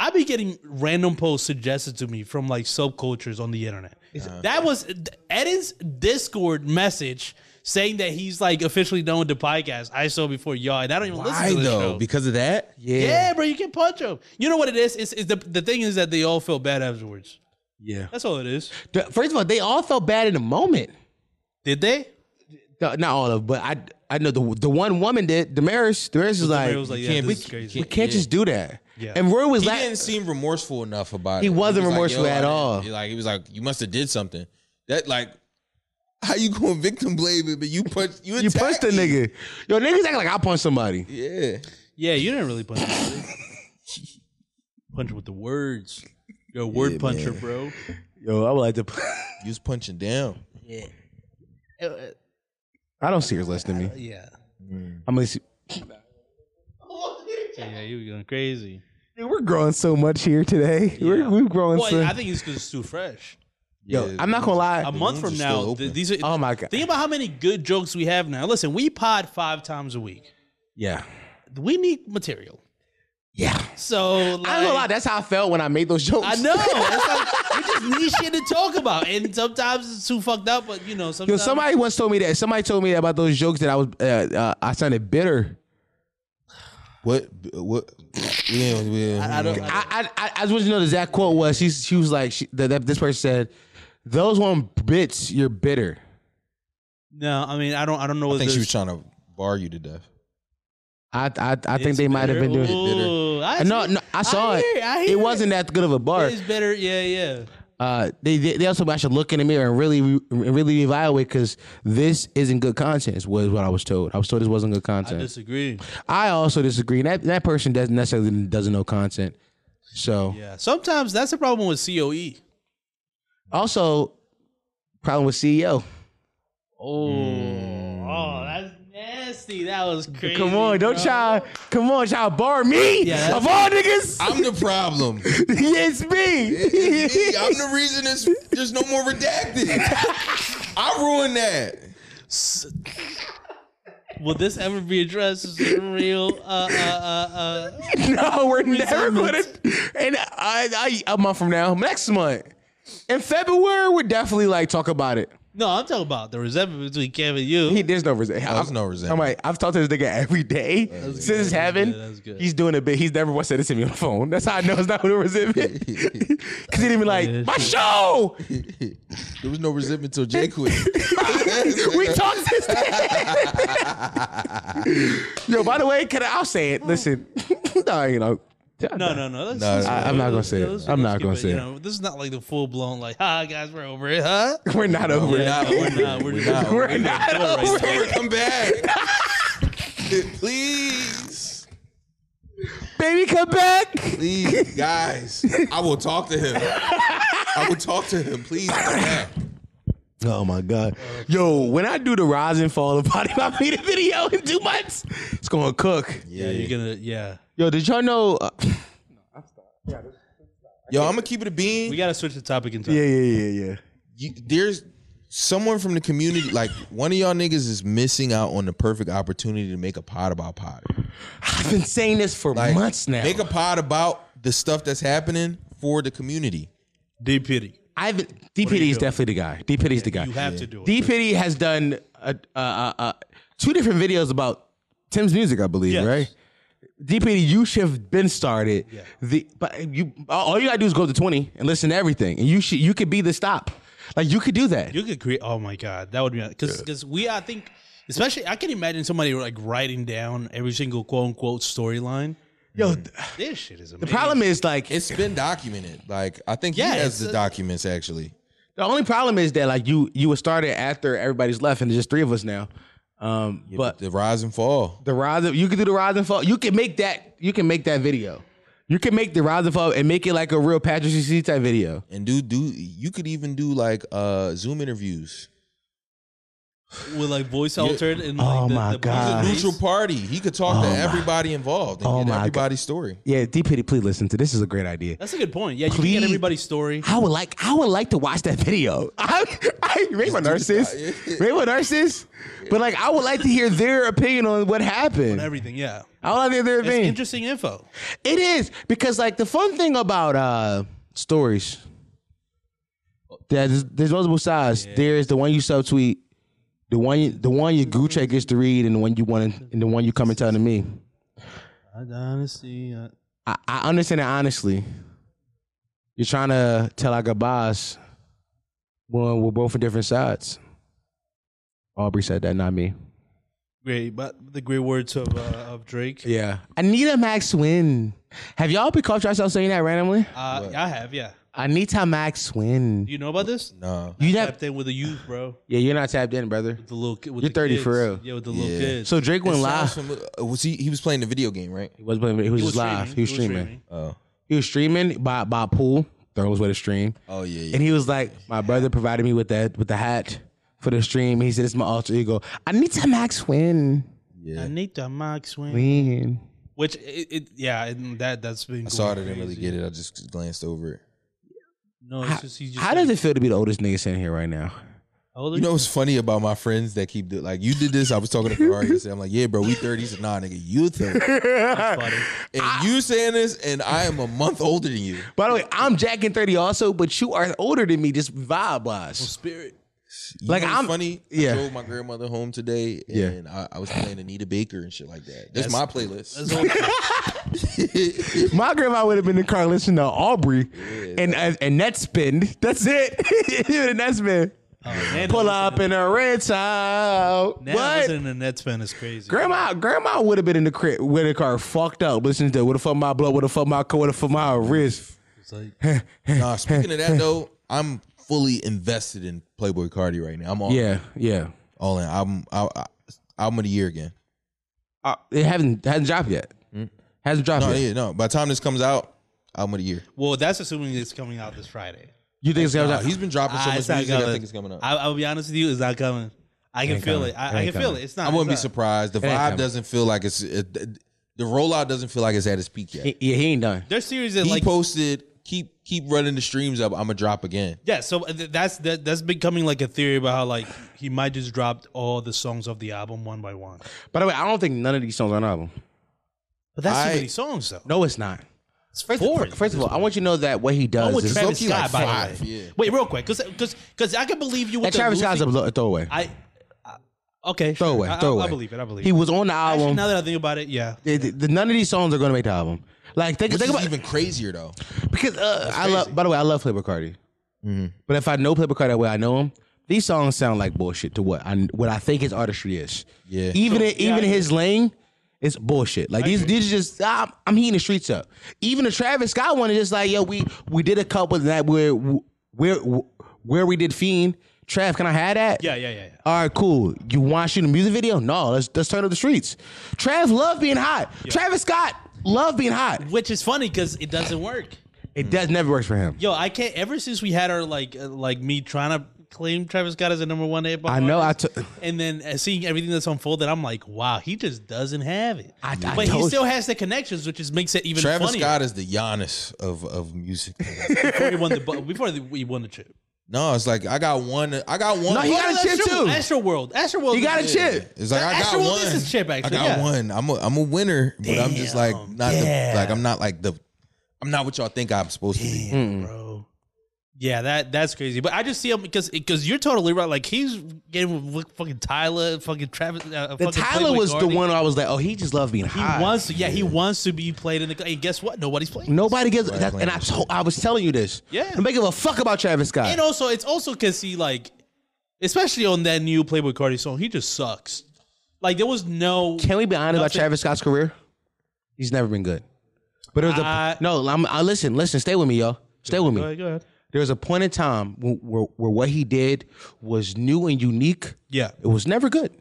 I be getting random posts suggested to me from like subcultures on the internet. Uh-huh. That was Eden's Discord message saying that he's like officially done with the podcast. I saw before y'all, and I don't even
Why
listen to the
though?
show.
Because of that?
yeah. bro, you can punch him. You know what it is? It's, it's the the thing is that they all feel bad afterwards.
Yeah.
That's all it is.
The- First of all, they all felt bad in the moment.
Did they?
The- Not all of, 'em, but I I know the the one woman did. Damaris, Damaris is like,
Mario was like, yeah,
can't-
this
we
is
we
crazy.
can't just do that.
Yeah.
And Roy was
He
like,
didn't seem remorseful enough about it.
He wasn't
was like,
remorseful
yo, I
at
didn't-
all.
he Like he was like, you must have did something. That like, how you going victim blame it? But you punched you
you punched
attacked
the
me.
nigga. Yo, niggas act like I punched somebody.
Yeah.
Yeah, you didn't really punch. him. punch with the words. You're a word puncher, bro.
Yo, I would like to.
You was punching down.
I don't see her listening to me.
Uh, Yeah.
I'm gonna see.
Yeah, you were going crazy.
Dude, we're growing so much here today. We're, we're growing
Well,
so.
I think it's because it's too fresh.
Yo,
Yeah,
I'm not gonna lie.
A month
wounds
from
are still
now, th-
open.
these are.
oh my god.
Think about how many good jokes we have now. Listen, we pod five times a week.
Yeah.
We need material.
Yeah.
So like,
I ain't gonna lie. That's how I felt when I made those jokes.
I know. It's like, we just need shit to talk about, and sometimes it's too fucked up. But you know,
Yo,
sometimes
somebody once told me that. Somebody told me about those jokes that I was. Uh, uh, I sounded bitter.
What? What? Yeah, yeah.
I don't. I,
I I, I, I just want you to know the exact quote was. She she was like she, that, that. This person said, "Those one bits, you're bitter."
no, I mean, I don't. I don't know.
I think she was trying to bar you to death.
I I, I think they might have been doing.
I
No,
see-
no, I saw it.
hear I
it
hear
wasn't that good of a bar.
It's better. Yeah, yeah.
Uh, they, they they also should look in the mirror and really re- really evaluate because this isn't good content. Was what I was told. I was told this wasn't good content. I,
Disagree.
also disagree. And that that person doesn't necessarily doesn't know content. So
Yeah. Sometimes that's the problem with E. COE.
also problem with E CEO.
Oh, oh, that's nasty. That was crazy.
Come on, don't
bro.
y'all. Come on, y'all bar me
E Yeah,
of all niggas.
I'm the problem. It's
it's
me.
me.
I'm the reason it's, there's no more redacted. I ruined that.
Will this ever be addressed? Is it real? Uh, uh, uh, uh.
no, we're never gonna. And I, I a month from now, next month, in February, we're definitely like talk about it.
No, I'm talking about the resentment between Cam and you.
He, there's no
Oh,
resentment.
there's no
I'm
resentment.
like, I've talked to this nigga every day since heaven.
good, that's good.
He's doing a bit. He's never once said it to me on the phone. That's how I know it's not no resentment. Because he didn't be like,
Yeah,
my show.
There was no resentment till Jay quit.
we talked this day. Yo, by the way, can I, I'll say it. Listen, no, you know.
no, no, no. That's,
No,
that's-
I-
I'm not gonna say it.
let's-
I'm
let's
not
keep
gonna say
You
it.
know, this is not like the full blown like, ha, guys, we're over it, huh?
We're not over
We're
it.
not. We're not. We're not.
We're not over it.
Summer, come back. Please.
Baby, come back.
Please, guys. I will talk to him. I will talk to him. Please come back.
Oh my god. Yo, when I do the rise and fall of body by media video in two months, it's gonna cook.
Yeah, you're gonna. Yeah,
Yo, did y'all know? Uh,
Yo, I'm gonna keep it a bean.
we gotta switch the topic in time.
yeah, yeah, yeah, yeah.
you, there's someone from the community, like one of y'all niggas is missing out on the perfect opportunity to make a pod about pod.
I've been saying this for
Like,
months now.
Make a pod about the stuff that's happening for the community.
Deep pity.
I've been, D Pity is definitely the guy. D Pity is the guy.
You have to do it.
D Pity has done uh, uh, uh, uh, two different videos about Tim's music, I believe,
Yes.
right? D Pity, you should have been started. The but you all you gotta do is go to twenty and listen to everything, and you should you could be the stop. Like you could do that.
You could create. Oh my god, that would be because we. I think Especially, I can imagine somebody like writing down every single quote unquote storyline.
Yo, th-
This shit is amazing.
the problem is like
It's been documented. Like I think
Yeah,
he
it's
has the
a-
documents actually.
the only problem is that like you you would start it after everybody's left and there's just three of us now. Um, but
The rise and fall.
the rise of you can do the rise and fall. You can make that you can make that video. You can make the rise and fall and make it like a real Patrick C type video.
And do do you could even do like uh Zoom interviews.
with like voice altered and like
Oh
the,
my
the
God.
the
Neutral party. He could talk to
Oh my-
everybody involved and
Oh
get
my God.
everybody's story.
Yeah, D Pity, please listen to this is a great idea.
That's a good point. Yeah, you
Please.
can get everybody's story.
I would like I would like to watch that video. I, I Rainbow Narcissist. Rainbow Narcissist. But like I would like to hear their opinion on what happened.
Everything, yeah.
I would like to hear their
It's
opinion.
interesting info.
It is because like the fun thing about uh stories there's there's multiple sides. There's the one you subtweet, the one you, the one your goo check gets to read, and the one you want to, and the one you come and tell to me.
Honestly, uh,
I, I understand it honestly. You're trying to tell our goodbyes when we're both on different sides. Aubrey said that, not me.
great, but the great words of uh, of Drake.
Yeah. Anita Max Win. Have y'all been caught yourself saying that randomly?
Uh, I have, yeah.
Anita Max Win.
Do you know about this?
No.
You have
Tapped in with the youth, bro.
Yeah, you're not tapped in, brother.
The little kid. With
You're
the
30
kids.
for real.
Yeah, with the little
Yeah.
kids.
So Drake went live.
Uh, Was he he was playing the video game, right?
He was, playing- he was,
He
just live. He was streaming.
Oh.
He was streaming by by a pool. Throws with a stream,
Oh yeah, yeah.
and he was like, "My brother provided me with that with the hat for the stream." He said, "It's my alter ego. Anita Max Win.
Anita Maxwell.
Win."
Which it, it yeah, and that that's been.
I saw it, I didn't really get it. I just glanced over it.
No, it's just he just.
How does it feel to be the oldest nigga sitting here right now?
You know what's funny about my friends that keep do, like you did this. I was talking to Ferrari yesterday. I'm like, yeah, bro, we 30. He said, nah, nigga, you 30. And you saying this, and I am a month older than you.
By the way, I'm Jack and thirty also, but you are older than me, just vibe wise.
spirit?
You
Like,
know what's
I'm-
funny.
yeah.
I drove my grandmother home today, and I, I was playing Anita Baker and shit like that. That's, my playlist.
That's all-
My grandma would have been in the car listening to Aubrey and uh, and, and net spin. That's it. you the net spin.
oh, man,
Pull
listen-
up in a rent out.
Now
What?
listening to Nets fan is crazy.
Grandma, grandma would have been in the crib with the car fucked up. Listen to what the fuck my blood, what the fuck my what the fuck my wrist.
It's like,
Nah, speaking of that though, I'm fully invested in Playboy Cardi right now. I'm all
Yeah, yeah.
all in. I'm I, I, album of the year again.
Uh, it hasn't hasn't dropped yet. Hasn't dropped
No,
yet.
yeah, no. By the time this comes out, album of the year.
well, that's assuming it's coming out this Friday.
You think it's gonna
Nah,
drop?
he's been dropping so
Ah,
much
it's not
music.
coming.
I think it's coming up. I,
I, I'll be honest with you, it's not coming. I can
ain't
feel
coming.
it.
It
I, I
ain't
can feel
coming.
it. It's not.
wouldn't be
it's not.
surprised. The
ain't
vibe
coming.
doesn't feel like it's it, the the rollout doesn't feel like it's at its peak yet.
He- yeah, he ain't done.
There's series that
He
like
posted keep keep running the streams up. I'm gonna drop again.
yeah. So uh, th- that's that, that's becoming like a theory about how like he might just dropped all the songs of the album one by one.
By the way, I don't think none of these songs are on the album.
But that's
I-
too many songs though.
No, it's not.
It's first,
First of all, I want you to know that what he does
I'm with
is
Travis
low-key like
Scott, by
five,
the way.
yeah.
Wait, real quick, because because I can believe you with
and
the
Travis
losing-
Scott's a blo- a throwaway.
I, I okay, sure.
throwaway,
I- I,
throwaway.
I, believe it. I believe
He
it.
was on the
Actually,
album.
now that I think about it, yeah.
The- the- the- none of these songs are gonna make the album. Like think,
Which
think
is
about
even crazier though.
because uh, I love. By the way, I love Playboi Carti.
Mm-hmm.
But if I know Playboi Carti the way I know him, these songs sound like bullshit to what I what I think his artistry is.
Yeah.
Even
Sure.
in,
Yeah,
even
I
his lane, it's bullshit. Like these these are just I'm, I'm heating the streets up. Even the Travis Scott one is just like yo, we we did a couple that where where where we did Fiend. Trav, can I have that?
Yeah, yeah, yeah, yeah.
All right, cool. You want to shoot a music video? No, let's let's turn up the streets. Trav loved being hot. Travis Scott loved being hot.
Which is funny because it doesn't work.
It does never works for him.
Yo, I can't. Ever since we had our like, uh, like me trying to claim Travis Scott as a number one hip hop.
I know, I
artist,
t-
and then uh, seeing everything that's unfolded, I'm like, wow, he just doesn't have it.
I- I
but he
told
still
you.
has the connections, which is makes it even
Travis
funnier.
Scott is the Giannis of of music.
before he won the bu- before the, he won the chip.
no, it's like I got one. I got one.
No, he got a chip
Astro,
too.
Astro World. Astro World.
He got a
is-
chip.
It's like I got
Actual-
one.
this is chip, actually,
I got
yeah.
one. I'm a I'm a winner, but I'm just like not
damn.
the, like I'm not like the I'm not what y'all think I'm supposed to be.
bro. Yeah, that that's crazy. But I just see him because because you're totally right. Like he's getting with fucking Tyler, fucking Travis. Uh,
The
fucking
Tyler
Playboi
was
Carti.
the one I was like, oh, he just loved being
He
hot.
wants to. Yeah, he wants to be played in the. And guess what? Nobody's playing.
Nobody gives.
Right,
that, and I
right.
told, I was telling you this.
Yeah.
Nobody give a fuck about Travis Scott.
And also, it's also because he like, especially on that new Playboy Cardi song, he just sucks. Like there was no.
Can we be honest about
Nothing.
Travis Scott's career? He's never been good. But it was
I-
a no. I'm, I listen, listen. Stay with me, y'all. Stay with
Go
me.
ahead, go ahead.
There was a point in time where, where, where what he did was new and unique.
Yeah.
It was never good.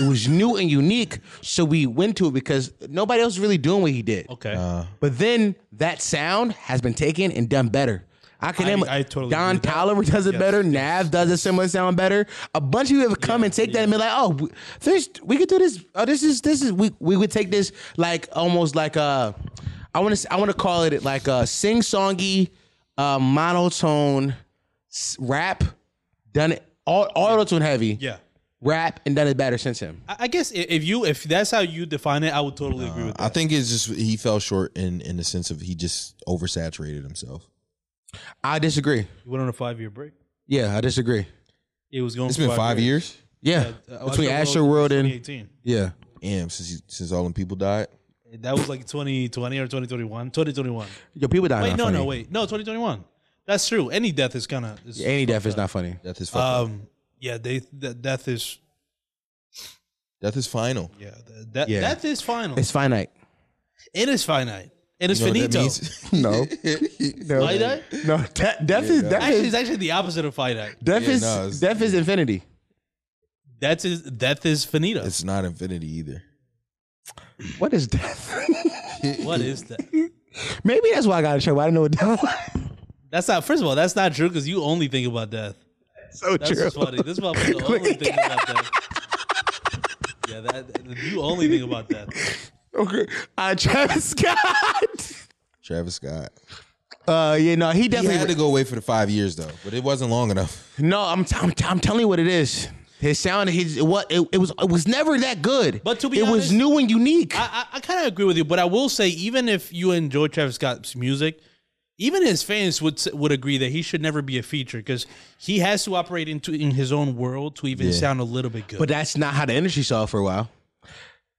It was new and unique, so we went to it because nobody else was really doing what he did.
Okay.
But then that sound has been taken and done better. I can
I-
name
I totally agree
Don
with that.
Tolliver does it better. Nav does a similar sound better. A bunch of you have come and take that and be like, oh, w- there's we could do this. Oh, this is this is we we would take this like almost like a I want to I want to call it like a sing songy, uh, monotone s- rap done it all auto tune heavy
yeah.
rap and done it better since him.
I I guess i- if you if that's how you define it, I would totally agree with that.
I think it's just he fell short in in the sense of he just oversaturated himself.
I disagree.
You went on a five year break.
Yeah, I disagree.
It was going.
It's
for
been five years.
Yeah,
Uh, I
between
thought it
Astro
was
World and
2018.
yeah.
Damn, since he, since all them people died.
That was like 2020 or 2021. 2021.
Yo, people die.
Wait, no, no, wait. No, 2021. That's true. Any death is kind of.
Any death is not funny.
Death is fucked up.
Um, yeah, they th- death is
Death is final.
yeah th- that
Yeah.
death is final.
It's finite.
it is finite. It is
You know what that
finito.
means?
No. no.
Finite?
No, de- death is death
Actually,
is
it's actually the opposite of finite.
death
Yeah,
is
no, it's-
death is infinity.
That's is death is finito.
it's not infinity either.
What is death?
what is that?
Maybe that's why I got in trouble. I didn't know what death was.
That's not. First of all, that's not true because you only think about death.
so
That's
true.
just funny. This motherfucker only thinking about death. Yeah, that you only think about death.
Okay. Uh, Travis Scott.
Travis Scott.
Uh, yeah, no, he
He had
definitely.
to go away for the five years though, but it wasn't long enough.
no, I'm, t- I'm, t- I'm telling you what it is. His sound, his what it, it was, it was never that good.
But to be
it was
honest-
new and unique.
I, I, I kind of agree with you, but I will say, even if you enjoy Travis Scott's music, even his fans would s- would agree that he should never be a feature because he has to operate into in his own world to even sound a little bit good.
But that's not how the industry saw it for a while.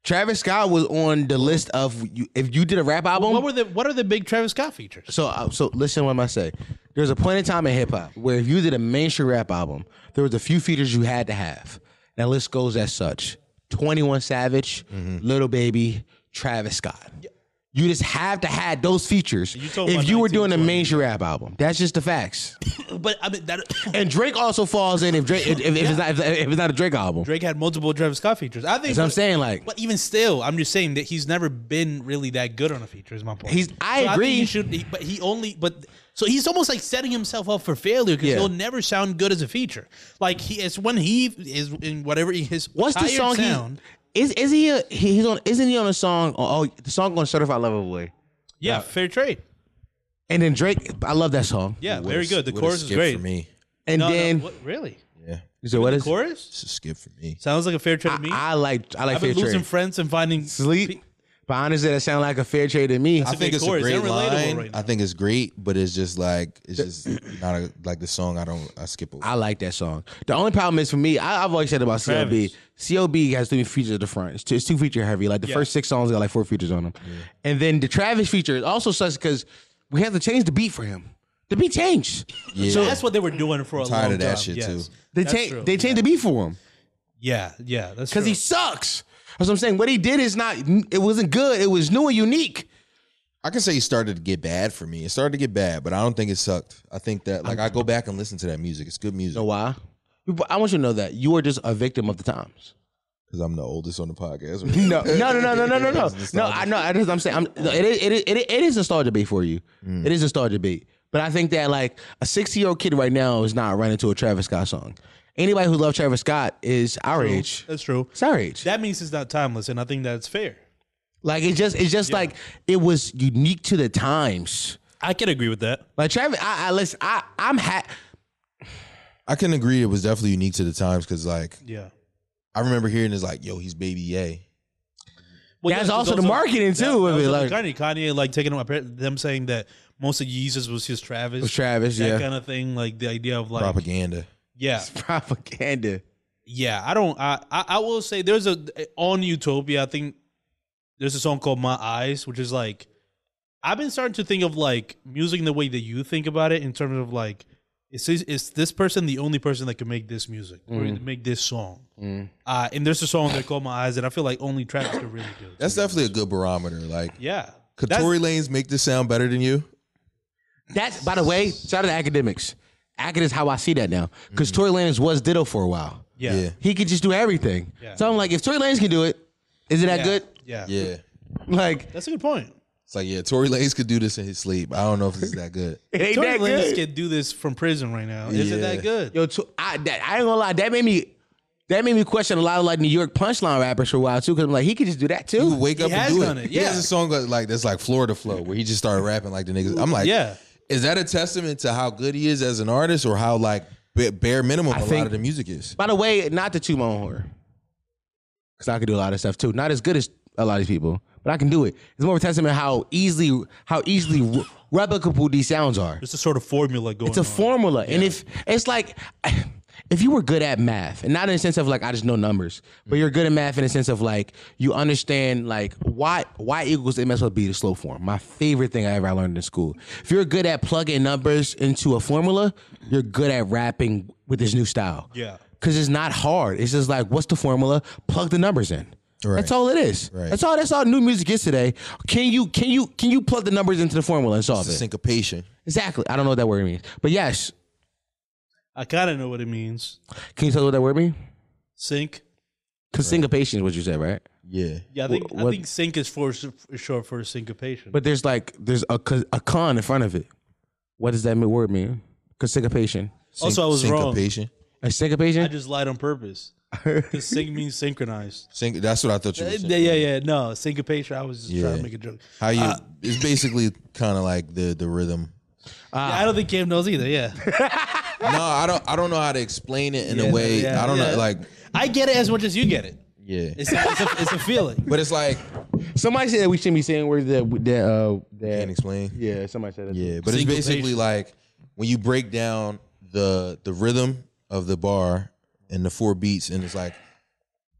Travis Scott was on the list of you, if you did a rap album.
what were the what are the big Travis Scott features?
so uh, so listen what I say. There's a point in time in hip hop where if you did a mainstream rap album, there was a few features you had to have. Now list goes as such: Twenty One Savage,
Mm-hmm.
Little Baby, Travis Scott. You just have to have those features
talking
if
about
you were doing a
1920.
mainstream rap album. That's just the facts.
But I mean, that,
And Drake also falls in if Drake if, if it's not if, if it's not a Drake album.
Drake had multiple Travis Scott features. I think
That's what I'm saying, like-
but even still, I'm just saying that he's never been really that good on a feature. Is my point.
He's- I
think
agree.
he should, he- but he only, but so he's almost like setting himself up for failure because
Yeah.
he'll never sound good as a feature. Like he, it's when he is in whatever he, his
What's the
tired
song
sound.
he is? Is he, a, he he's on? Isn't he on a song? Oh, oh, the song on Certified Lover Boy.
yeah, fair trade.
And then Drake, I love that song.
Yeah,
What
very
a-
good. The
what a
chorus is
skip
great.
for me.
And
No, no,
then
what, really,
Yeah,
so what is?
chorus
it's a skip for me.
sounds like a fair trade
I,
to me. I,
I like I like
have
fair
been losing
trade.
friends and finding
Sleep, but honestly, that sound like a fair trade to me.
I
a
think
good
it's
chorus.
a great
They're relatable
line.
right now.
I think it's great, but it's just like it's just not a, like the song. I don't. I skip over.
I like that song. The only problem is for me, I, I've always said about CLB. CLB has too many features at the front. It's too, it's too feature heavy. Like the first six songs got like four features on them, and then the Travis feature also sucks because we have to change the beat for him. The beat changed.
yeah,
So that's what they were doing for a long
tired
time.
of that shit,
yes.
too.
They
That's
changed.
true.
They changed the beat for him.
Yeah, yeah, that's
because
true.
he sucks. That's what I'm saying. What he did is not. It wasn't good. It was new and unique.
I can say it started to get bad for me. It started to get bad, but I don't think it sucked. I think that like i go back and listen to that music. It's good music
You know why? But I want you to know that you are just a victim of the times.
because I'm the oldest on the podcast.
No, no, no, no, no, no, no, no.
It's
No, I know. That's what I'm saying. I'm, no, it, is, it, is, it, is, it is a star debate for you. It is a star debate. But I think that like a 60 year old kid right now is not running to a Travis Scott song. Anybody who loves Travis Scott is our age.
That's true.
It's our age.
That means it's not timeless, and I think that's fair.
Like it's just, it's just like it was unique to the times.
I can agree with that.
Like Travis, I, I listen. I, I'm ha-
I can agree. It was definitely unique to the times because like
Yeah.
I remember hearing is like, yo, he's Baby Yay.
Well,
That's
yes,
also
it's
the marketing, too,
that- that
I mean,
was
like-
Kanye, Kanye, like taking up them saying that most of Jesus was just Travis,
Was Travis,
that
yeah.
kind of thing. Like the idea of like,
Propaganda.
yeah,
propaganda.
yeah. I don't. I, I I will say there's a on Utopia. I think there's a song called My Eyes, which is like I've been starting to think of like music in the way that you think about it in terms of like is, this- is this person the only person that can make this music or make this song? Uh, and there's a song there called My Eyes that I feel like only Travis could really do.
That's definitely a good barometer. Like,
yeah.
could
That's-
Tory Lanes make this sound better than you?
That's by the way, shout out to academics. Academics, how I see that now, because Tory Lanez was Ditto for a while.
yeah.
Yeah.
He could just do everything.
Yeah.
So I'm like, if Tory Lanez can do it, is it that
Yeah.
good?
Yeah.
Yeah.
Like,
That's a good point.
It's like, yeah, Tory Lanez could do this in his sleep. I don't know if this is that good.
it ain't
Tory
that
Lanez
good.
can do this from prison right now. Is it
Yeah.
that good?
Yo, to, I, that, I ain't gonna lie, that made me that made me question a lot of like New York punchline rappers for a while too, because I'm like, he could just do that too.
You wake up
has
and do
done
it.
it,
He has
yeah.
a song that- like that's like Florida Flow, where he just started rapping like the niggas. I'm like,
Yeah.
Is that a testament to how good he is as an artist, or how like ba- bare minimum a lot
think-
of the music is?
By the way, not to toot my own horror. Because I can do a lot of stuff too. Not as good as a lot of these people, but I can do it. It's more of a testament how easily how easily re- replicable these sounds are.
There's a sort of formula going
It's a
on.
formula. And if it's like if you were good at math, and not in the sense of like I just know numbers, but you're good at math in the sense of like you understand like why y equals M S plus B the slow form. My favorite thing I ever I learned in school. If you're good at plugging numbers into a formula, you're good at rapping with this new style.
Yeah.
Cause it's not hard. It's just like, what's the formula? Plug the numbers in.
Right.
That's all it is.
Right.
That's all. That's all new music is today. Can you can you can you plug the numbers into the formula and solve
It's a
it?
syncopation.
Exactly. I don't know what that word means, but yes.
I kind of know what it means.
Can you tell me what that word means?
Sync.
Because syncopation is what you said, right?
Yeah.
Yeah, I think
what-
I think sync is for is short for syncopation.
But there's like there's a co- a con in front of it. What does that mi- word mean? Because syncopation.
also, I was wrong.
syncopation.
A
I
syncopation.
just lied on purpose. Because sync means synchronized.
Sync- that's what I thought you.
Uh,
Were saying.
Yeah, yeah, yeah. No, syncopation. I was just trying
Yeah.
to make a joke.
How you?
Uh,
it's basically kind of like the the rhythm.
Yeah, I don't think Cam knows either. Yeah,
No, I don't. I don't know how to explain it in
Yeah,
a way.
yeah,
I don't
yeah.
know. Like,
I get it as much as you get it.
yeah.
It's a, it's a, it's a feeling.
but it's like
Somebody said that we shouldn't be saying words that that uh
can't
that.
explain.
Yeah, somebody said that.
Yeah, but it's
Syncopation.
basically like when you break down the the rhythm of the bar and the four beats, and it's like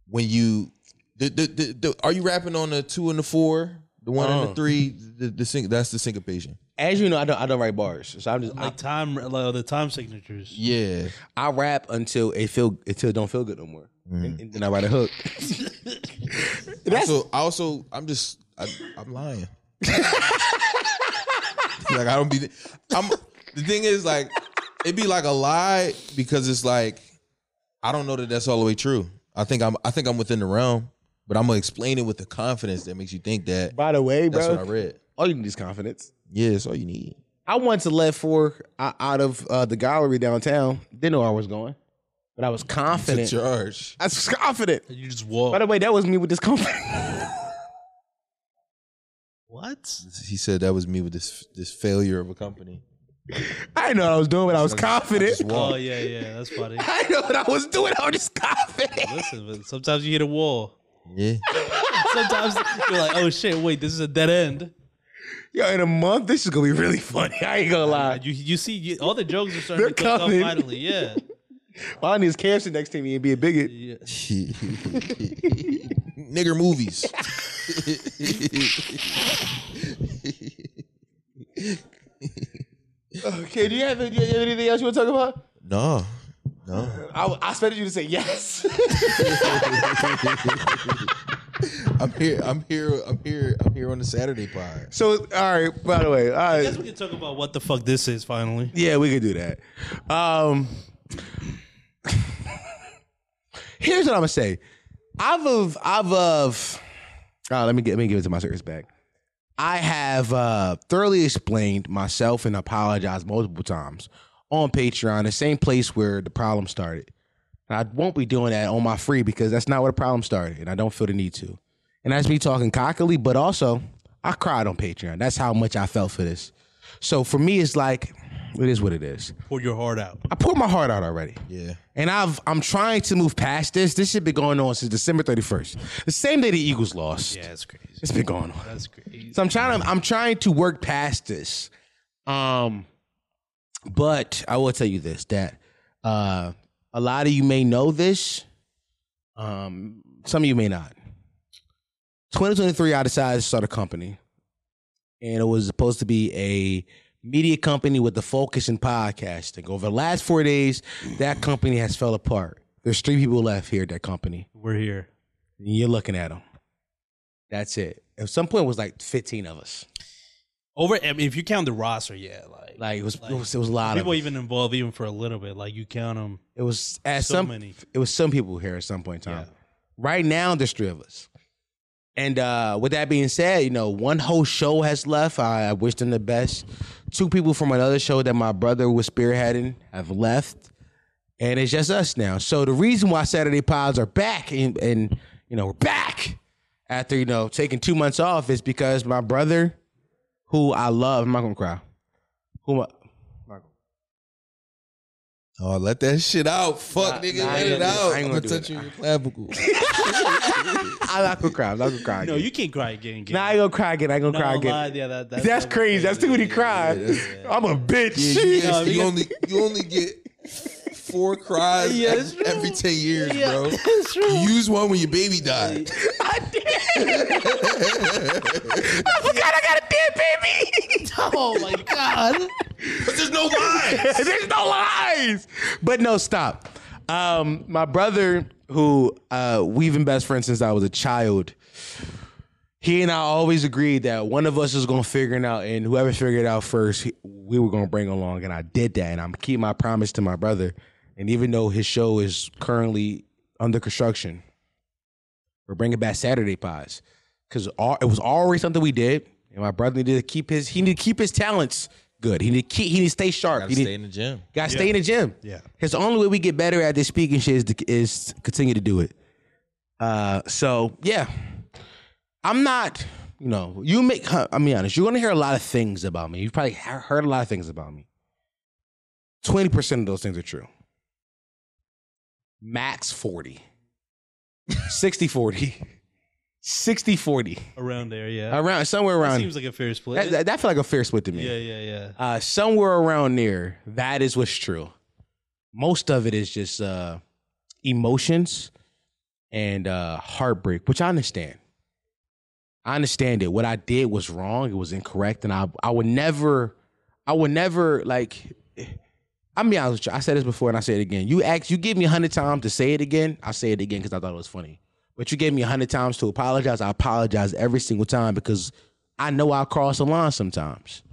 when you the the, the, the are you rapping on the two and the four, the one and
Uh-huh.
Oh.
the three, the, the syn- that's the syncopation.
As you know, I don't I don't write bars, so I'm just
Like time, like the time signatures.
Yeah,
I, I rap until it feel until it don't feel good no more, and, and then I write a hook. That's-
also I also I'm just I, I'm lying. like I don't be I'm the thing is like it'd be like a lie because it's like I don't know that that's all the way true. I think I'm I think I'm within the realm, but I'm gonna explain it with the confidence that makes you think that
By the way,
that's
bro,
what I read.
all you need is confidence.
Yeah, that's all you need.
I wanted to let four o- out of uh, the gallery downtown. Didn't know where I was going, but I was
To
confident.
charge.
I was confident.
You just
By
walk.
the way, that was me with this confidence.
What?
He said that was me with this this failure of a company.
I didn't know what I was doing, but I was confident.
Just walk.
Oh yeah, yeah. That's funny.
I didn't know what I was doing. I was just confident.
Listen, but sometimes you hit a wall.
Yeah.
Sometimes you're like, oh shit, wait, this is a dead end.
Yo, in a month, this is gonna be really funny. I ain't gonna lie.
You you see, you, all the jokes are starting
They're
to cook up
coming.
finally. Yeah.
All I need is Camson next to me and be a bigot.
yeah.
Nigger movies.
Okay, do you have, do you have anything else you want to talk about?
No. No.
I, I expected you to say yes.
I'm here. I'm here. I'm here. I'm here on the Saturday pod.
so, all right. By the way, all
I guess
right.
we can talk about what the fuck this is finally.
Yeah, we could do that. Um, here's what I'm gonna say. I've of I've of uh, let me get let me give it to my service back. I have uh, thoroughly explained myself and apologized multiple times on Patreon, the same place where the problem started. And I won't be doing that on my free because that's not where the problem started, and I don't feel the need to. And that's me talking cockily, but also I cried on Patreon. That's how much I felt for this. So for me, it's like it is what it is.
Pour your heart out.
I poured my heart out already.
Yeah.
And I've I'm trying to move past this. This shit been going on since December 31st, the same day the Eagles lost.
Yeah, that's crazy.
It's been going on.
That's crazy.
So I'm trying to I'm trying to work past this. Um but I will tell you this that uh a lot of you may know this. Um some of you may not. 2023 I decided to start a company. And it was supposed to be a media company with the focus in podcasting. Over the last four days, that company has fell apart. There's three people left here at that company.
We're here.
And you're looking at them. That's it. At some point, it was like 15 of us.
Over, I mean, if you count the roster, yeah, like,
Like it was, it was, it was a lot of
people even involved even for a little bit. Like you count them.
It was at
So
some
many.
it was some people here at some point in time. Right now there's three of us. And uh, with that being said, you know, one whole show has left. I, I wish them the best. Two people from another show that my brother was spearheading have left. And it's just us now. So the reason why Saturday Pods are back and, and you know, we're back after, you know, taking two months off is because my brother, who I love, I'm not gonna cry. Who I,
Oh, let that shit out. Fuck, nigga,
nah,
let
I ain't
it
gonna do
out.
that. I ain't
I'm gonna
gonna do
touch
that.
you in your clavicle.
I'm not gonna cry. I'm not gonna cry.
No,
again.
you can't cry again. again.
Nah, I ain't gonna cry again. I ain't gonna
No,
cry
I'm
again.
lying. Yeah, that-
that's,
that's- that was
crazy. That's too many
crazy.
cries. I'm a bitch.
Yeah, you,
No,
actually
because-
only you only get four cries
Yeah, it's
every, every
true.
ten years,
Yeah,
bro.
it's true.
You use one when your baby died.
I did. I forgot I got a dead baby.
Oh my god.
But there's no line.
There's no lies. But no, stop. Um, my brother, who uh, we've been best friends since I was a child, he and I always agreed that one of us is gonna figure it out, and whoever figured it out first, he- we were gonna bring along. And I did that, and I'm keeping my promise to my brother. And even though his show is currently under construction, we're bringing back Saturday pods because it was always something we did. And my brother needed to keep his he needed to keep his talents good. He needed to keep he needed to stay sharp. He needed-
in the gym.
Gotta stay in the gym.
Yeah.
Because the only way we get better at this speaking shit is to, is to continue to do it. Uh, so yeah, I'm not. You know, you make. huh, I'm be honest. You're gonna hear a lot of things about me. You've probably he- heard a lot of things about me. Twenty percent of those things are true. Max 40. 60 40. 60 40.
Around there, yeah.
Around somewhere
That
around.
seems like a fair split.
that, that, that feel like a fair split to me
yeah, yeah, yeah.
uh, somewhere around there, that is what's true. Most of it is just uh, emotions and uh, heartbreak, which I understand. I understand it. What I did was wrong. It was incorrect, and I I would never, I would never like. I'm be honest with you. I said this before, and I say it again. You ask, you give me a hundred times to say it again. I'll say it again because I thought it was funny. But you gave me a hundred times to apologize. I apologize every single time because I know I cross the line sometimes.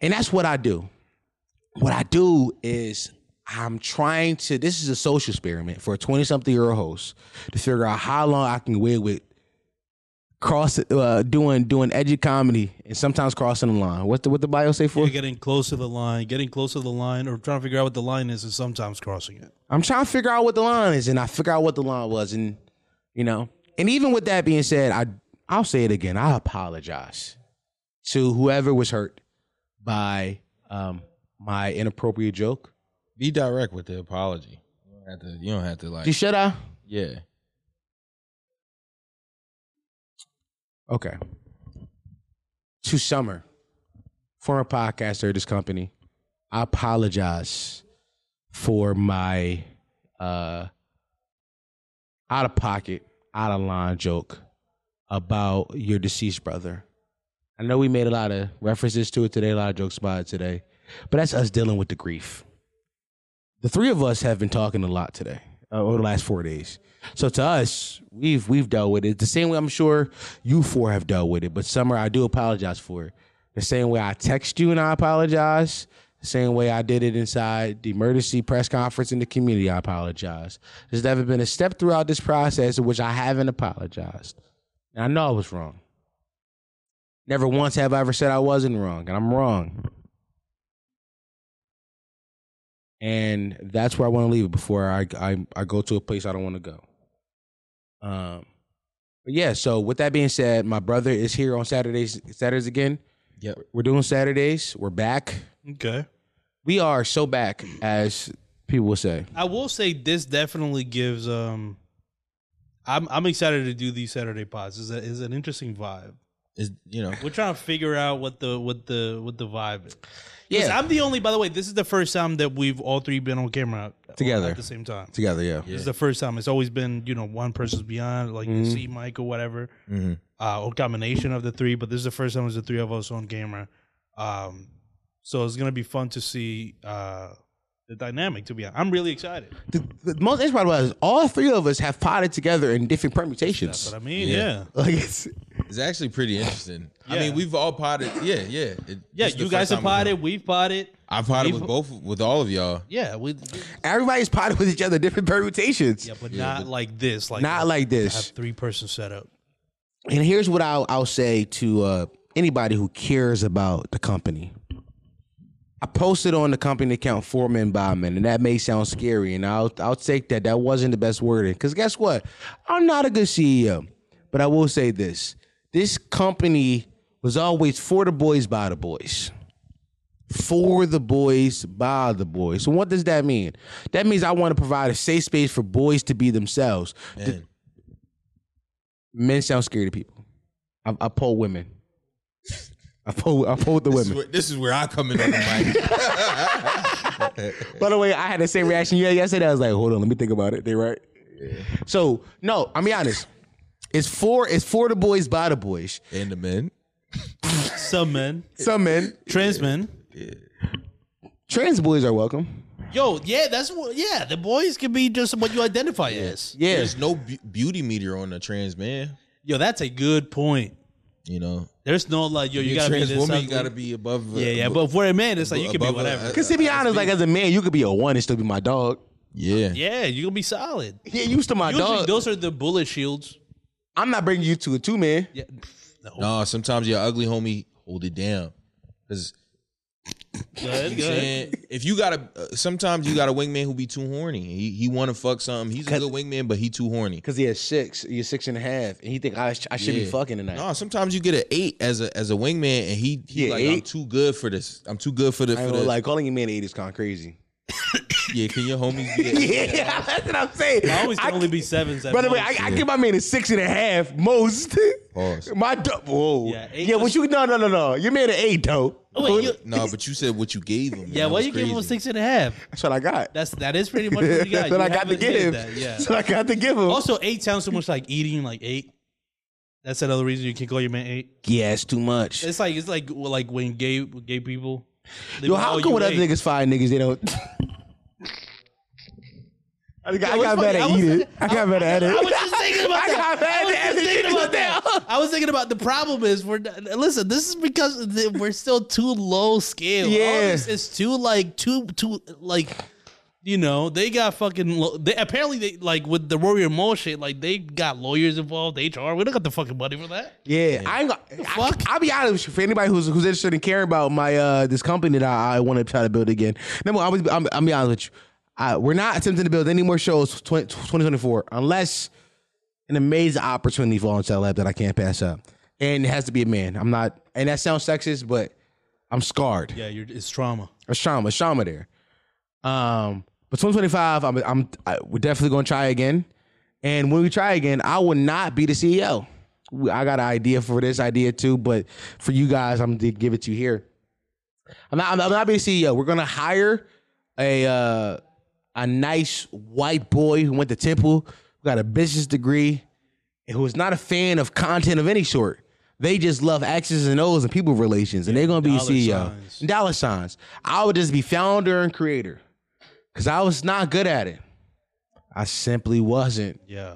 And that's what I do. What I do is I'm trying to, this is a social experiment for a 20 something year old host to figure out how long I can wait with cross uh, doing doing edgy comedy and sometimes crossing the line. What the what the bio say for?
You're getting close to the line, getting close to the line, or trying to figure out what the line is, and sometimes crossing it.
I'm trying to figure out what the line is, and I figure out what the line was, and you know. And even with that being said, I I'll say it again. I apologize to whoever was hurt by um, my inappropriate joke.
Be direct with the apology. You don't have to. You don't have to like.
Just Should I?
yeah.
Okay. To Summer, former podcaster of this company, I apologize for my uh, out of pocket, out of line joke about your deceased brother. I know we made a lot of references to it today, a lot of jokes about it today, but that's us dealing with the grief. The three of us have been talking a lot today uh, over the last four days. So to us, we've we've dealt with it the same way I'm sure you four have dealt with it. But Summer, I do apologize for it. The same way I text you and I apologize. The same way I did it inside the emergency press conference in the community, I apologize. There's never been a step throughout this process in which I haven't apologized. And I know I was wrong. Never once have I ever said I wasn't wrong, and I'm wrong. and that's where I want to leave it before I I, I go to a place I don't want to go. Um, but yeah. So with that being said, my brother is here on Saturdays. Saturdays again.
Yep.
We're doing Saturdays. We're back.
Okay.
We are so back, as people will say.
I will say this definitely gives. um I'm I'm excited to do these Saturday pods. Is is an interesting vibe.
Is you know.
We're trying to figure out what the what the what the vibe is. 'Cause
Yeah.
I'm the only. By the way, this is the first time that we've all three been on camera
Together.
at the same time.
Together, yeah.
This is the first time. It's always been you know one person's beyond like the C mic or whatever,
Mhm.
uh, or combination of the three. But this is the first time it's the three of us on camera. Um, so it's gonna be fun to see uh, the dynamic. To be honest, I'm really excited.
The, the most interesting part was all three of us have potted together in different permutations.
But I mean, yeah,
Like it's
It's actually pretty interesting. I
Yeah.
mean, we've all potted. Yeah, yeah. It-
yeah.
this is the
you guys
first
have
time we've-
potted, we've potted.
I've potted
We've-
with both, with all of y'all.
Yeah, we.
everybody's potted with each other different permutations.
Yeah, but not like this. Like
Not like this.
I have three person setup.
And here's what I'll, I'll say to uh, anybody who cares about the company. I posted on the company account Foreman Bauman, and that may sound scary, and I'll I'll take that. That wasn't the best wording, because guess what? I'm not a good CEO, but I will say this: this company was always for the boys, by the boys, for the boys, by the boys. So what does that mean? That means I want to provide a safe space for boys to be themselves. The-
Man.
men sound scary to people. I, I poll women. I poll. I polled the
This is,
women.
where, this is where I come in on the mic.
By the way, I had the same reaction you had yesterday. I was like, hold on, let me think about it. They right. So no, I'm be honest. It's for it's for the boys by the boys.
and the men.
Some men,
Some men,
trans men.
trans boys are welcome.
Yo, yeah, that's what. Yeah, the boys can be just what you identify as.
Yeah,
There's no be- beauty meter on a trans man.
Yo, that's a good point.
You know,
There's no like, yo, you
You're
gotta be
trans
this
woman.
ugly.
You gotta be above.
yeah, yeah, but for a man, it's like you can be
above a-
whatever.
because to be honest, like as a man, you could be a one and still be my dog.
yeah.
yeah, you gonna be solid.
Yeah, you still my
Usually,
dog.
those are the bullet shields.
I'm not bringing you to a two man.
Yeah, pff, no,
No, sometimes your ugly homie hold it down. Cause
good,
you know what I'm
good.
saying? if you got a, uh, sometimes you got a wingman who be too horny. He he want to fuck something. He's a good wingman, but he too horny.
Because he has six, you're six and a half, and he think I, sh- I should be
Yeah.
fucking tonight.
No, sometimes you get an eight as a as a wingman, and he, he
Yeah,
like I'm
eight.
too good for this. I'm too good for the
I
for
ain't
the
gonna lie, calling a man eight is kind of crazy.
yeah. Can your homies be? that?
Yeah, that's what I'm saying.
I always can only be sevens. At
By the way, I,
most.
I give my man a six and a half most.
Pause.
my do- whoa.
Yeah,
Yeah,
eight
what
was-
you? No, no, no, no. Your man an eight though.
Oh, wait, you-
No, but you said what you gave him.
yeah, why you give him a six and a half?
That's what I got.
That's that is pretty much what you got.
That's what
You
I got to
haven't hit
give.
that, Yeah.
That's what I got to give him.
Also, eight sounds so much like eating like eight. That's another reason you can call your man eight.
Yeah, it's too much.
It's like it's like well, like when gay gay people. they be
Yo,
like,
how
"Oh,
come
you
when other
eight."
niggas find niggas they don't? I got, I
was
got
funny.
better
I
at
was
eat it.
thinking-
I got better at it.
I was just thinking about
I
that.
got mad
I was
at
just
it.
thinking about that.
Damn.
I was thinking about the problem is we're listen. This is because th- we're still too low scale. All
Yeah.
this is too like too too like. You know they got fucking. Lo- they apparently they like with the Rory Mo shit. Like they got lawyers involved, HR. We don't got the fucking money for that.
Yeah, I ain't gonna,
fuck?
I, will be honest with you. For anybody who's who's interested in caring about my uh this company that I, I want to try to build again, number one, I was, I'm, I'm be honest with you. I, we're not attempting to build any more shows 20, 2024 unless an amazing opportunity falls into our lap that I can't pass up, and it has to be a man. I'm not, and that sounds sexist, but I'm scarred.
Yeah, you're, it's trauma.
A shaman, a shaman there. Um, but 2025, I'm, I'm, I, we're definitely gonna try again. And when we try again, I will not be the CEO. We- I got an idea for this idea too, but for you guys, I'm gonna give it to you here. I'm not, I'm, I'm not being the CEO. We're gonna hire a uh, a nice white boy who went to Temple, who got a business degree, and who is not a fan of content of any sort. They just love X's and O's and people relations, and they're gonna be
dollar
CEO.
signs.
Dollar signs. I would just be founder and creator, cause I was not good at it. I simply wasn't.
Yeah,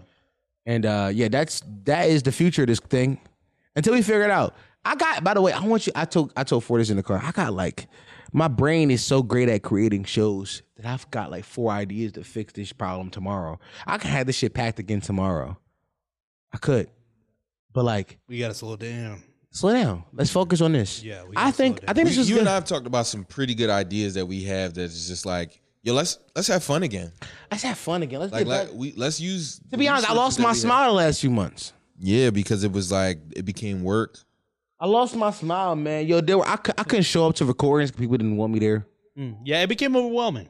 And uh yeah, that's that is the future of this thing. Until we figure it out. I got by the way, I want you I told I told Fortis in the car, I got like my brain is so great at creating shows that I've got like four ideas to fix this problem tomorrow. I could have this shit packed again tomorrow. I could. But like,
we gotta slow down.
slow down. Let's focus on this.
Yeah, we
I
gotta
think
slow
I
down.
think this
you
is
you and
good.
I have talked about some pretty good ideas that we have. That's just like yo, let's let's have fun again.
let's have fun again. Let's
Like,
get
like
back.
we let's use.
To be honest, I lost my smile the last few months.
Yeah, because it was like it became work.
I lost my smile, man. Yo, there were I, cou- I couldn't show up to recordings 'cause people didn't want me there.
Mm. Yeah, it became overwhelming.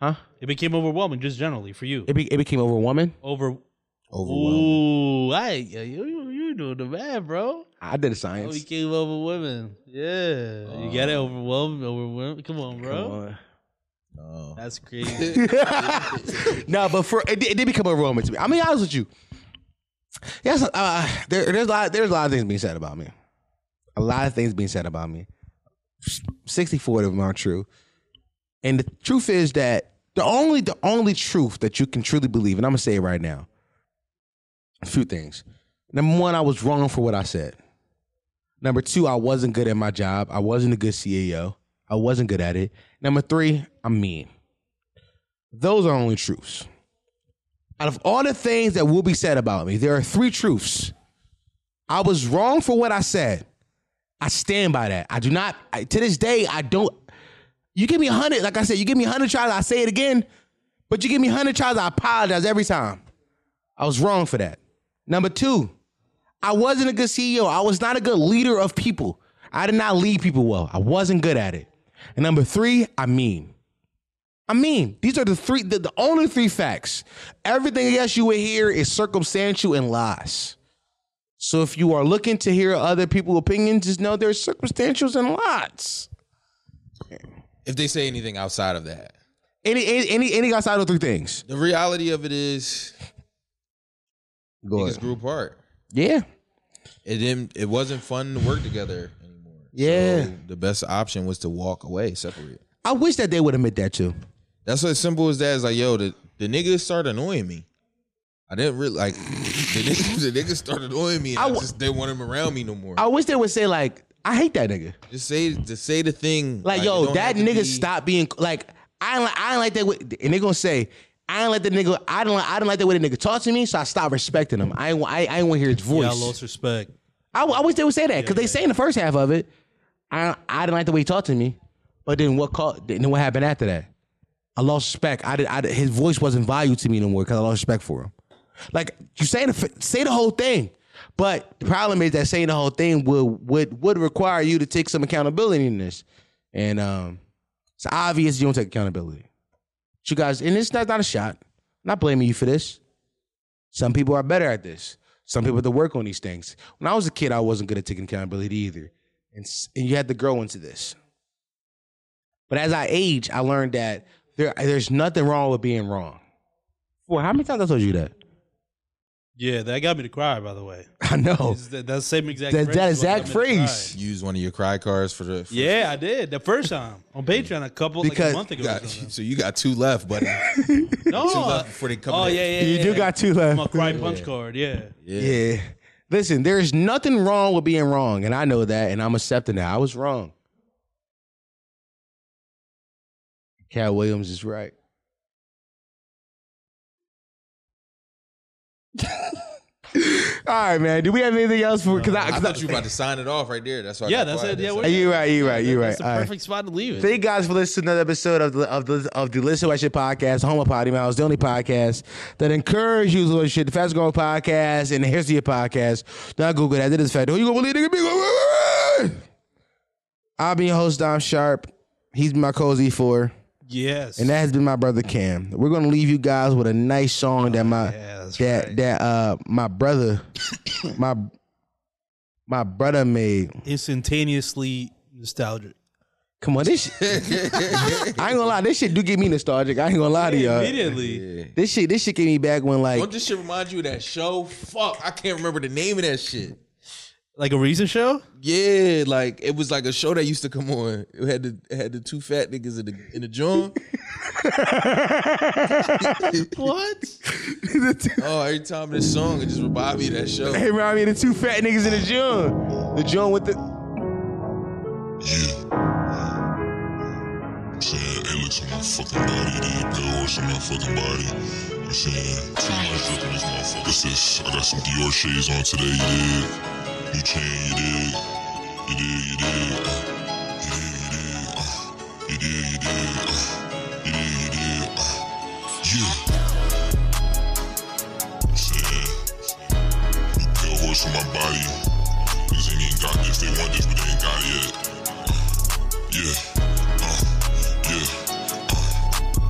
Huh?
It became overwhelming just generally for you.
It, be, it became overwhelming.
Over.
Overwhelmed.
Ooh, I you you, you doing the bad, bro.
I did a
Oh,
science.
you came over women. Yeah. you got it overwhelmed, overwhelmed. Oh. Come on, bro.
No.
That's crazy.
no, but for it, did- it did become overwhelming to me. I mean, honest with you, yes, uh, there, there's a lot, there's a lot of things being said about me. A lot of things being said about me. 64 of them aren't true. And the truth is that the only the only truth that you can truly believe, and I'm gonna say it right now. A few things. Number one, I was wrong for what I said. Number two, I wasn't good at my job. I wasn't a good CEO. I wasn't good at it. Number three, I'm mean. Those are only truths. Out of all the things that will be said about me, there are three truths. I was wrong for what I said. I stand by that. I do not I, to this day. I don't. You give me a hundred, like I said, you give me a hundred tries. I say it again, but you give me a hundred tries. I apologize every time. I was wrong for that. Number two, I wasn't a good CEO. I was not a good leader of people. I did not lead people well. I wasn't good at it. And number three, I mean. I mean, these are the three, the, the only three facts. Everything else you will hear is circumstantial and lies. So if you are looking to hear other people's opinions, just know there's circumstantials and lots.
If they say anything outside of that,
Any any any, any outside of three things.
the reality of it is
Go
niggas
ahead.
grew apart.
Yeah.
It didn't. It wasn't fun to work together anymore.
Yeah.
So the best option was to walk away, separate.
I wish that they would admit that too.
That's what as simple as that is like, yo, the, the niggas start annoying me. I didn't really like the niggas, the niggas start annoying me. And I,
I wa-
just didn't want him around me no more.
I wish they would say like, I hate that nigga.
just say just say the thing.
Like,
it
yo,
don't have
that
to
nigga
be-
stop being like I ain't like I ain't like that with, and they gonna say I ain't like the nigga I don't like, I don't like that way the nigga talk to me so I stop respecting him. I ain't wa- I, I ain't want to hear his voice.
Yeah, I lost respect.
I, I wish they would say that because they say in the first half of it, I I didn't like the way he talked to me, but then what called? Then what happened after that? I lost respect. I did. I did- his voice wasn't valued to me no more because I lost respect for him. Like you saying, the, f- say the whole thing, but the problem is that saying the whole thing would would would require you to take some accountability in this, and um, it's obvious you don't take accountability. But you guys, and it's not not a shot. I'm not blaming you for this. Some people are better at this. Some people have to work on these things. When I was a kid, I wasn't good at taking accountability either, and s- and you had to grow into this. But as I age, I learned that there there's nothing wrong with being wrong. Well, how many times I told you that?
Yeah, that got me to cry. By the way,
I know
It's that, that same exact
Oh. that
phrase
that
is what got
exact
me to cry.
phrase.
Use one of your cry cards for the. For
Yeah, I did the first time on Patreon a couple like
Because-
a month ago.
You
or
got,
something.
so you got two left, buddy.
no,
two left before they come
oh
back.
yeah, yeah,
You
yeah.
do got two left.
my cry punch card. Yeah,
Yeah. Listen, there is nothing wrong with being wrong, and I know that, and I'm accepting that. I was wrong. Cat Williams is right. All right, man. Do we have anything else for? Because I,
I
'cause
thought
I-
you were about to sign it off right there. That's why. I
Yeah,
got
that's
quiet.
it. Yeah,
That's
we're-
you're right. You're right. You're right.
That's the
All right.
perfect spot to leave it.
Thank you guys for listening to another episode of the of the of the Listen to That Shit podcast, the home of Potty Miles, the only podcast that encourages you to listen to shit, the fast growing podcast and the history of podcast. Not Google that. That is fact. Who you gonna believe? Nigga, big I'll be your host Dom Sharp. He's been my cozy four,
Yes,
and that has been my brother Cam. We're gonna leave you guys with a nice song that my
Oh, yeah, that's
that
right.
that uh my brother my my brother made.
instantaneously nostalgic.
Come on, this. Shit. I ain't gonna lie, this shit do get me nostalgic. I ain't gonna lie to y'all.
Immediately,
This shit, this shit get me back when like
Don't this shit remind you of that show? Fuck, I can't remember the name of that shit.
like a recent show.
Yeah, like it was like a show that used to come on. It had the it had the two fat niggas in the in the joint.
What?
Oh, every time this song, it just remind me of that show.
Hey, remind me of the two fat niggas in the gym. The gym with the
saying it looks on my fucking body, then a pale horse on my fucking body. I'm saying too much look in this motherfucker. What's this? I got some Dior shades on today, you dig? New chain, you dig? You dig, you dig? Uh, You dig, you dig? Uh, You dig, you dig? Uh, You dig, you dig? Uh, Yeah. I'm saying, new pale horse on my body. Niggas ain't even got this. They want this, but they ain't got it yet. Yeah. Uh, yeah. Uh.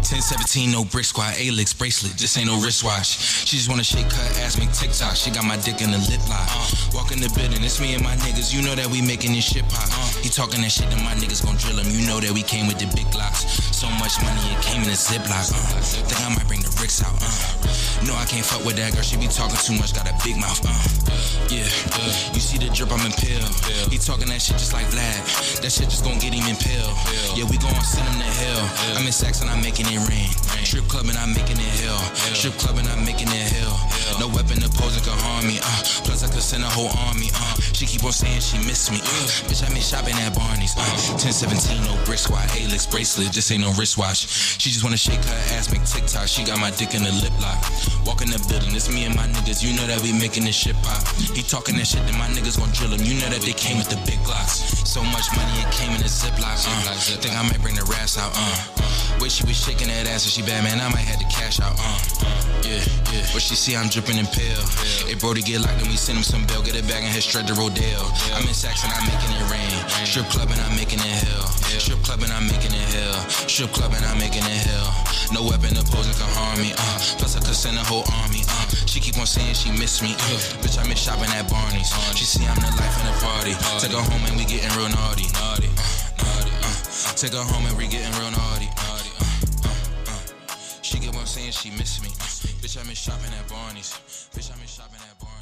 1017, no brick squad, Alex bracelet, this ain't no wristwatch. She just wanna shake her ass, make TikTok. She got my dick in the lip lock. walk in the building, it's me and my niggas. You know that we making this shit pop. he talking that shit, then my niggas gon' drill him. You know that we came with the big locks. So much money, it came in a ziploc. Uh, think I might bring the bricks out. Uh, No, I can't fuck with that girl. She be talking too much, got a big mouth. Uh, yeah, uh, you see the drip, I'm impaled. He talking that shit just like Vlad. That shit just gon' get him impaled. Yeah, we gon' send him to hell. I'm in sex and I'm making it rain. Strip club and I'm making it hell. Strip club and I'm making it hell. No weapon opposing can harm me. Uh, plus I could send a whole army. Uh, she keep on saying she miss me. Uh, bitch, I been shopping at Barney's. Uh, 1017, no brick squad, Alex bracelet, just ain't no wristwatch. She just wanna shake her ass, make TikTok. She got my dick in a lip lock. Walk in the building, it's me and my niggas. You know that we making this shit pop. He talking that shit, then my niggas gon' drill him. You know that they came with the big glocks. So much money, it came in a ziplock. Uh, think I might bring the rats out. Uh, way she was shaking that ass, and she bad man. I might have to cash out. Uh, yeah, yeah. But she see I'm dripping in pill. If Brody get locked, then we send him some bail. Get it back and head straight to Rodale. I'm in Saxon, I'm making it rain. Strip club and I'm making it hell. Strip club and I'm making it hell. Strip club and I'm making it hell. No weapon opposing can harm me. Uh, plus I could send a whole army. Uh, she keep on saying she miss me. Uh, bitch, I'm in shopping at Barney's. She see I'm the life in the party. Take her home and we getting real naughty. Naughty, uh, naughty. Uh, take her home and we getting real naughty. Naughty. Uh, uh, uh. She keep on saying she miss me. Bitch, I'm in shopping at Barney's. Bitch, I'm in shopping at Barney's.